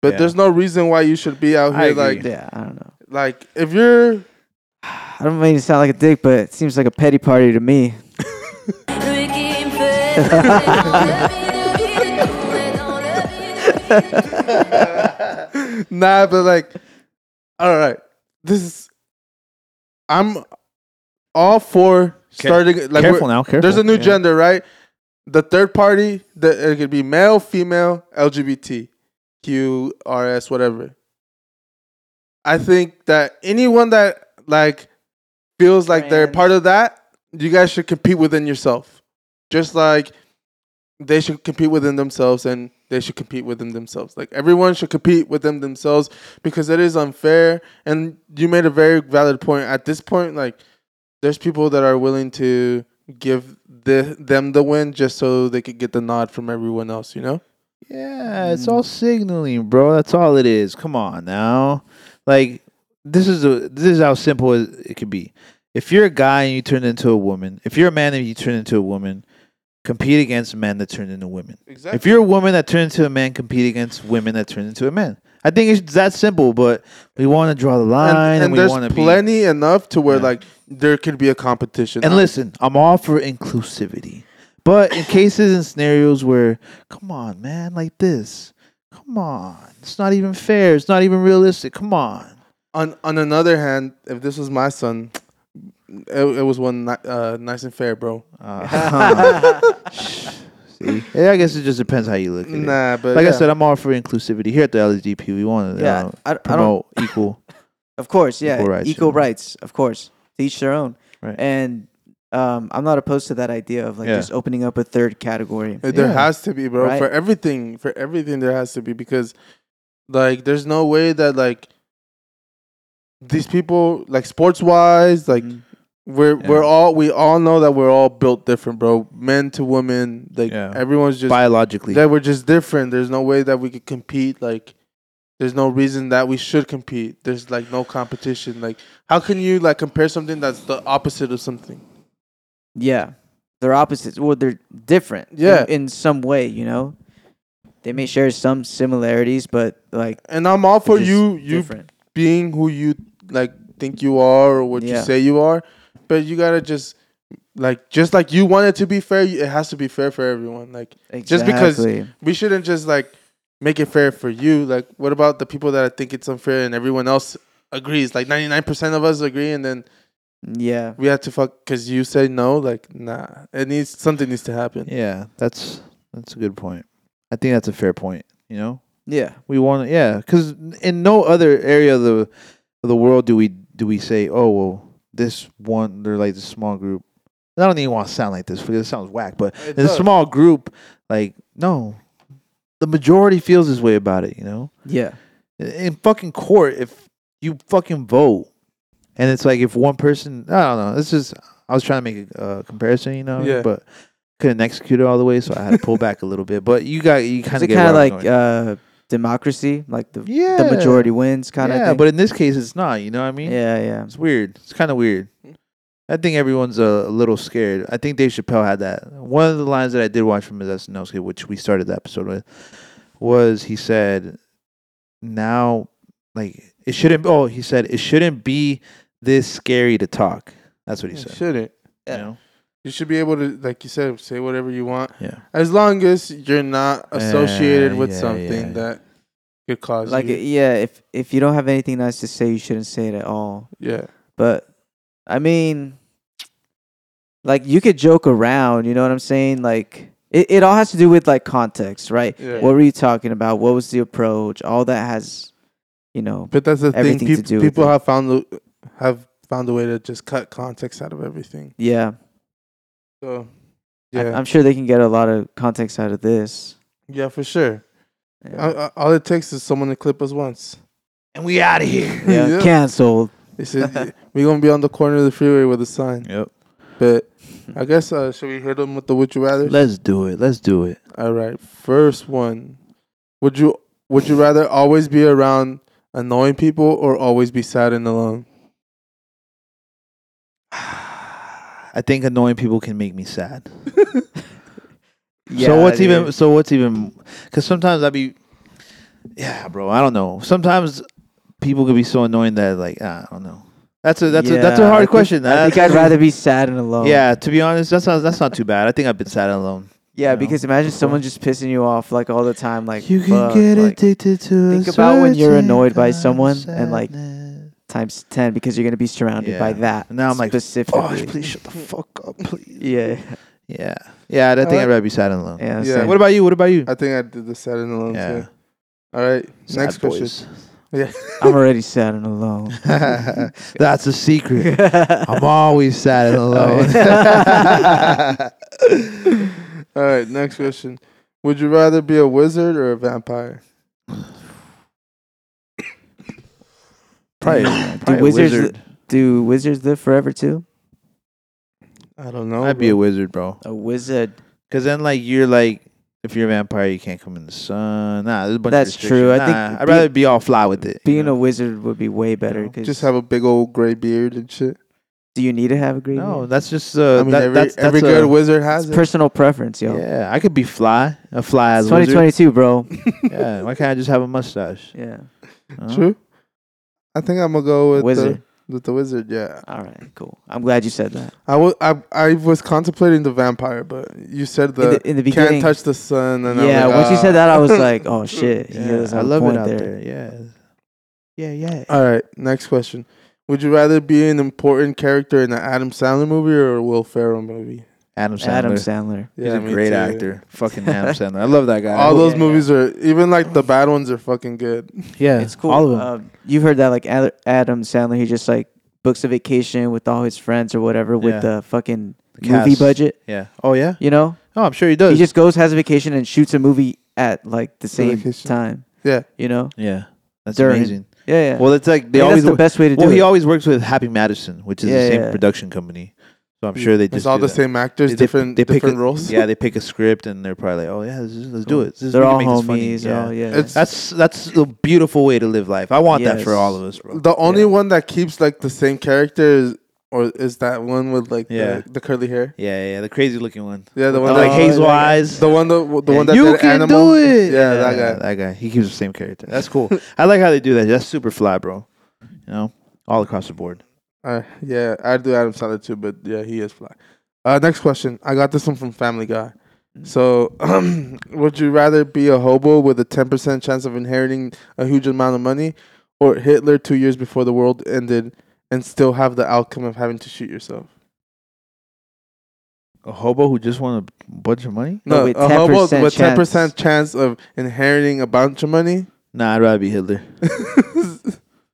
Speaker 4: But
Speaker 1: Yeah.
Speaker 4: there's no reason why you should be out
Speaker 1: I
Speaker 4: here
Speaker 1: agree.
Speaker 4: like
Speaker 2: yeah, I don't know.
Speaker 4: like if you're
Speaker 2: I don't mean to sound like a dick, but it seems like a petty party to me.
Speaker 4: nah, but like all right, this is I'm all for starting like we're-
Speaker 1: careful now, careful.
Speaker 4: There's a new
Speaker 1: Yeah.
Speaker 4: gender, right? The third party, the, it could be male, female, LGBT, Q, RS, whatever. I think that anyone that like feels like they're
Speaker 2: Trans.
Speaker 4: part of that, you guys should compete within yourself. Just like they should compete within themselves and they should compete within themselves. Like everyone should compete within themselves because it is unfair. And you made a very valid point. At this point, like there's people that are willing to give the, them the win just so they could get the nod from everyone else, you know?
Speaker 1: Yeah, it's all signaling, bro. That's all it is. Come on now. Like this is a this is how simple it it could be. If you're a guy and you turn into a woman, if you're a man and you turn into a woman, compete against men that turn into women.
Speaker 4: Exactly.
Speaker 1: If you're a woman that turns into a man, compete against women that turn into a man. I think it's that simple, but we want to draw the line
Speaker 4: and,
Speaker 1: and,
Speaker 4: and
Speaker 1: we want
Speaker 4: there's
Speaker 1: to be.
Speaker 4: plenty enough to where
Speaker 1: Yeah.
Speaker 4: like there could be a competition.
Speaker 1: And listen, I'm all for inclusivity. But in cases and scenarios where, come on, man, like this, come on. It's not even fair. It's not even realistic. Come on.
Speaker 4: on on another hand, if this was my son, it, it was one ni- uh, nice and fair, bro.
Speaker 1: Uh, see? Yeah, I guess it just depends how you look at it.
Speaker 4: Nah, but
Speaker 1: like I
Speaker 4: yeah.
Speaker 1: said, I'm all for inclusivity. Here at the LGP, we want to
Speaker 2: Yeah, I- I don't-
Speaker 1: promote equal.
Speaker 2: Of course, yeah.
Speaker 1: Equal
Speaker 2: Equal
Speaker 1: rights,
Speaker 2: rights,
Speaker 1: yeah.
Speaker 2: of course. To each their own.
Speaker 1: Right.
Speaker 2: And um, I'm not opposed to that idea of like
Speaker 1: Yeah.
Speaker 2: just opening up a third category.
Speaker 4: There
Speaker 1: Yeah.
Speaker 4: has to be, bro.
Speaker 2: Right.
Speaker 4: For everything, for everything, there has to be because, like, there's no way that like these people, like sports wise, like
Speaker 2: Mhm.
Speaker 4: we're
Speaker 1: Mm. Yeah.
Speaker 4: we're all we all know that we're all built different, bro. Men to women, like
Speaker 1: Yeah.
Speaker 4: everyone's just
Speaker 1: biologically.
Speaker 4: that we're just different. There's no way that we could compete. Like, there's no reason that we should compete. There's like no competition. Like, how can you like compare something that's the opposite of something?
Speaker 2: Yeah. They're opposites. Well, they're different. in-
Speaker 4: Yeah.
Speaker 2: In, some way, you know? They may share some similarities, but like
Speaker 4: And I'm all for
Speaker 2: just
Speaker 4: you, you
Speaker 2: different.
Speaker 4: being who you like think you are or what
Speaker 2: Yeah.
Speaker 4: you say you are, but you gotta just like just like you want it to be fair, it has to be fair for everyone. Like, just because-
Speaker 2: Exactly.
Speaker 4: we shouldn't just like make it fair for you. Like, what about the people that I think it's unfair and everyone else agrees? Like, 99% of us agree, and then
Speaker 2: Yeah.
Speaker 4: we have to fuck because you say no. Like, nah, it needs something needs to happen.
Speaker 1: yeah, that's that's a good point. I think that's a fair point. You know,
Speaker 2: Yeah.
Speaker 1: We want, yeah, because in no other area of the of the world do we do we say, oh well, this one they're like this small group. And I don't even want to sound like this because it sounds whack, but
Speaker 4: It
Speaker 1: in a
Speaker 4: does.
Speaker 1: small group, like no, the majority feels this way about it. You know,
Speaker 2: Yeah.
Speaker 1: in in fucking court, if you fucking vote, and it's like if one person, I don't know, it's just I was trying to make a uh, comparison, you know,
Speaker 4: Yeah.
Speaker 1: but couldn't execute it all the way, so I had to pull back a little bit. But you got you kind
Speaker 2: Is it
Speaker 1: of get
Speaker 2: kind of
Speaker 1: where I'm
Speaker 2: like
Speaker 1: going.
Speaker 2: uh, democracy? Like the,
Speaker 1: yeah,
Speaker 2: the majority wins kind of
Speaker 1: yeah,
Speaker 2: thing?
Speaker 1: but in this case, it's not. You know what I mean?
Speaker 2: yeah, yeah.
Speaker 1: It's weird. It's kind of weird. I think everyone's a, a little scared. I think Dave Chappelle had that. One of the lines that I did watch from his SNL skit, which we started the episode with, was he said, "Now, like it shouldn't." Oh, he said it shouldn't be this scary to talk. That's what he
Speaker 4: You
Speaker 1: said.
Speaker 4: shouldn't.
Speaker 1: You know?
Speaker 4: You should be able to, like you said, say whatever you want
Speaker 1: Yeah.
Speaker 4: as long as you're not associated
Speaker 1: Uh,
Speaker 4: with
Speaker 1: yeah,
Speaker 4: something
Speaker 1: yeah.
Speaker 4: that could cause
Speaker 2: Like
Speaker 4: you-
Speaker 2: yeah, if if you don't have anything nice to say, you shouldn't say it at all.
Speaker 4: yeah.
Speaker 2: But I mean, like you could joke around. You know what I'm saying? Like it, it all has to do with like context, right?
Speaker 4: Yeah.
Speaker 2: What were you talking about? What was the approach? All that has, you know.
Speaker 4: But that's the thing.
Speaker 2: everything to
Speaker 4: peop-
Speaker 2: do with
Speaker 4: people
Speaker 2: it.
Speaker 4: have found the, have found a way to just cut context out of everything.
Speaker 2: Yeah,
Speaker 4: So
Speaker 2: I-
Speaker 4: yeah,
Speaker 2: I'm sure they can get a lot of context out of this.
Speaker 4: yeah, for sure.
Speaker 2: Yeah.
Speaker 4: Uh, uh, all it takes is someone to clip us once.
Speaker 1: and we out of here.
Speaker 2: Yeah,
Speaker 4: yeah.
Speaker 2: Canceled.
Speaker 4: They said we're gonna be on the corner of the freeway with a sign.
Speaker 1: Yep.
Speaker 4: But I guess uh, should we hit them with the would you rather?
Speaker 1: Let's do it. Let's do it.
Speaker 4: All right, first one. Would you would you rather always be around annoying people or always be sad and alone?
Speaker 1: I think annoying people can make me sad.
Speaker 2: Yeah,
Speaker 1: so what's
Speaker 2: dude.
Speaker 1: even? So what's even? Because sometimes I be, yeah, bro. I don't know. Sometimes people could be so annoying that like ah, I don't know. That's a that's a that's a
Speaker 2: Yeah, I
Speaker 1: hard
Speaker 2: think-
Speaker 1: question.
Speaker 2: I think
Speaker 1: That's-
Speaker 2: I'd rather be sad and alone.
Speaker 1: Yeah, to be honest, that's not that's not too bad. I think I've been sad and alone. You
Speaker 2: Yeah,
Speaker 1: know?
Speaker 2: because imagine someone just pissing you off like all the time. Like fuck, like,
Speaker 1: addicted to.
Speaker 2: think about when you're annoyed by someone and, like, times ten because you're gonna be surrounded by
Speaker 1: Yeah.
Speaker 2: that.
Speaker 1: Now I'm like,
Speaker 2: specifically.
Speaker 1: oh, please shut the fuck up, please.
Speaker 2: Yeah,
Speaker 1: Yeah, yeah. I think I'd rather be sad and alone.
Speaker 2: yeah.
Speaker 4: Yeah.
Speaker 2: same.
Speaker 1: What about you? What about you?
Speaker 4: I think I did the sad and alone
Speaker 1: Yeah.
Speaker 4: too. All right, next
Speaker 1: Sad boys.
Speaker 2: I'm already sad and alone.
Speaker 1: That's a secret. I'm always sad and alone.
Speaker 4: question. All right, next question. Would you rather be a wizard or a vampire?
Speaker 1: probably, probably a
Speaker 2: wizards-
Speaker 1: wizard.
Speaker 2: Do wizards live forever too?
Speaker 4: I don't know.
Speaker 1: I'd be
Speaker 2: oh,
Speaker 1: a wizard, bro.
Speaker 2: A wizard.
Speaker 1: Because then, like, you're like, if you're a vampire, you can't come in the sun. Nah, there's a bunch
Speaker 2: That's
Speaker 1: of
Speaker 2: true. I
Speaker 1: restrictions.
Speaker 2: think
Speaker 1: Nah, I'd
Speaker 2: be-
Speaker 1: rather be all fly with it.
Speaker 2: Being a wizard would be way better. 'cause
Speaker 4: Just have a big old gray beard and shit.
Speaker 2: do you need to have a green?
Speaker 1: no,
Speaker 2: beard?
Speaker 1: that's just uh,
Speaker 4: I mean,
Speaker 1: that-
Speaker 4: every,
Speaker 1: that's, that's
Speaker 4: every
Speaker 1: a-
Speaker 4: good wizard has
Speaker 2: it's
Speaker 4: it.
Speaker 2: personal preference, yo.
Speaker 1: Yeah, I could be fly, a fly
Speaker 2: It's
Speaker 1: as wizard.
Speaker 2: 2022, bro.
Speaker 1: Yeah, why can't I just have a mustache?
Speaker 2: yeah,
Speaker 1: Huh?
Speaker 4: True. I think I'm gonna go with
Speaker 2: wizard.
Speaker 4: The, with the wizard. Yeah,
Speaker 2: All right, cool. I'm glad you said that.
Speaker 4: I was I, I was contemplating the vampire, but you said
Speaker 2: in,
Speaker 4: the,
Speaker 2: the, in the
Speaker 4: can't
Speaker 2: beginning,
Speaker 4: touch the sun. And
Speaker 2: yeah.
Speaker 4: I was like,
Speaker 2: Once you
Speaker 4: "Ah."
Speaker 2: said that, I was like, oh shit. he
Speaker 1: Yeah,
Speaker 2: does
Speaker 1: I
Speaker 2: have a
Speaker 1: love it
Speaker 2: point
Speaker 1: out there. Yeah, yeah, yeah.
Speaker 4: All right, next question. Would you rather be an important character in an Adam Sandler movie or a Will Ferrell movie?
Speaker 1: Adam Sandler.
Speaker 2: Adam Sandler.
Speaker 1: He's a
Speaker 4: me
Speaker 1: great
Speaker 4: too.
Speaker 1: actor. Fucking Adam Sandler. I love that guy.
Speaker 4: All those
Speaker 2: Yeah.
Speaker 4: movies are even like the bad ones are fucking good.
Speaker 1: yeah,
Speaker 2: It's cool.
Speaker 1: All of them.
Speaker 2: Um, you've heard that like Ad- Adam Sandler. He just like books a vacation with all his friends or whatever with
Speaker 1: Yeah.
Speaker 2: the fucking
Speaker 1: The
Speaker 2: movie
Speaker 1: cast.
Speaker 2: budget.
Speaker 1: yeah. Oh yeah.
Speaker 2: You know,
Speaker 1: Oh, I'm sure he does.
Speaker 2: he just goes has a vacation and shoots a movie at like the same
Speaker 4: vacation.
Speaker 2: time.
Speaker 4: Yeah.
Speaker 2: You know.
Speaker 1: yeah. That's
Speaker 2: During-
Speaker 1: amazing.
Speaker 2: Yeah. Yeah.
Speaker 1: Well, it's like they
Speaker 2: I think
Speaker 1: always
Speaker 2: that's the
Speaker 1: wo-
Speaker 2: best way to
Speaker 1: Well,
Speaker 2: do
Speaker 1: he
Speaker 2: it.
Speaker 1: always works with Happy Madison, which is
Speaker 2: Yeah,
Speaker 1: the same
Speaker 2: yeah.
Speaker 1: production company. So I'm sure they just
Speaker 4: Hmm. It's all
Speaker 1: do
Speaker 4: the
Speaker 1: that.
Speaker 4: same actors,
Speaker 1: They- they-
Speaker 4: different
Speaker 1: they pick
Speaker 4: different
Speaker 1: a-
Speaker 4: roles.
Speaker 1: Yeah, they pick a script and they're probably like, "Oh yeah, let's, let's do
Speaker 2: Cool.
Speaker 1: it." This- we
Speaker 2: They're
Speaker 1: can
Speaker 2: all
Speaker 1: make this funny.
Speaker 2: homies.
Speaker 1: Yeah.
Speaker 2: Yeah. yeah.
Speaker 4: It's-
Speaker 1: That's that's a beautiful way to live life. I want that for
Speaker 2: Yes.
Speaker 1: all of us, bro.
Speaker 4: The only
Speaker 1: Yeah.
Speaker 4: one that keeps like the same character is or is that one with like
Speaker 1: Yeah.
Speaker 4: the, the curly hair.
Speaker 1: Yeah, yeah, the crazy looking one.
Speaker 4: Yeah, the one
Speaker 1: With
Speaker 4: that
Speaker 1: like hazel eyes.
Speaker 4: The one that the one that
Speaker 1: you
Speaker 4: did
Speaker 1: can
Speaker 4: animal.
Speaker 1: do it.
Speaker 4: Yeah, that guy.
Speaker 1: That guy. He keeps the same character. That's cool. I like how they do that. That's super fly, bro. You know, all across the board.
Speaker 4: Uh, yeah, I do Adam Sandler too, but yeah, he is fly. Uh, next question. I got this one from Family Guy.
Speaker 1: Mm.
Speaker 4: So, would you rather be a hobo with a 10% chance of inheriting a huge amount of money or Hitler two years before the world ended and still have the outcome of having to shoot yourself?
Speaker 1: A hobo who just won a bunch of money?
Speaker 2: No,
Speaker 4: No,
Speaker 2: with
Speaker 4: a hobo
Speaker 2: 10%
Speaker 4: with
Speaker 2: chance.
Speaker 4: 10% chance of inheriting a bunch of money.
Speaker 1: Nah, I'd rather be Hitler.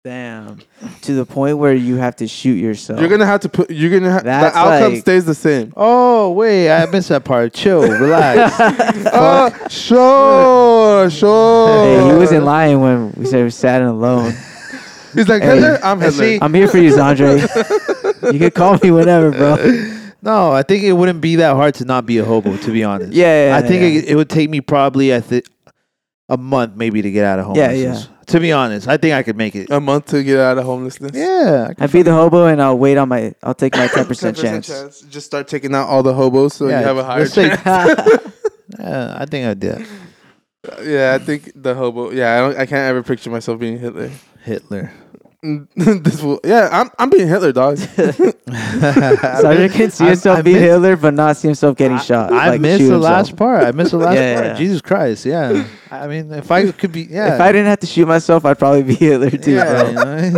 Speaker 2: Damn. To the point where you have to shoot yourself.
Speaker 4: You're going to have to put, you're going to have, the
Speaker 2: That's
Speaker 4: outcome
Speaker 2: like-
Speaker 4: stays the same.
Speaker 1: Oh wait, I missed that part. Chill, relax.
Speaker 4: Uh, sure, sure.
Speaker 2: Hey, he wasn't lying when we said we're sad and alone.
Speaker 4: He's like,
Speaker 2: Hey,
Speaker 4: Hitler, I'm Hitler.
Speaker 1: see,
Speaker 2: I'm here for you, Zandre. you can call me whenever, bro.
Speaker 1: no, I think it wouldn't be that hard to not be a hobo. To be honest,
Speaker 2: Yeah, yeah,
Speaker 1: I think
Speaker 2: yeah.
Speaker 1: It, it would take me probably I think a month maybe to get out of
Speaker 2: Yeah,
Speaker 1: homelessness. To be honest, I think I could make it.
Speaker 4: a month to get out of homelessness.
Speaker 1: yeah, I could-
Speaker 2: I'd be the hobo and I'll wait on my. I'll take my ten percent
Speaker 4: 10%
Speaker 2: chance.
Speaker 4: Just start taking out all the hobos so
Speaker 1: yeah,
Speaker 4: you have a higher
Speaker 1: let's say-
Speaker 4: chance.
Speaker 1: yeah, I think I did. that.
Speaker 4: Yeah, I think the hobo. Yeah, I don't. I can't ever picture myself being Hitler.
Speaker 1: Hitler.
Speaker 4: this will. Yeah, I'm. I'm being Hitler, dog. Uh,
Speaker 2: Zandre can see
Speaker 1: I-
Speaker 2: himself
Speaker 1: I
Speaker 2: be
Speaker 1: miss-
Speaker 2: Hitler, but not see himself getting shot.
Speaker 1: I
Speaker 2: like,
Speaker 1: missed
Speaker 2: shoot
Speaker 1: the
Speaker 2: himself.
Speaker 1: last part. I missed the last
Speaker 2: Yeah,
Speaker 1: part.
Speaker 2: yeah.
Speaker 1: Jesus Christ. Yeah. I mean, if I could be, yeah.
Speaker 2: If I didn't have to shoot myself, I'd probably be Hitler too,
Speaker 1: yeah,
Speaker 2: bro.
Speaker 1: you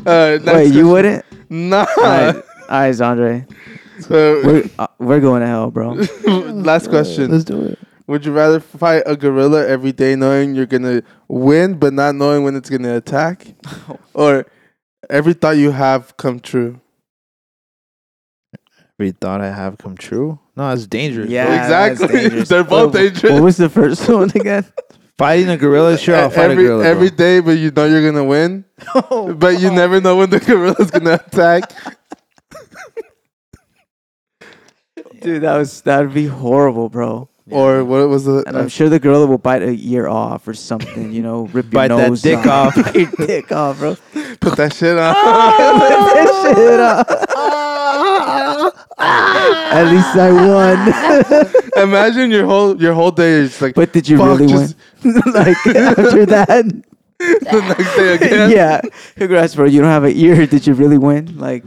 Speaker 1: know?
Speaker 4: Uh, next
Speaker 2: Wait, you wouldn't?
Speaker 4: Nah.
Speaker 2: All right, all right Zandre.
Speaker 4: So,
Speaker 2: We're, uh, we're going to hell, bro.
Speaker 4: last question:
Speaker 1: Let's do it.
Speaker 4: Would you rather fight a gorilla every day, knowing you're gonna win, but not knowing when it's gonna attack, or every thought you have come true?
Speaker 1: Every thought I have come true. No, it's dangerous.
Speaker 2: Yeah,
Speaker 1: bro.
Speaker 2: that's
Speaker 4: exactly.
Speaker 2: dangerous.
Speaker 4: They're both
Speaker 2: What-
Speaker 4: dangerous.
Speaker 2: What was the first one again?
Speaker 1: Fighting a gorilla, sure, I'll fight
Speaker 4: every
Speaker 1: a gorilla.
Speaker 4: every
Speaker 1: bro.
Speaker 4: day, but you know you're gonna win. but you never know when the gorilla's gonna attack.
Speaker 2: Dude, that was that'd be horrible, bro.
Speaker 4: Or what was the?
Speaker 2: And I'm sure the gorilla will bite a ear off or something. You know, rip your
Speaker 1: Bite that
Speaker 2: nose
Speaker 1: dick
Speaker 2: off.
Speaker 1: off.
Speaker 2: bite your dick off, bro.
Speaker 4: uh, put that shit on.
Speaker 2: That shit up. At least I won.
Speaker 4: Imagine your whole your whole day is like.
Speaker 2: but did you
Speaker 4: Fuck,
Speaker 2: really
Speaker 4: just-
Speaker 2: win? like after that,
Speaker 4: the next day again.
Speaker 2: yeah. Congrats, bro. You don't have an ear. Did you really win? Like,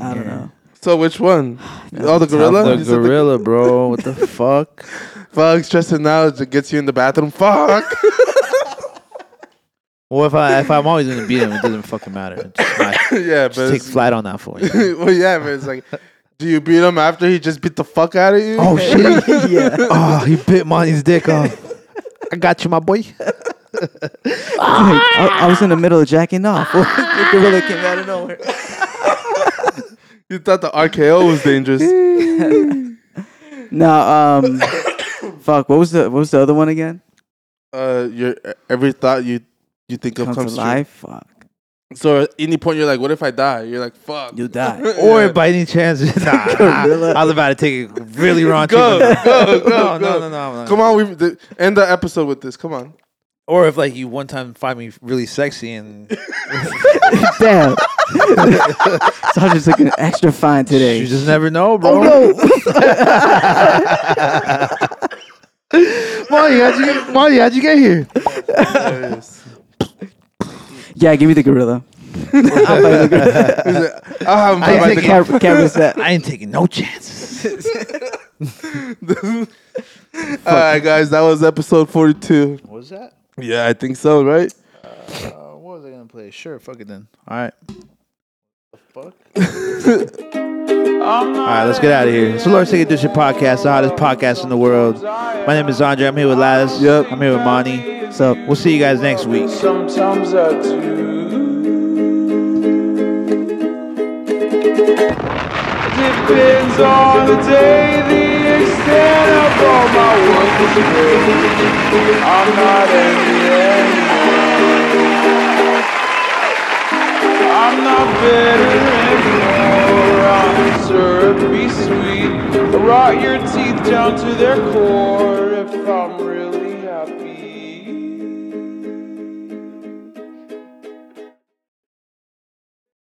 Speaker 2: I don't know.
Speaker 4: So which one?
Speaker 2: That's
Speaker 4: Oh, the
Speaker 2: a tough
Speaker 4: gorilla.
Speaker 2: one.
Speaker 4: You
Speaker 1: The
Speaker 4: said
Speaker 1: gorilla, bro. What the fuck?
Speaker 4: Fuck, stressing out. It gets you in the bathroom. Fuck.
Speaker 1: Well, if I if I'm always gonna beat him, it doesn't fucking matter. Just, smash-
Speaker 4: yeah, but
Speaker 1: just take
Speaker 4: it's-
Speaker 1: flight on that for you.
Speaker 4: well, yeah, but it's like, do you beat him after he just beat the fuck out of you?
Speaker 1: Oh shit!
Speaker 2: yeah.
Speaker 1: Oh, he bit Monty's dick off. I got you, my boy.
Speaker 2: I, I was in the middle of jacking off. the gorilla came out of nowhere.
Speaker 4: You thought the RKO was dangerous.
Speaker 2: No, um, fuck. What was the what was the other one again?
Speaker 4: uh, your every thought you you think of
Speaker 2: Comes,
Speaker 4: comes true.
Speaker 2: alive. Fuck.
Speaker 4: So at any point you're like, what if I die? You're like, fuck.
Speaker 2: You die.
Speaker 1: Or by any chance, nah,
Speaker 2: Gorilla.
Speaker 1: I was about to take a really wrong.
Speaker 4: Go,
Speaker 1: treatment.
Speaker 4: go, go,
Speaker 1: no, no,
Speaker 4: go.
Speaker 1: no, no, no.
Speaker 4: Come on, we the, end the episode with this. Come on.
Speaker 1: Or if like you one time find me really sexy and
Speaker 2: Damn. so I just took an extra fine
Speaker 1: you
Speaker 2: today. Oh,
Speaker 1: just never know, bro. Monty, how'd you get? Monty, how'd you get here?
Speaker 2: Yeah, give me the gorilla. I'll buy the gorilla.
Speaker 4: He's like, I'll have him
Speaker 1: I
Speaker 4: come
Speaker 1: think
Speaker 4: back
Speaker 2: Can't, can't miss that.
Speaker 1: I ain't taking no chances.
Speaker 4: to- All right, guys, that was episode 42.
Speaker 1: What was that?
Speaker 4: Yeah, I think so, right?
Speaker 1: Uh, what was I gonna play? Sure, fuck it then. All right. Fuck. All right, let's get out of here. So, Lord Take Edition Podcast, the hottest podcast in the world. My name is Andre. I'm here with Laz.
Speaker 4: Yep.
Speaker 1: I'm here with Monty.
Speaker 2: So
Speaker 1: We'll see you guys next week.
Speaker 6: Sometimes I do. Depends on the day, the extent of all my work is great. I'm not angry anymore. I'm not bitter anymore. I'm served, be sweet. Rot your teeth down to their core if I'm